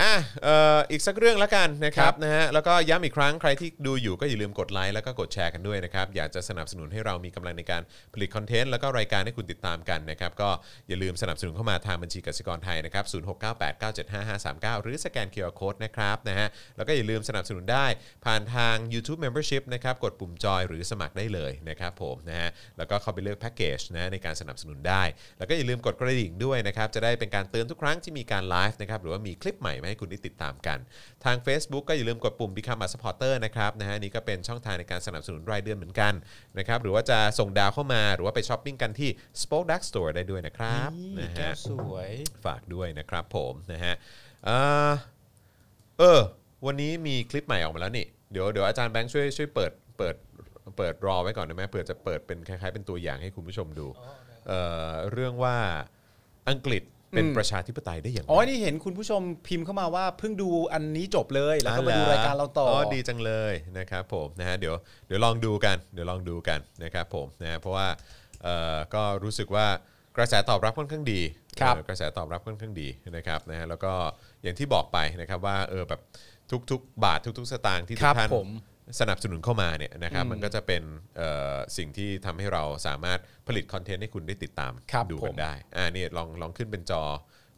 อ่ะเอ่ออีกสักเรื่องละกันนะครับ
ครับ
นะฮะแล้วก็ย้ำอีกครั้งใครที่ดูอยู่ก็อย่าลืมกดไลค์แล้วก็กดแชร์กันด้วยนะครับ อยากจะสนับสนุนให้เรามีกำลังในการผลิตคอนเทนต์แล้วก็รายการให้คุณติดตามกันนะครับ ก็อย่าลืมสนับสนุนเข้ามาทางบัญชีกสิกรไทยนะครับ0698975539 หรือสแกน QR Code นะครับนะฮะแล้วก็อย่าลืมสนับสนุนได้ผ่านทาง YouTube Membership นะครับกดปุ่มจอยหรือสมัครได้เลยนะครับผมนะฮะแล้วก็เข้าไปเลือกแพ็กเกจนะในการสนับสนุนได้ แล้วก็อย่าลืมกดกระดิ่งด้วยนะครับจะได้เป็นการเตือนทุกครั้งที่มีการไลฟ์นะครับหรือว่ามีคลิปใหม่มาให้คุณได้ติดตามกัน ทาง Facebook ก็อย่าลืมกดปุ่ม Become a supporter นะครับนะฮะนี่ก็เป็นช่องทางในการสนับสนุนรายเดือนเหมือนกันนะครับหรือว่าจะส่งดาวเข้ามาหรือว่าไปช้อปปิ้งกันที่ Spoke Dark Store ได้ด้วยนะครับนะฮะ
สวย
ฝากด้วยนะครับผมนะฮะเอ่อเออ วันนี้มีคลิปใหม่ออกมาแล้วนี่ เดี๋ยวเดี๋ยวอาจารย์แบงค์ช่วยช่วยเปิดเปิดเปิดรอไว้ก่อนได้ไหมเผื่อจะเปิดเป็นคล้ายๆเป็นตัวอย่างให้คุณผู้ชมดูเอ่อเรื่องว่าอังกฤษเป็นประชาธิปไตยได้อย่างไร
อ๋อนี่เห็นคุณผู้ชมพิมพ์เข้ามาว่าเพิ่งดูอันนี้จบเลย แล้วก็มา
อ๋
ดู
อห
รายการเราต่อ
อ๋อ
อ
ดีจังเลยนะครับผมนะฮะเดี๋ยวเดี๋ยวลองดูกันเดี๋ยวลองดูกันนะครับผมนะฮะเพราะว่าเอ่อก็รู้สึกว่ากระแสตอบรับค่อนข้างดี
ครับ
เอ่อกระแสตอบรับค่อนข้างดีนะครับนะฮะแล้วก็อย่างที่บอกไปนะครับว่าเออแบบทุกๆ บาททุกๆ สตางค์ที่ทุ
ครั
ก
บ
ท่าน
ผม
สนับสนุนเข้ามาเนี่ยนะครับ
อืม
มันก็จะเป็นเอ่อสิ่งที่ทำให้เราสามารถผลิตคอนเทนต์ให้คุณได้ติดตาม
ครับ
ดู
ผ
กัน
ม
ได้อ่านี่ลองลองขึ้นเป็นจอ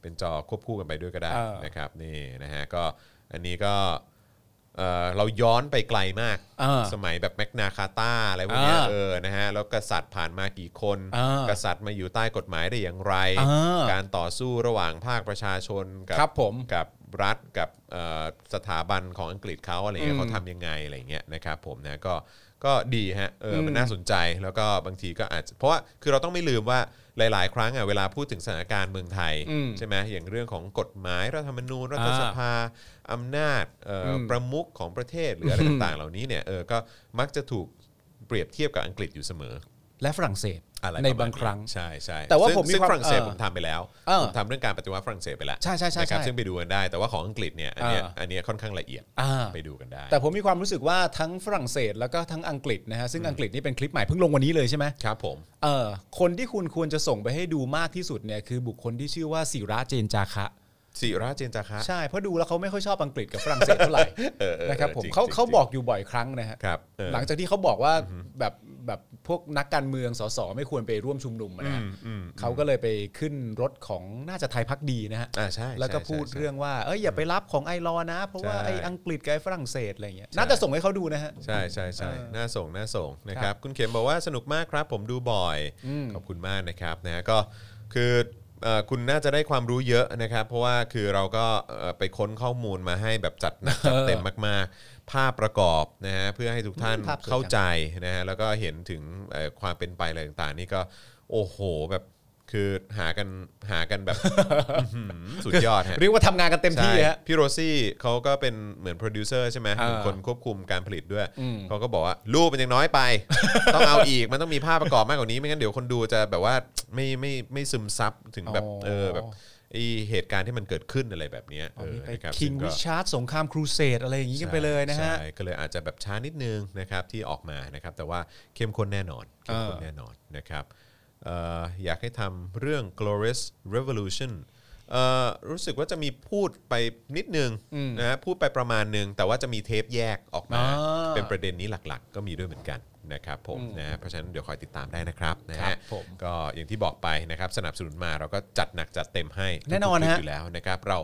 เป็นจอควบคู่กันไปด้วยก็ได้
เออ
นะครับนี่นะฮะก็อันนี้ก็เอ่อเราย้อนไปไกลมาก
เออ
สมัยแบบแมกนาคาตาอะไรพวกเนี้ย
อ่า
เออนะฮะแล้วกษัตริย์ผ่านมากี่คน
อ่าก
ษัตริย์มาอยู่ใต้กฎหมายได้อย่างไร
อ่า
การต่อสู้ระหว่างภาคประชาชนกั
ครับผม
กับ รัฐกับเอ่อสถาบันของอังกฤษเขาอะไรเงี้ย
อืม
เขาทำยังไงอะไรเงี้ยนะครับผมนะก็ก็ดีฮะเออมันน่าสนใจแล้วก็บางทีก็อาจจะเพราะว่าคือเราต้องไม่ลืมว่าหลาย ๆ ครั้งอ่ะเวลาพูดถึงสถานการณ์เมืองไทย
อืม
ใช่ไหมอย่างเรื่องของกฎหมายรัฐธรรมนูญรัฐ
อ่า
สภาอำนาจเอ่ออ
ม
ประมุขของประเทศหรือ *laughs* อะไรต่างๆ เหล่านี้เนี่ยเออก็มักจะถูกเปรียบเทียบกับอังกฤษอยู่เสมอ
และฝรั่งเศส
อะไร
ใน
ประมณ
บางครั้ง
ใช่ใช่
แต่ว่า
ซึ่ง
ผมมี
ซึ่ง
ความ
ฝรั่งเศส
เออ
ผมทำไปแล้ว
เออ
ผมทำเรื่องการปฏิวัติฝรั่งเศสไปแล้ว
ใช่ใช่ใช่
นะครับ
ใช่
ซึ่งไปดูกันได้ แต่ว่าของอังกฤษเนี่ยอันเนี้ย
เอออั
อันเนี้ยค่อนข้างละเอียด
อ่า
ไปดูกันได้
แต่ผมมีความรู้สึกว่าทั้งฝรั่งเศสแล้วก็ทั้งอังกฤษนะฮะซึ่งอังกฤษนี่เป็นคลิปใหม่เพิ่งลงวันนี้เลยใช่ไหม
ครับผม
เออคนที่คุณควรจะส่งไปให้ดูมากที่สุดเนี่ยคือบุคคลที่ชื่อว่าศิระเจนจาคะ
สิราเจนจาคะ
ใช่เพราะดูแล้วเขาไม่ค่อยชอบอังกฤษกับฝรั่งเศสเท่าไหร่
เออเออ
นะครับผม
จริง
เขา
จริง
เขา
จริง
บอกอยู่บ่อยครั้งนะฮะ
ครับเออ
หลังจากที่เขาบอกว่าแบบแบบพวกนักการเมืองสสไม่ควรไปร่วมชุมนุมอะนะฮะเขาก็เลยไปขึ้นรถของน่าจะไทยพักดีนะฮะ
อ่าใช่ใช่
แล้วก็พูด
ใช่ใช่
เรื่องว่าเอ้ยอย่าไปรับของไอรอนะ เพราะว่า
ใช่
ไออังกฤษกับไอฝรั่งเศสอะไรเงี้ย
ใช่
น่าจะส่งให้เขาดูนะฮะ
ใช่ใช่ใช่
เออ
น่าส่งน่าส่งนะค
ครั
รับบคุณเข็มบอกว่าสนุกมากครับ ผมดูบ่อย
อืม
ขอบคุณมากนะครับนะฮะก็คือเอ่อคุณน่าจะได้ความรู้เยอะนะครับ เพราะว่าคือเราก็เอ่อไปค้นข้อมูลมาให้แบบจัดหนั
*laughs*
กจัดเต็มมากๆ ภาพประกอบนะฮะเพื่อให้ทุกท่าน
ภาพสวยจัง
เข้าใจนะฮะแล้วก็เห็นถึงเอ่อความเป็นไปอะไรต่างๆ นี่ก็โอ้โหแบบคือหากันหากันแบบ
*laughs*
อื้อหือสุดยอดฮะ
เรียกว่าทำงานกันเต็มที่
ใช่
ฮะ
พี่โรซี่เขาก็เป็นเหมือนโปรดิวเซอร์ใช่ไหม
อ่า
เป็นคนควบคุมการผลิตด้วย
อืม
เขาก็บอกว่ารูปมันยังน้อย
*laughs*
ไป ต้องเอาอีกมันต้องมีภาพประกอบมากกว่านี้ ไม่งั้นเดี๋ยวคนดูจะแบบว่าไม่ไม่ไม่ซึมซับถึงแบบ
อ๋อ
เออแบบไอเหตุการณ์ที่มันเกิดขึ้นอะไรแบบเนี้ย
อ๋อนี่ไป
เออนะครับ
คิง
ซึ่ก็
ริชาร์ดสงครามครูเสดอะไรอย่างงี้กันไปเลยนะฮะ
ใช่ก็เลยอาจจะแบบช้านิดนึงนะครับที่ออกมานะครับ แต่ว่าเข้มข้นแน่นอนเข้มข้น
เออ
แน่นอนนะครับเอ่ออยากให้ทำเรื่อง glorious revolution เอ่อรู้สึกว่าจะมีพูดไปนิดนึงนะฮะพูดไปประมาณนึง แต่ว่าจะมีเทปแยกออกมา
อ่า
เป็นประเด็นนี้หลักๆ ก็มีด้วยเหมือนกันนะครับผมนะฮะเพราะฉะนั้นเดี๋ยวคอยติดตามได้นะครับนะ
ครั
ฮะ
บผม
ก็อย่างที่บอกไปนะครับสนับสนุนมาเราก็จัดหนักจัดเต็มให้
แน่นอน
ทุกๆคลิป
ฮะ
อยู่แล้วนะครับเรา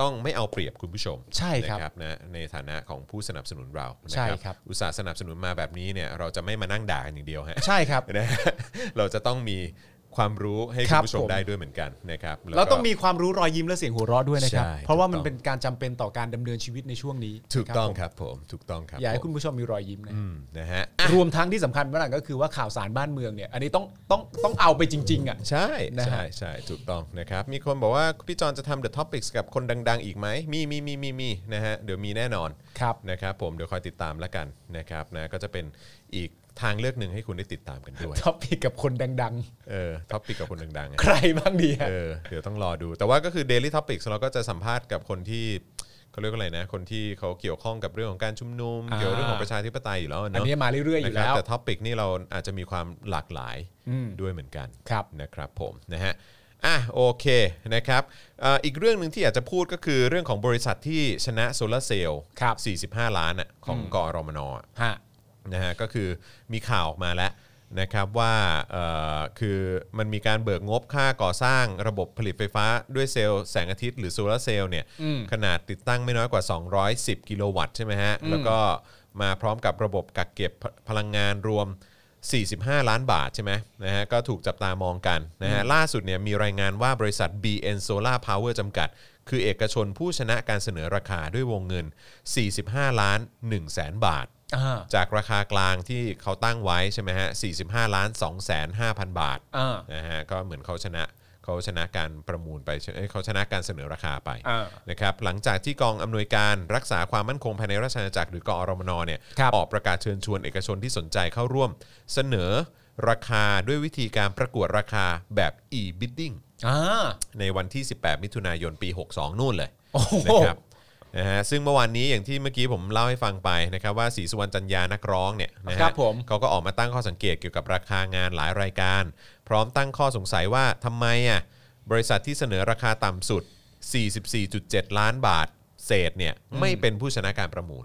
ต้องไม่เอาเปรียบคุณผู้ชม
ใช่ครับ
นะนะในฐานะของผู้สนับสนุนเรานะ
ใช่ครับ
อุตส่าห์สนับสนุนมาแบบนี้เนี่ยเราจะไม่มานั่งด่ากันอย่างเดียวฮะ *laughs*
ใช่ครับ
นะฮะเราจะต้องมีความรู้ให้คุ
ครั
ณ
บ
ผู้ชม
ผม
ได้ด้วยเหมือนกันนะครับแล้ว
เรา
ก็
ต้องมีความรู้รอยยิ้มและเสียงหัวเราะด้วยนะครับ
ใช่
เพราะว่า
ถูกต้
มั
อน ง
เป็นการจำเป็นต่อการดำเนินชีวิตในช่วงนี้
ถูกต้อง
นะครับ
ผมถูกต้องครับ
อยากให้
ผม
คุณผู้ชมมีรอยยิ้มนะฮะ
อืมนะฮะ
รวมทั้งที่สำคัญมากก็คือว่าข่าวสารบ้านเมืองเนี่ย อันนี้ต้องต้องต้องเอาไปจริง ๆ อ่ะ
ใช่
นะฮะ
ใช่ใช่ถูกต้องนะครับ มีคนบอกว่าพี่จอนจะทำ The Topics กับคนดัง ๆ อีกไหมมีมีมีมีมีนะฮะเดี๋ยวมีแน่นอน
ครับ
นะครับผมเดี๋ยวคอยติดตามแล้วกันนะครับนะก็จะเป็นอีกทางเลือกหนึ่งให้คุณได้ติดตามกัน
*laughs*
ด้วย
ท็อปปิกกับคนดัง
เออท็อปิกกับคนดังๆอะ
ๆ ใครบ้างดีฮะ
เออเดี๋ยวต้องรอดู แต่ว่าก็คือ Daily Topics เราก็จะสัมภาษณ์กับคนที่เขาเรียกว่าอะไรนะ คนที่เขาเกี่ยวข้องกับเรื่องของการชุมนุม
อ่า
เกี่ยวเรื่องของประชาธิปไตยอยู่แล้ว
อัน
เนาะ
นี้มาเรื่อย ๆ
นะ
อยู่
ครับ
แล้ว
แต่ท็อปิกนี่เราอาจจะมีความหลากหลาย
อืม
ด้วยเหมือนกัน
ครับ
นะครับผมนะฮะอ่ะโอเคนะครับเอ่ออีกเรื่องหนึ่งที่อยากจะพูดก็คือเรื่องของบริษัทที่ชนะโซลาร์เซลล์
ครับ
45 ล้านอะของกอรมนอะ
ฮะ
นะฮะก็คือมีข่าวออกมาแล้วนะครับว่าเอ่อคือมันมีการเบิกงบค่าก่อสร้างระบบผลิตไฟฟ้าด้วยเซลล์แสงอาทิตย์หรือโซลาร์เซลล์เนี่ย
อืม
ขนาดติดตั้งไม่น้อยกว่า 210 กิโลวัตต์ใช่ไหมฮะ แล้วก็มาพร้อมกับระบบกักเก็บพพลังงานรวม 45 ล้านบาทใช่ไหมนะฮะก็ถูกจับตามองกันนะฮะล่าสุดเนี่ยมีรายงานว่าบริษัท BN Solar Power จำกัด คือเอกชนผู้ชนะการเสนอราคาด้วยวงเงิน 45 ล้าน1แสนบาท
อ่า
จากราคากลางที่เขาตั้งไว้ใช่ไหมฮะ 45 ล้าน 2 5 0 0 0 บาท
อ่า
นะฮะ ก็เหมือนเขาชนะเขาชนะการประมูลไปเอ้ยเขาชนะการเสนอราคาไป
อ่า
นะครับหลังจากที่กองอำนวยการรักษาความมั่นคงภายในราชอาณาจักรหรือกอรมนเนี่ย
ครับ
ออกประกาศเชิญชวนเอกชนที่สนใจเข้าร่วม เสนอราคาด้วยวิธีการประกวดราคาแบบ e-bidding
อ่า
ในวันที่ 18 มิถุนายนปี 62 นู่นเลย
โอ้โห
นะครับนะฮะซึ่งเมื่อวานนี้อย่างที่เมื่อกี้ผมเล่าให้ฟังไปนะครับว่าศรีสุวรรณจันยานักร้องเนี่ยนะ
ครั
ฮะ
บผม
เขาก็ออกมาตั้งข้อสังเกตเกี่ยวกับราคางานหลายรายการ พร้อมตั้งข้อสงสัยว่าทำไมอ่ะบริษัทที่เสนอราคาต่ำสุด 44.7 ล้านบาท เศษเนี่ยไม่เป็นผู้ชนะการประมูล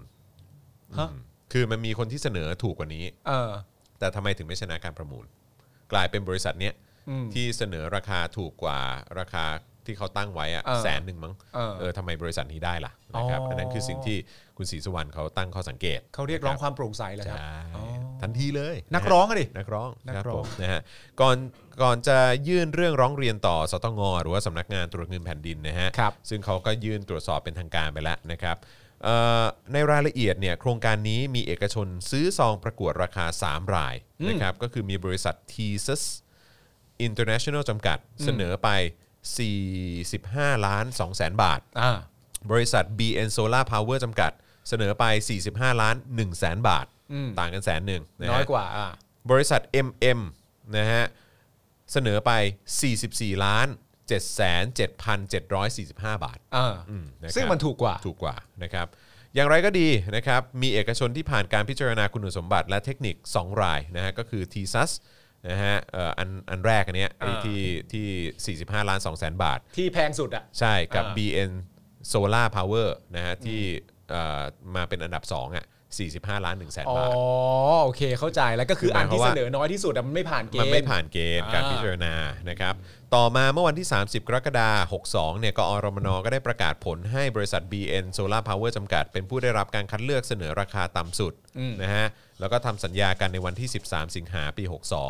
ฮะ
อืมคือมันมีคนที่เสนอถูกกว่านี้
เออ
แต่ทำไมถึงไม่ชนะการประมูล กลายเป็นบริษัทเนี้ย
อืม
ที่เสนอราคาถูกกว่าราคาที่เขาตั้งไว้อะ
เออ
แสนหนึ่งมั้ง
เออ
เออทำไมบริษัทนี้ได้ล่ะนะครับ
อ๋ออั
อันนั้นคือสิ่งที่คุณศรีสุวรรณเขาตั้งข้อสังเกต
เขาเรียกร้องความโปร่งใสเหรอครับ
ใช่
อ๋อ
ทันทีเลย
นักร้องอะดิ
นักร้อง
นักร้อง
คบผมนะฮะก่อนก่อนจะยื่นเรื่องร้องเรียนต่อสตงหรือว่าสำนักงานตรวจเงินแผ่นดินนะฮะ
ครับ
ซึ่งเขาก็ยื่นตรวจสอบเป็นทางการไปแล้วนะครับเอ่อในรายละเอียดเนี่ยโครงการนี้มีเอกชนซื้อซองประกวดราคา 3 รายนะครับก็คือมีบริษัท t s u s International จำกัดเสนอไป 45 ล้าน2แสนบาท
อ่า
บริษัท BN Solar Power จำกัด เสนอไป 45 ล้าน1แสนบาท
อืม
ต่างกันแสนหนึ่งะฮะ
น้อยกว่าอ่า
บริษัท MM นะฮะ เสนอไป 44 ล้าน7 7 7 4 5 บาท
อ่า
อืมะครับ
ซึ่งมันถูกกว่า
ถูกกว่านะครับ อย่างไรก็ดีนะครับ มีเอกชนที่ผ่านการพิจารณาคุณสมบัติและเทคนิค 2 รายนะฮะ ก็คือ t s u s นะฮะเอ่ออันอันแรกอันเนี้ยไอ้
อ่า
ที่ที่45 ล้าน2แสนบาท
ที่แพงสุดอ่ะ
ใช่กับ
อ่า
BN Solar Power นะฮะ ที่เอ่อมาเป็นอันดับ 2อ่ะ45 ล้าน1แส
อ๋อบ
นาท
โอเคเข้าใจแล้วก็คืออันที่เสนอน้อยที่สุดอะมันไม่ผ่านเกณฑ์
มันไม่ผ่านเกณฑ์การ
อ่า
พิจารณานะครับ ต่อมาเมื่อวันที่ 30 กรกฎาคม 62 เนี่ย กอรมนก็ได้ประกาศผลให้บริษัท BN Solar Power จำกัด เป็นผู้ได้รับการคัดเลือกเสนอราคาต่ำสุดนะฮะ แล้วก็ทำสัญญากันในวันที่ 13 สิงหาปี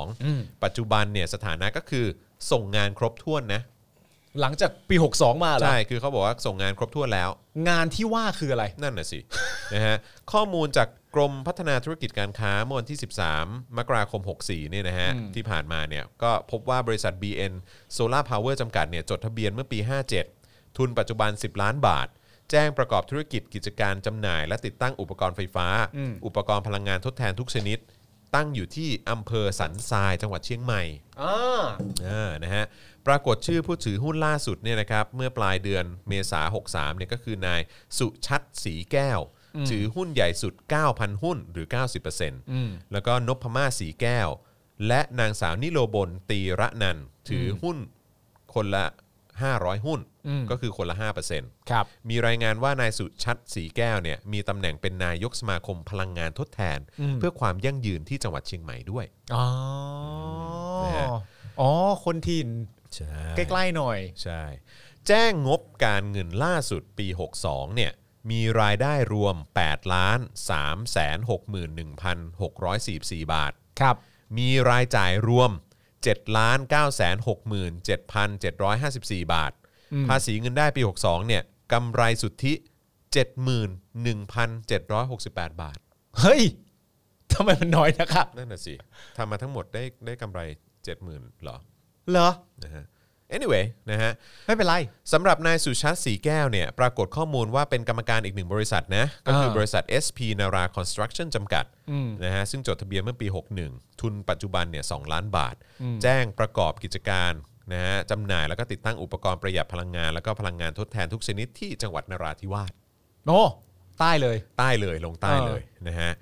62 ปัจจุบันเนี่ยสถานะก็คือส่งงานครบถ้วนนะ
หลังจากปี 62 มาเหรอ
ใช่ คือเขาบอกว่าส่งงานครบถ้วนแล้ว
งานที่ว่าคืออะไร
นั่นน่ะสิ *laughs* นะฮะข้อมูลจากกรมพัฒนาธุรกิจการค้าเมื่อวันที่ 13 มกราคม 64เนี่ยนะฮะที่ผ่านมาเนี่ยก็พบว่าบริษัท BN Solar Power จำกัดเนี่ยจดทะเบียนเมื่อปี 57 ทุนปัจจุบัน 10 ล้านบาท แจ้งประกอบธุรกิจกิจการจำหน่าย และติดตั้งอุปกรณ์ไฟฟ้า อุปกรณ์พลังงานทดแทนทุกชนิด ตั้งอยู่ที่อำเภอสันทรายจังหวัดเชียงใหม่
อ่า
อ่านะฮะปรากฏชื่อผู้ถือหุ้นล่าสุดเนี่ยนะครับเมื่อปลายเดือนเมษา63เนี่ยก็คือนายสุชัดสีแก้ว ถือหุ้นใหญ่สุด 9,000 หุ้นหรือ 90%แล้วก็นพม่าสีแก้ว และนางสาวนิโลบนตีระนันท์ถือหุ้นคนละ 500 หุ้น ก็คือคนละ 5%
ครับ
มีรายงานว่านายสุชัดสีแก้วเนี่ยมีตำแหน่งเป็นนายกสมาคมพลังงานทดแทน เพื่อความยั่งยืนที่จังหวัดเชียงใหม่ด้วย
อ๋อ
นะฮะ
อ๋อ คนถิ่น
ใช่
ใกล้ๆหน่อย
ใช่ แจ้งงบการเงินล่าสุดปี 62 เนี่ย มีรายได้รวม 8 ล้าน 3 6 1 6 4 4 บาท
ครับ
มีรายจ่ายรวม 7 ล้าน 9 6 7 7 5 4 บาท ภาษีเงินได้ปี 62 เนี่ยกำไรสุทธิ 71,768 บาท
เฮ้ยทำไมมันน้อยนะครับ
นั่นน่ะสิทำมาทั้งหมดได้ได้กำไร 70,000เหรอ
เหรอ
นะฮะ anyway นะฮะ
ไม่เป็นไร
สำหรับนายสุชาติสีแก้วเนี่ยปรากฏข้อมูลว่าเป็นกรรมการอีกหนึ่งบริษัทนะ ก็คือ
เออบ
ริษัท SP นาราคอนสตรั c ชั่นจำกัดนะฮะซึ่งจดทะเบียนเมื่อปี 61 ทุนปัจจุบันเนี่ยสล้านบาท แจ้งประกอบกิจการนะฮะจำหน่ายแล้วก็ติดตั้งอุปกรณ์ประหยัดพลังงาน แล้วก็พลังงานทดแทนทุกชนิดที่จังหวัดนราธิวาส
โอ้ใต้เลย
ใต้เลยลงใต้เลยนะฮะ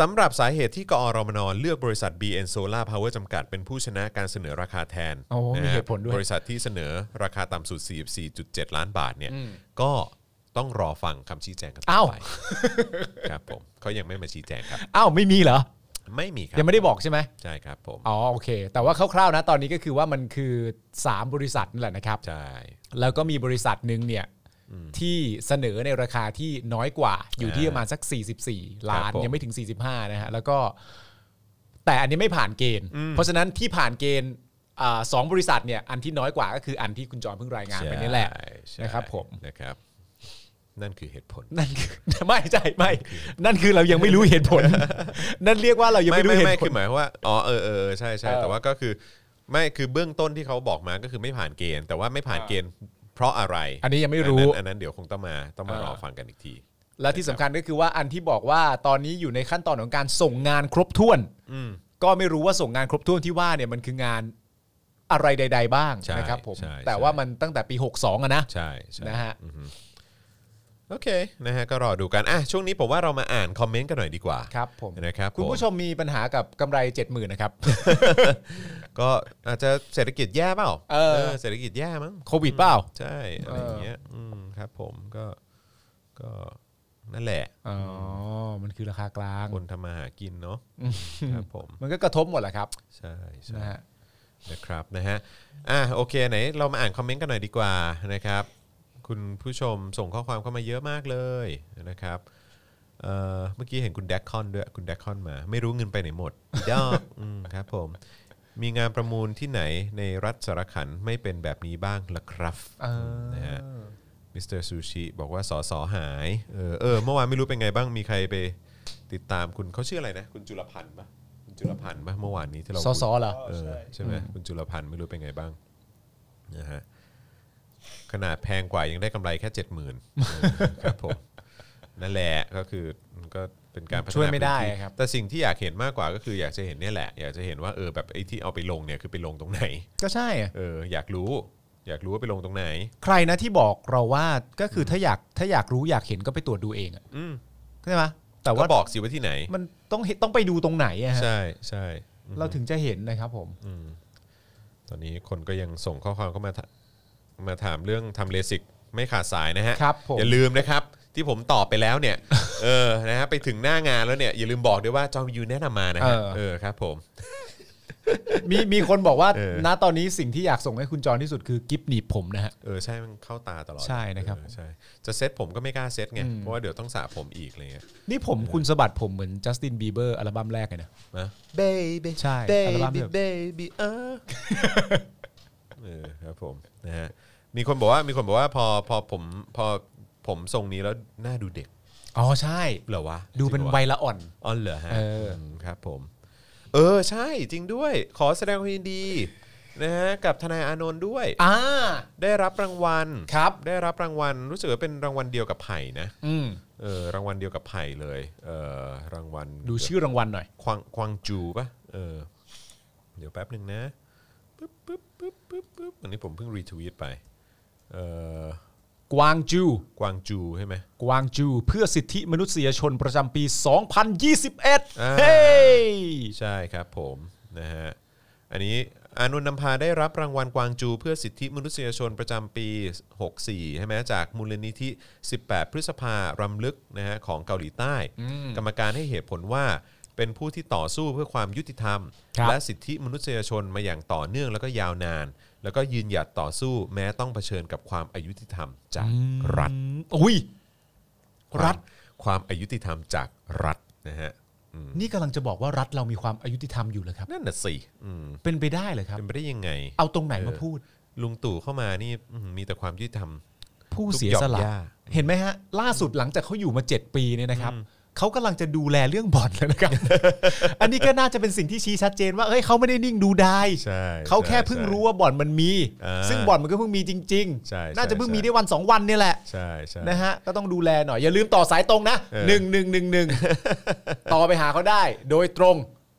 สำหรับสาเหตุที่กอรมนเลือกบริษัท BN Solar Power จำกัด เป็นผู้ชนะการเสนอราคาแทน
โอ้มี
นะฮะ
เหตุผลด้วย
บริษัทที่เสนอราคาต่ำสุด 44.7 ล้านบาทเนี่ยก็ต้องรอฟังคำชี้แจงกันต่อไปครับผมเขายังไม่มาชี้แจงครับ
อ้าว ไม่มีเหรอ
ไม่มีครับ
ยังไม่ได้บอกใช่ไหม
ใช่ครับผม
อ๋อ โอเค แต่ว่าคร่าวๆนะ ตอนนี้ก็คือว่ามันคือ 3 บริษัทนั่นแหละนะครับ
ใช่
แล้วก็มีบริษัทหนึ่งเนี่ยที่เสนอในราคาที่น้อยกว่า อยู่ที่ประมาณสัก 44 ล้านยังไม่ถึง 45 นะฮะแล้วก็แต่อันนี้ไม่ผ่านเกณฑ์ เพราะฉะนั้นที่ผ่านเกณฑ์อ่าสองบริษัทเนี่ยอันที่น้อยกว่าก็คืออันที่คุณจอมเพิ่งรายงานไปนี่แหละ
ใช่
นะครับผม
นะครับ นั่นคือเหตุผล
นั่นคือ ไม่ใช่ไม่ นั่นคือเรายังไม่รู้เหตุผ *laughs* ล นั่นเรียกว่าเรายังไม่รู้เหตุผ
คื
ล
อหมายความว่าอ๋อเออเออใช่ใช่
เออ
แต่ว่าก็คือไม่คือเบื้องต้นที่เขาบอกมาก็คือไม่ผ่านเกณฑ์ แต่ว่าไม่ผ่านเกณฑ์เพราะอะไร
อันนี้ยังไม่รู้
อันนั้นอันนั้นเดี๋ยวคงต้องมาต้องมา
เออ
รอฟังกันอีกที
และที่สำคัญก็คือว่าอันที่บอกว่าตอนนี้อยู่ในขั้นตอนของการส่งงานครบถ้วนก็ไม่รู้ว่าส่งงานครบถ้วนที่ว่าเนี่ยมันคืองานอะไรใด ๆ บ้าง
ใช่
นะครับผม
ใช่
แต่
ใช่
ว่ามันตั้งแต่ปี 62อะนะ
ใช่ใช่
นะฮะ
อือฮึโอเคนะฮะก็รอดูกันอ่ะช่วงนี้ผมว่าเรามาอ่านคอมเมนต์กันหน่อยดีกว่า
ครับผม
นะครับ
คุณผู้ชมมีปัญหากับกำไร 70,000นะครับ
*laughs* ก็อาจจะเศรษฐกิจแย่เปล่า
เออ
เศรษฐกิจแย่มั้ง
โควิดเปล่า
ใช่อะไรอย่างเงี้ยมครับ ผมก็ก็นั่นแหละ
อ๋อ มันคือราคากลาง
คนทำมาหากินเนาะครับผม
มันก็กระทบหมดแหละครับ
ใช่ใช่
นะฮะ
นะครับนะฮะอ่ะโอเคไหนเรามาอ่านคอมเมนต์กันหน่อยดีกว่านะครับ คุณผู้ชมส่งข้อความเข้ามาเยอะมากเลยนะครับ เอ่อเมื่อกี้เห็นคุณแดกคอนด้วยคุณแดกคอนมา ไม่รู้เงินไปไหนหมดยอด *laughs* อืมครับผม มีงานประมูลที่ไหนในรัฐสารขันไม่เป็นแบบนี้บ้างล่ะครับนะฮะมิสเตอร์ซูชิบอกว่าสอสอหายเออเออเมื่อวานไม่รู้เป็นไงบ้างมีใครไปติดตามคุณเขาชื่ออะไรนะ คุณจุลพันธ์ปะคุณจุลพันธ์ปะเมื่อวานนี้ที่เรา
สอ
คุย
สอเหรอ
เออ
ใช่
ใช่ไหมคุณจุลพันธ์ไม่รู้เป็นไงบ้างนะฮะขนาดแพงกว่ายังได้กำไรแค่เจ็ดห
*laughs*
มื่นครับผมนั่นแหละก็คือมันก็เป็นการพัฒนา
ช่วยไม่ได้
พื้นที่
ครับ
แต่สิ่งที่อยากเห็นมากกว่าก็คืออยากจะเห็นเนี่ยแหละ อยากจะเห็นว่าเออแบบไอ้ที่เอาไปลงเนี่ยคือไปลงตรงไหน
ก็ใช่อะ
เอออยากรู้ อยากรู้ว่าไปลงตรงไหน
ใครนะที่บอกเราว่าก็คือถ้าอยากถ้าอยากรู้อยากเห็นก็ไปตรวจดูเองอะ
อืม
ใช่ไหมแต่
ก็
ว่า
บอกสิว่าที่ไหน
มันต้องเห็นต้องไปดูตรงไหนอะฮะ
ใช่ใช่อืม
เราถึงจะเห็นนะครับผม
อืมตอนนี้คนก็ยังส่งข้อความเข้ามาถมาถามเรื่องทำเลสิกไม่ขาดสายนะฮะ
ครับผม
อย่าลืมนะครับ ที่ผมตอบไปแล้วเนี่ย *laughs* เออนะฮะไปถึงหน้างานแล้วเนี่ย อย่าลืมบอกด้วยว่าจอมยูแนะนำมานะฮะเออครับผม
มีมีคนบอกว่า
เออ
ณตอนนี้สิ่งที่อยากส่งให้คุณจรที่สุดคือกิฟหนีบผมนะฮะ
เออใช่มันเข้าตาตลอด
ใช่นะครับ
เออใช่จะเซ็ตผมก็ไม่กล้าเซ็ตไง
อืม
เพราะว่าเดี๋ยวต้องสระผมอีกอะไรเลย
นี่ผมคุณสะบัดผมเหมือนจัสตินบีเบอร์อัลบั้มแรกเลยนะ
นะ
baby ใช่อัลบั้มแบบ
baby *laughs* เออเออครับผมนะฮะมีคนบอกว่ามีคนบอกว่าพอพอผมพอผมทรงนี้แล้วหน้าดูเด็ก
อ๋อใช่
เหรอวะ
ดูเป็น
จริงหรอวะ
วัยละอ่อน
อ๋อเหรอฮะ
เอออื
มครับผม เออใช่จริงด้วย ขอแสดงความยินดีนะฮะกับทนายอานนท์ด้วย
อ่า
ได้รับรางวัล
ครับ
ได้รับรางวัลรู้สึกว่าเป็นรางวัลเดียวกับไผ่นะ
อืม
เออรางวัลเดียวกับไผ่เลยเออรางวัล
ดูชื่อรางวัลหน่อย
ควางควางจูปะเออเดี๋ยวแป๊บหนึ่งนะปึ๊บปึ๊บปึ๊บปึ๊บปึ๊บอันนี้ผมเพิ่งรีทวีตไปเออก
วางจู
กวางจูใช่ไหม
กวางจู เพื่อสิทธิมนุษยชนประจำปี 2021
อ่า
เฮ้ย
ใช่ครับผมนะฮะอันนี้อานุนท์นำพาได้รับรางวัลกวางจู เพื่อสิทธิมนุษยชนประจำปี 64 ใช่ไหมจากมูลนิธิ 18 พฤษภารำลึกนะฮะของเกาหลีใต้ กรรมการให้เหตุผลว่าเป็นผู้ที่ต่อสู้เพื่อความยุติธรรม
ครับ
และสิทธิมนุษยชนมาอย่างต่อเนื่องแล้วก็ยาวนาน แล้วก็ยืนหยัดต่อสู้แม้ต้องเผชิญกับความอายุติธรรมจากรัฐ
อืมอุ้ย รัฐ
ความอายุติธรรมจากรัฐนะฮะ
นี่กำลังจะบอกว่ารัฐเรามีความอายุติธรรมอยู่เลยครับ
นั่นน่ะสิอืม
เป็นไปได้เลยครับ
เป็นไปได้ยังไง
เอาตรงไหนมาพูด
ลุงตู่เข้ามานี่อื้อหือมีแต่ความยุติธรรม
ผู้
ทุก
เสีย
หย่อม
สละ
ย่า
เห็นไหมฮะ ล่าสุดหลังจากเขาอยู่มา 7 ปีเนี่ยนะครับ เขากำลังจะดูแลเรื่องบ่อนแล้ว
*laughs*
นะครับ อันนี้ก็น่าจะเป็นสิ่งที่ชี้ชัดเจนว่าเอ้ยเขาไม่ได้นิ่งดูดาย
ใช่
เขาแค่
ใช่
เพิ่ง
ใช่
รู้ว่าบ่อนมันมี
อ่า
ซึ่งบ่อนมันก็เพิ่งมีจริง
ใช่ใช่
น่าจะเพิ่งมี
ใช่
ได้วันสองวันเนี่ยแหละ
ใช่ใช่
นะฮะก็ต้องดูแลหน่อย อย่าลืมต่อสายตรงนะ
เออ
หนึ่งหนึ่งหนึ่ง
*laughs*
หนึ่งต่อไปหาเขาได้โดยตรง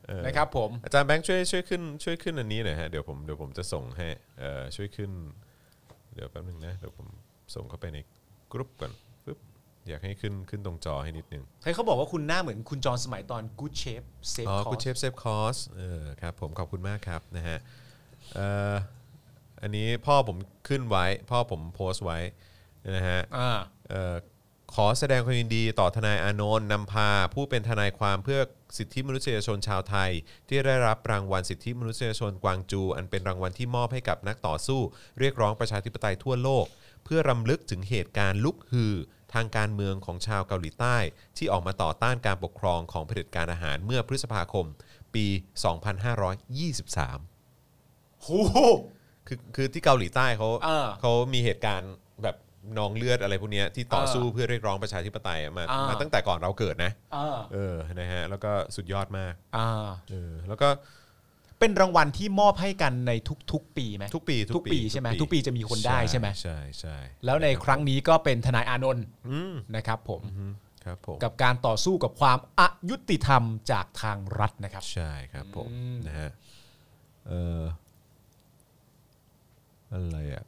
เออ
นะครับผม
อาจารย์แบงค์ช่วยช่วยขึ้นช่วยขึ้นอันนี้หน่อยฮะเดี๋ยวผมเดี๋ยวผมจะส่งให้เอ่อช่วยขึ้น เดี๋ยวแป๊บนึงนะเดี๋ยวผมส่งเข้าไปในกรุ๊ปก่อนปึ๊บอยากให้ขึ้นขึ้นตรงจอให้นิดนึง
ใครเขาบอกว่าคุณหน้าเหมือนคุณจอนสมัยตอนกูเชฟเซฟ
อ๋อ
คอ
คุณเช
ร์ส
ฟเซฟคอสเออครับผมขอบคุณมากครับนะฮะเอ่ออันนี้พ่อผมขึ้นไว้ พ่อผมโพสต์ไว้นะฮะ
อ่า
เอ่อขอแสดงความยินดีต่อทนายอานนท์นำพา ผู้เป็นทนายความเพื่อสิทธิมนุษยชนชาวไทย ที่ได้รับรางวัลสิทธิมนุษยชนกวางจู อันเป็นรางวัลที่มอบให้กับนักต่อสู้ เรียกร้องประชาธิปไตยทั่วโลก เพื่อรำลึกถึงเหตุการณ์ลุกฮือ ทางการเมืองของชาวเกาหลีใต้ ที่ออกมาต่อต้านการปกครองของเผด็จการอาหารเมื่อพฤษภาคม ปี 2523คือคือที่เกาหลีใต้เขา
เออ
เขามีเหตุการณ์แบบนองเลือดอะไรพวกเนี้ยที่ต่อ
เออ
สู้เพื่อเรียกร้องประชาธิปไตยอะมา
อ่าม
มาตั้งแต่ก่อนเราเกิดนะ
อ่า
เออนะฮะแล้วก็สุดยอดมาก
อ่า
เออแล้วก็
เป็นรางวัลที่มอบให้กันในทุก ๆ ปีไหม
ทุกปี
ทุกปีใช่ไหมทุกปีจะมีคนได้ใช่ไหม
ใช่ใช่
แล้วในครั้งนี้ก็เป็นทนายอานนท์
อืม
นะครับผม
อืมครับผม
กับการต่อสู้กับความอายุติธรรมจากทางรัฐนะครับ
ใช่ครับผม
อืม
นะฮะเอออะไรอ่ะ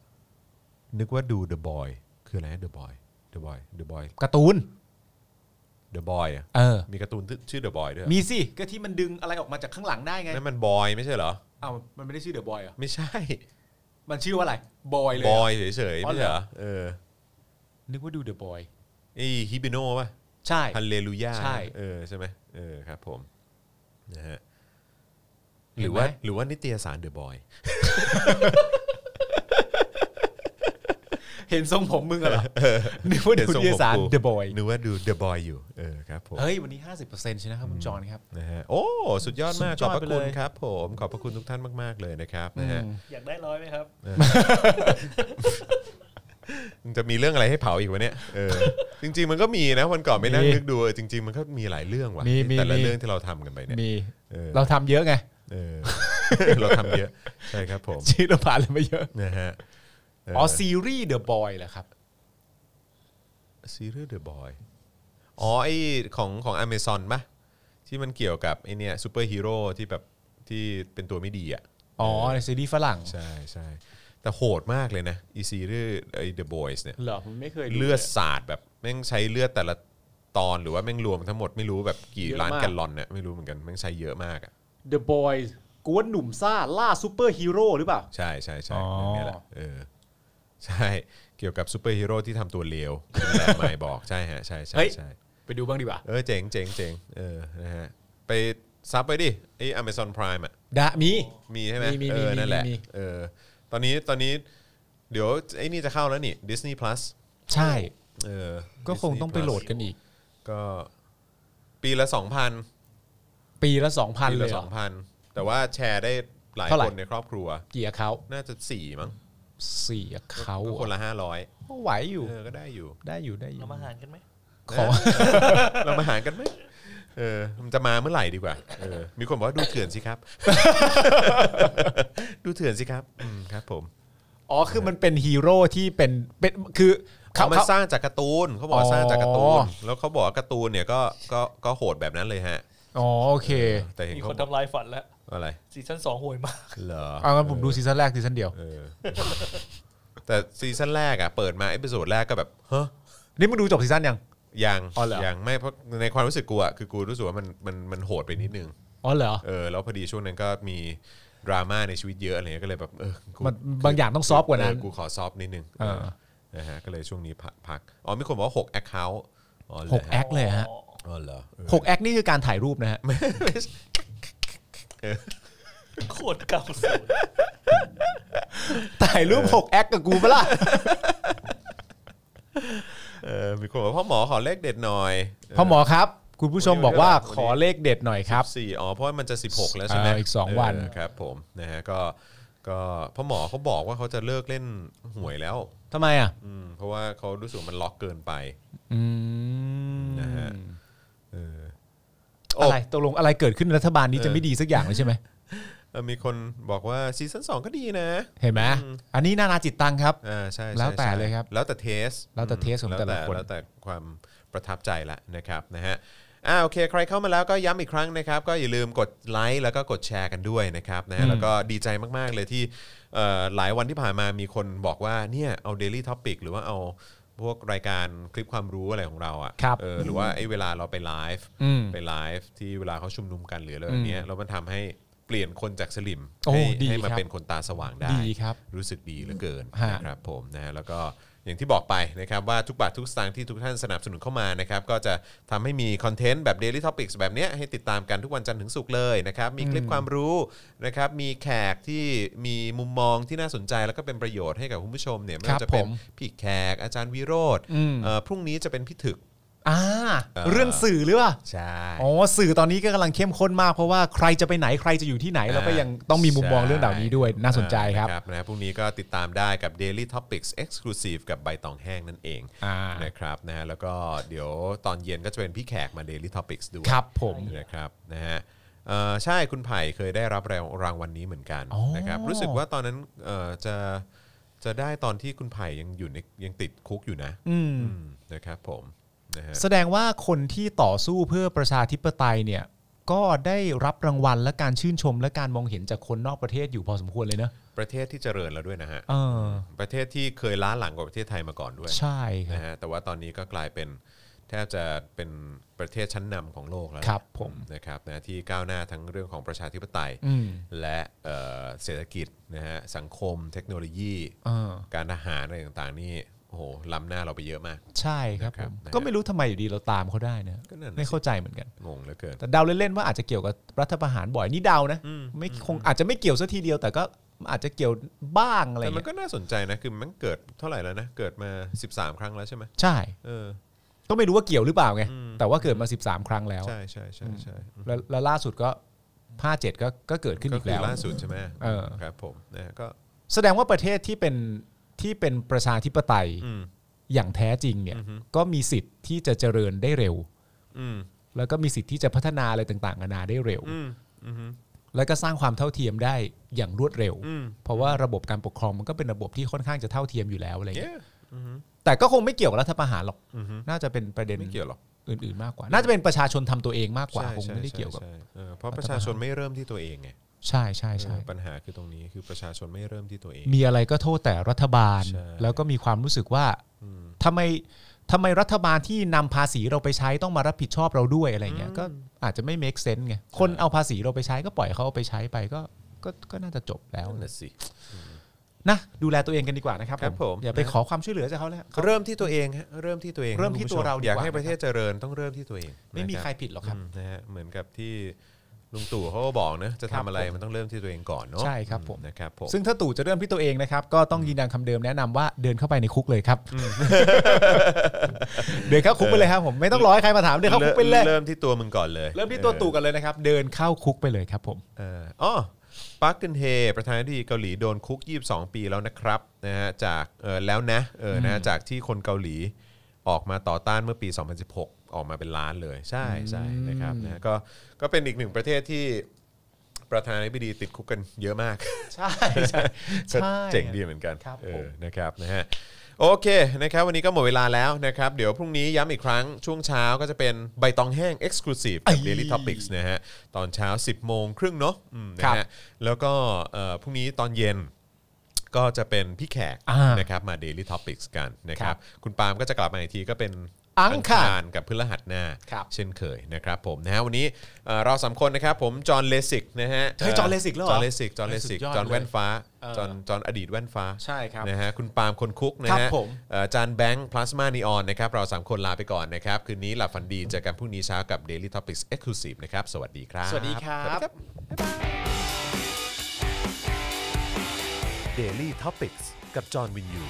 นึกว่าดู The Boy คืออะไรนะ The Boy The Boy The Boy
การ์ตูน
The Boy อ่ะ
เออ
มีการ์ตูนชื่อ The Boy ด้วย
มีสิ ก็ที่มันดึงอะไรออกมาจากข้างหลังได้ไง
นั่นมันบอยไม่ใช่เหรอ
เอ้ามันไม่ได้ชื่อเดอะบอยอ่ะ
ไม่ใช่
มันชื่อว่าอะไร บอยเลย
บ
เหร
อ
อ
ยเฉยๆ
อ๋อ
ไม่ใช่เห
เหรอ
รอเออ
นึกว่าดูเดอะบอย
ไอฮิบิโน่ป่ะ
ใช่
ฮันเลลูยา
ใช่
เออใช่ไหมเออครับผมนะฮะ
เห็น
หรือ
ไหม
ว่าหรือว่านิตยสารเดอะบอย
เห็นทรงผมมึงอะเหรอนึกว่าดูเดียสารเดอะบอย
นึกว่าดูเดอะบอยอยู่เออครับ ครับผม
เฮ้ย วันนี้ 50%ใช่นะครับคุณจอห์นครับ
นะฮะโอ้สุดยอดมาก
สุดย
ขอ
อบ ด
พระ
ไปเล
คุ
ย
ณครับ ผมขอบพระคุณทุกท่านมาก ๆ เลยนะครับนะฮะ
อยากได้ร้อยไหมครับ
มันจะมีเรื่องอะไรให้เผาอีกวะเนี่ยเออ
*laughs*
จริง ๆ มันก็มีนะวันก่อนไม่นั่ง
มี
นึกดูเออจริง ๆ มันก็มีหลายเรื่องว่ะ
มีมี
แต่ละ
มี
เรื่องที่เราทำกันไปเนี่ย
มี
เออ
เราทำเยอะไง
เออ *laughs* เราทำเยอะใช่ครับผม
ชีวิตเราผ่านอะไรมาเยอะ
นะฮะเ
อ๋อซีรีส์เดอะบอยเหรอครับ
ซีรีส์เดอะบอยอ๋อไอของของอเมซอนปะที่มันเกี่ยวกับไอเนี่ยซูเปอร์ฮีโร่ที่แบบที่เป็นตัวไม่ดีอ่ะ
อ๋อในซีรีส์ฝรั่ง
ใช่ใช่แต่โหดมากเลยนะอีซีรีส์ไอเดอะบอยส์เนี่ย
เหรอผมไม่เคย
เลือดสาดแบบ แม่งใช้เลือดแต่ละตอนหรือว่าแม่งรวมทั้งหมดไม่รู้แบบกี่
เยอะมาก
ล้านแกลลอนเนี่ยไม่รู้เหมือนกัน แม่งใช้เยอะมากอ่ะ
The Boys กวนหนุ่มซ่าล่าซูเปอร์ฮีโร่หรือเปล่า
ใช่ใช่ใช่
อ๋อ
เรื่องเนี้ยแหละเออใช่ เกี่ยวกับซูเปอร์ฮีโร่ที่ทำตัวเลวแหละ *laughs* หมายบอกใช่ฮะใช่ใช่ใช่
ไปดูบ้างดีกว่า
เออเจ๋งเจ๋งเจ๋งเออนะฮะไปซับไปดิไอ้ Amazon Prime อ่ะ
ดะมี
มีใช่ไหม
มีมี
เอ
มี
อ
มี
นั่นแหละ
มี
เออตอนนี้ตอนนี้เดี๋ยวไอ้นี่จะเข้าแล้วนี่ Disney Plus
ใช่
เออ
ก็คง
Disney
ต้องไปโหลดกันอีก
Plus ก็ปีละ 2,000
ปีละสองพัน
ปี
เล
ละ
ยเหรอ
2,000 แต่ว่าแชร์ได้หลาย
เท่าไหร่
คนในครอบครัว
กี่อะเขาท์
น่าจะ 4 มั้ง
สี่อะเขาท์
ก็คน
อะ
ละ 500
ก็ไหวอยู่
เออก็ได้อยู่
ได้อยู่ได้อยู่
ทำอาหารกันไหม
ขอ
นะเรามาหารกันไหมเออมันจะมาเมื่อไหร่ดีกว่าเออมีคนบอกว่าดูเถื่อนสิครับ ดูเถื่อนสิครับอืมครับผม
อ๋อคือมันเป็นฮีโร่ที่เป็นเป็นคือ
เขา
เขา
มัน
เขา
สร้างจากการ์ตูนเขาบอกว่า
อ๋อ
สร้างจากการ์ตูนแล้วเขาบอกว่าการ์ตูนเนี่ยก็ก็ก็โหดแบบนั้นเลยฮะ
อ๋อโอเค
แต่เห็น
มี
เขา
คนทำลายฝันแล้ว
อะไร
ซีซั่นสองห่วยมาก
เหรอ
เอางั้นผมดูซีซั่นแรกซีซั่นเดียว
เอ *laughs* อแต่ซีซั่นแรกอ่ะเปิดมาเอพิโซดแรกก็แบบเฮ้ย
นี่มึงดูจบซีซั่นยัง
ยัง
อ๋อเหรอ
ยังไม่เพราะในความรู้สึกกูอ่ะคือกูรู้สึกว่ามันมันมันโหดไปนิดนึง
อ๋อเหรอ
เออแล้วพอดีช่วงนั้นก็มีดราม่าในชีวิตเยอะอะไรเงี้ยก็เลยแบบเออกู
มันบางอย่างต้องซอฟต์กว่านั้น
เออกูขอซอฟต์นิดนึง
เออ
นะฮะก็เลยช่วงนี้พักพักอ๋อมีคนบอกว่าหกแอคเคาท์อ๋อเหร
ห
อก
แอคเลยฮะ
อ๋อเหรอเออ
ห
*laughs*
กแอคนี่คือการถ่ายรูปนะฮ *laughs* ะ
โคตรเก่าสุด
ถ่ายรูปหกแอคกับกูเปะล่า
เออมีคนบอกพ่อหมอขอเลขเด็ดหน่อย
พ่อหมอครับ คุณผู้ชมบอกว่าขอเลขเด็ดหน่อยครับ
สี่อ๋อเพราะว่ามันจะ 16 แล้วใช่ไหม
เอออีกสองวัน
เครับผมนะฮะก็ก็พ่อหมอเขาบอกว่าเขาจะเลิกเล่นหวยแล้ว
ทำไมอ่ะ
อืมเพราะว่าเขารู้สึกมันล็อกเกินไป
อืม
นะฮะ เออโอ้
อะไรตกลงอะไรเกิดขึ้นรัฐบาลนี้จะไม่ดีสักอย่างเลยใช่ไหม
เออมีคนบอกว่าซีซั่นสองก็ดีนะ
เห็นไหมอันนี้นานาจิตตังครับ
อ่าใช่ใช่
แล้วแต่
ใช่
เลยครับ
แล้วแต่เทส
แล้วแต่เทสของแต่ละคน
แล้วแต่ความประทับใจละนะครับนะฮะอ่าโอเค ใครเข้ามาแล้วก็ย้ำอีกครั้งนะครับ ก็อย่าลืมกดไลค์แล้วก็กดแชร์กันด้วยนะครับนะฮะแล้วก็ดีใจมากๆเลยที่เอ่อหลายวันที่ผ่านมามีคนบอกว่าเนี่ยเอา Daily Topic หรือว่าเอาพวกรายการคลิปความรู้อะไรของเรา
ครั
อะ่ะ
บ
เออหรือว่าไอ้เวลาเราไปไลฟ์
อืม
ไปไลฟ์ที่เวลาเขาชุมนุมกันหรืออะไรแบบเนี้ยแล้วมันทำให้เปลี่ยนคนจากสลิม
โอ้
ให้
ดี
ให้มา
ครับ
เป็นคนตาสว่างได้
ดีครับ
รู้สึกดีเหลือเกิน
ฮะ
นะครับผมนะฮะแล้วก็อย่างที่บอกไปนะครับว่าทุกบาททุกสตางค์ที่ทุกท่านสนับสนุนเข้ามานะครับก็จะทำให้มีคอนเทนต์แบบ Daily Topics แบบเนี้ยให้ติดตามกันทุกวันจันทร์ถึงศุกร์เลยนะครับมีคลิปความรู้นะครับมีแขกที่มีมุมมองที่น่าสนใจแล้วก็เป็นประโยชน์ให้กับคุณผู้ชมเนี่ยไม่
ครับ
ว่าจะเป็น
ผม
พี่แขกอาจารย์วิโรธ
อืม
พรุ่งนี้จะเป็นพี่ถึก
อ่า
เออ
เรื่องสื่อหรือเปล่า
ใช่
อ๋อสื่อตอนนี้ก็กำลังเข้มข้นมากเพราะว่าใครจะไปไหนใครจะอยู่ที่ไหนเราก็ยังต้องมีมุมมองเรื่องเหล่านี้ด้วยน่าสนใจครับ
นะนะพรุ่งนี้ก็ติดตามได้กับ Daily Topics Exclusive กับใบตองแห้งนั่นเอง
อ่า
นะครับนะฮะแล้วก็เดี๋ยวตอนเย็นก็จะเป็นพี่แขกมา Daily Topics ด้วย
ครับผม
นะครับนะฮะเอ่อใช่คุณไผ่เคยได้รับรางรางวัลนี้เหมือนกัน
อ๋อ
นะครับรู้สึกว่าตอนนั้นเอ่อจะจะได้ตอนที่คุณไผ่ยังอยู่ในยังติดคุกอยู่นะ
อืม
อืมนะครับผมนะฮะ
แสดงว่าคนที่ต่อสู้เพื่อประชาธิปไตยเนี่ย ก็ได้รับรางวัลและการชื่นชมและการมองเห็นจากคนนอกประเทศอยู่พอสมควรเลยเนอะ
ประเทศที่เจริญแล้วด้วยนะฮะ
เออ
ประเทศที่เคยล้าหลังกว่าประเทศไทยมาก่อนด้วย
ใช่ค
นะ
รับ
ฮะแต่ว่าตอนนี้ก็กลายเป็นแทบจะเป็นประเทศชั้นนำของโลกแล้ว
ครับผม
นะครับนะที่ก้าวหน้าทั้งเรื่องของประชาธิปไตย
อืม
และเอ่อเศรษฐกิจนะฮะสังคมเทคโนโลยี
เออ
การทหารอะไรต่างๆ นี่โอ้โหล้ำหน้าเราไปเยอะมาก
ใช่ครับ
นะครับ
ผม
นะฮะ
ก็ไม่รู้ทำไมอยู่ดีเราตามเขาได้นะ
ก็นั่นน่ะสิ
ไม่เข้าใจเหมือนกัน
งงเหลือเกิน
แต่เดาเล่นๆว่าอาจจะเกี่ยวกับรัฐประหารบ่อยนี่เดานะ
อืม
ไม่คงอาจจะไม่เกี่ยวซะทีเดียวแต่ก็อาจจะเกี่ยวบ้างอะไร
แต่มัน
เงี้ย
ก็น่าสนใจนะ คือมันเกิดเท่าไหร่แล้วนะ เกิดมา 13 ครั้งแล้วใช่ไหม
ใช่
เออ
ก็ไม่รู้ว่าเกี่ยวหรือเปล่าไงแต่ว่าเกิดมา 13 ครั้งแล้ว
ใช่ใช่ใช่ใช่อืม
แล้วแล้วล่าสุดก็ผ้าเจ็ดก็ก็เกิดขึ้น
ก็
อีก
คือ
แล้ว
ล่าสุดใช่ไหม
เออ
ครับผมนะฮะก็
แสดงว่าประเทศที่เป็นที่เป็นประชาธิปไตย
อืม
อย่างแท้จริงเนี่ย
อือฮึ
ก็มีสิทธิ์ที่จะเจริญได้เร็ว
อืม
แล้วก็มีสิทธิ์ที่จะพัฒนาอะไรต่างๆนานาได้เร็ว
อืมอืม
แล้วก็สร้างความเท่าเทียมได้อย่างรวดเร็ว
อืม
เพราะว่าระบบการปกครองมันก็เป็นระบบที่ค่อนข้างจะเท่าเทียมอยู่แล้วอะไรเงี้ย
Yeah อืม
แต่ก็คงไม่เกี่ยวกับรัฐประหารหรอก
อืม
น่าจะเป็นประเด็น
ไม่เกี่ยวหรอก
อื่นๆมากกว่า น่าจะเป็นประชาชนทำตัวเองมากกว่า
ใช่
คง
ใช่
ไม่ได้
ใช่
เกี่ยวกับ
ใช่เออเพราะประชาชนไม่เริ่มที่ตัวเองไง
ใช่ใช่ใช่
เออปัญหาคือตรงนี้คือประชาชนไม่เริ่มที่ตัวเอง
มีอะไรก็โทษแต่รัฐบาล
ใช่
แล้วก็มีความรู้สึกว่า
อืม
ทำไมทำไมรัฐบาลที่นำภาษีเราไปใช้ต้องมารับผิดชอบเราด้วยอะไรเงี้ย ก็อาจจะไม่ make sense ไง คนเอาภาษีเราไปใช้ก็ปล่อยเขาเอาไปใช้ไปก็ก็ก็น่าจะจบแล้ว
นั่นนะสิ
นะดูแลตัวเองกันดีกว่านะครับ
ครับผม
อย่าไปขอความช่วยเหลือจากเขาแล้ว
เริ่มที่ตัวเองฮะเริ่มที่ตัวเอง
เริ่มที่
คุณผู้ช
ตัวเราดีก
อ
ว่า
ยากให้ประเทศเจริญต้องเริ่มที่ตัวเอง
ไม่มี
นะ
ใครผิดหรอกครับ
อืมนะฮะเหมือนกับที่ลุงตู่เขาก็บอกนะจะ
ครั
ทำ
บ
อะไร
ผม
มันต้องเริ่มที่ตัวเองก่อนเนาะ
ใช่ครับผม
นะครับผม
ซึ่งถ้าตู่จะเริ่มที่ตัวเองนะครับ ก็ต้องยืนยันคำเดิมแนะนำว่าเดินเข้าไปในคุกเลยครับ เดินเข้าคุกไปเลยครับผมไม่ต้องรอให้ใครมาถามเดินเข้าคุกไปเลย
เริ่มที่ตัวมึงก่อนเลย
เริ่มที่ตัวตู่กันเลยนะครับ เดินเข้าคุกไปเลยครับผม
เอออ๋อปักกึนเฮประธานาธิบดีเกาหลีโดนคุก 22 ปีแล้วนะครับนะฮะจากเออแล้วนะเออนะฮะจากที่คนเกาหลีออกมาต่อต้านเมื่อปี 2016 ออกมาเป็นล้านเลย ใช่ใช่นะครับนะฮะก็ก็เป็นอีกหนึ่งประเทศที่ประธานาธิบดีติดคุกกันเยอะมาก
ใช่ใช่
ก็เจ๋งดีเหมือนกัน
ครับ
เอ
ผ
อ
ม
นะครับนะฮะโอเคนะครับวันนี้ก็หมดเวลาแล้วนะครับเดี๋ยวพรุ่งนี้ย้ำอีกครั้งช่วงเช้าก็จะเป็นใบตองแห้ง Exclusive กับ Daily Topics นะฮะตอนเช้า 10 โมงครึ่งเนาะอืมนะฮะแล้วก็เอ่อพรุ่งนี้ตอนเย็นก็จะเป็นพี่แขก
อ่าน
นะครับมา Daily Topics กันนะครับคุณปาล์มก็จะกลับมาอีกทีก็เป็น
อังคาร
รกับพฤหัสหน้า
ครับ
เช่นเคยนะครับผมนะฮะวันนี้เอ่อเราสามคนนะครับผมจอห์นเลสิกนะฮะ
เฮ้ยจอห์นเลสิกแล้วเห
จ
ร
อ
อ
ห์นเลสิกจอห์นเลสิก
สุดยอด
จอห์นแว่นฟ้า
เออ
จอห์นจอห์นอดีตแว่นฟ้า
ใช่ครับ
นะฮะคุณปาล์มคนคุกนะครับ ฮะ
ผม
เอ่อจานแบงค์พลาสมานีออนนะครับเราสามคนลาไปก่อนนะครับ คืนนี้หลับฝันดีเจอกันพรุ่งนี้เช้ากับ Daily Topics Exclusive นะครับ สวัสดีครับ
สวัสดีครับ
Daily t o p i c กกับจอห์นวินยู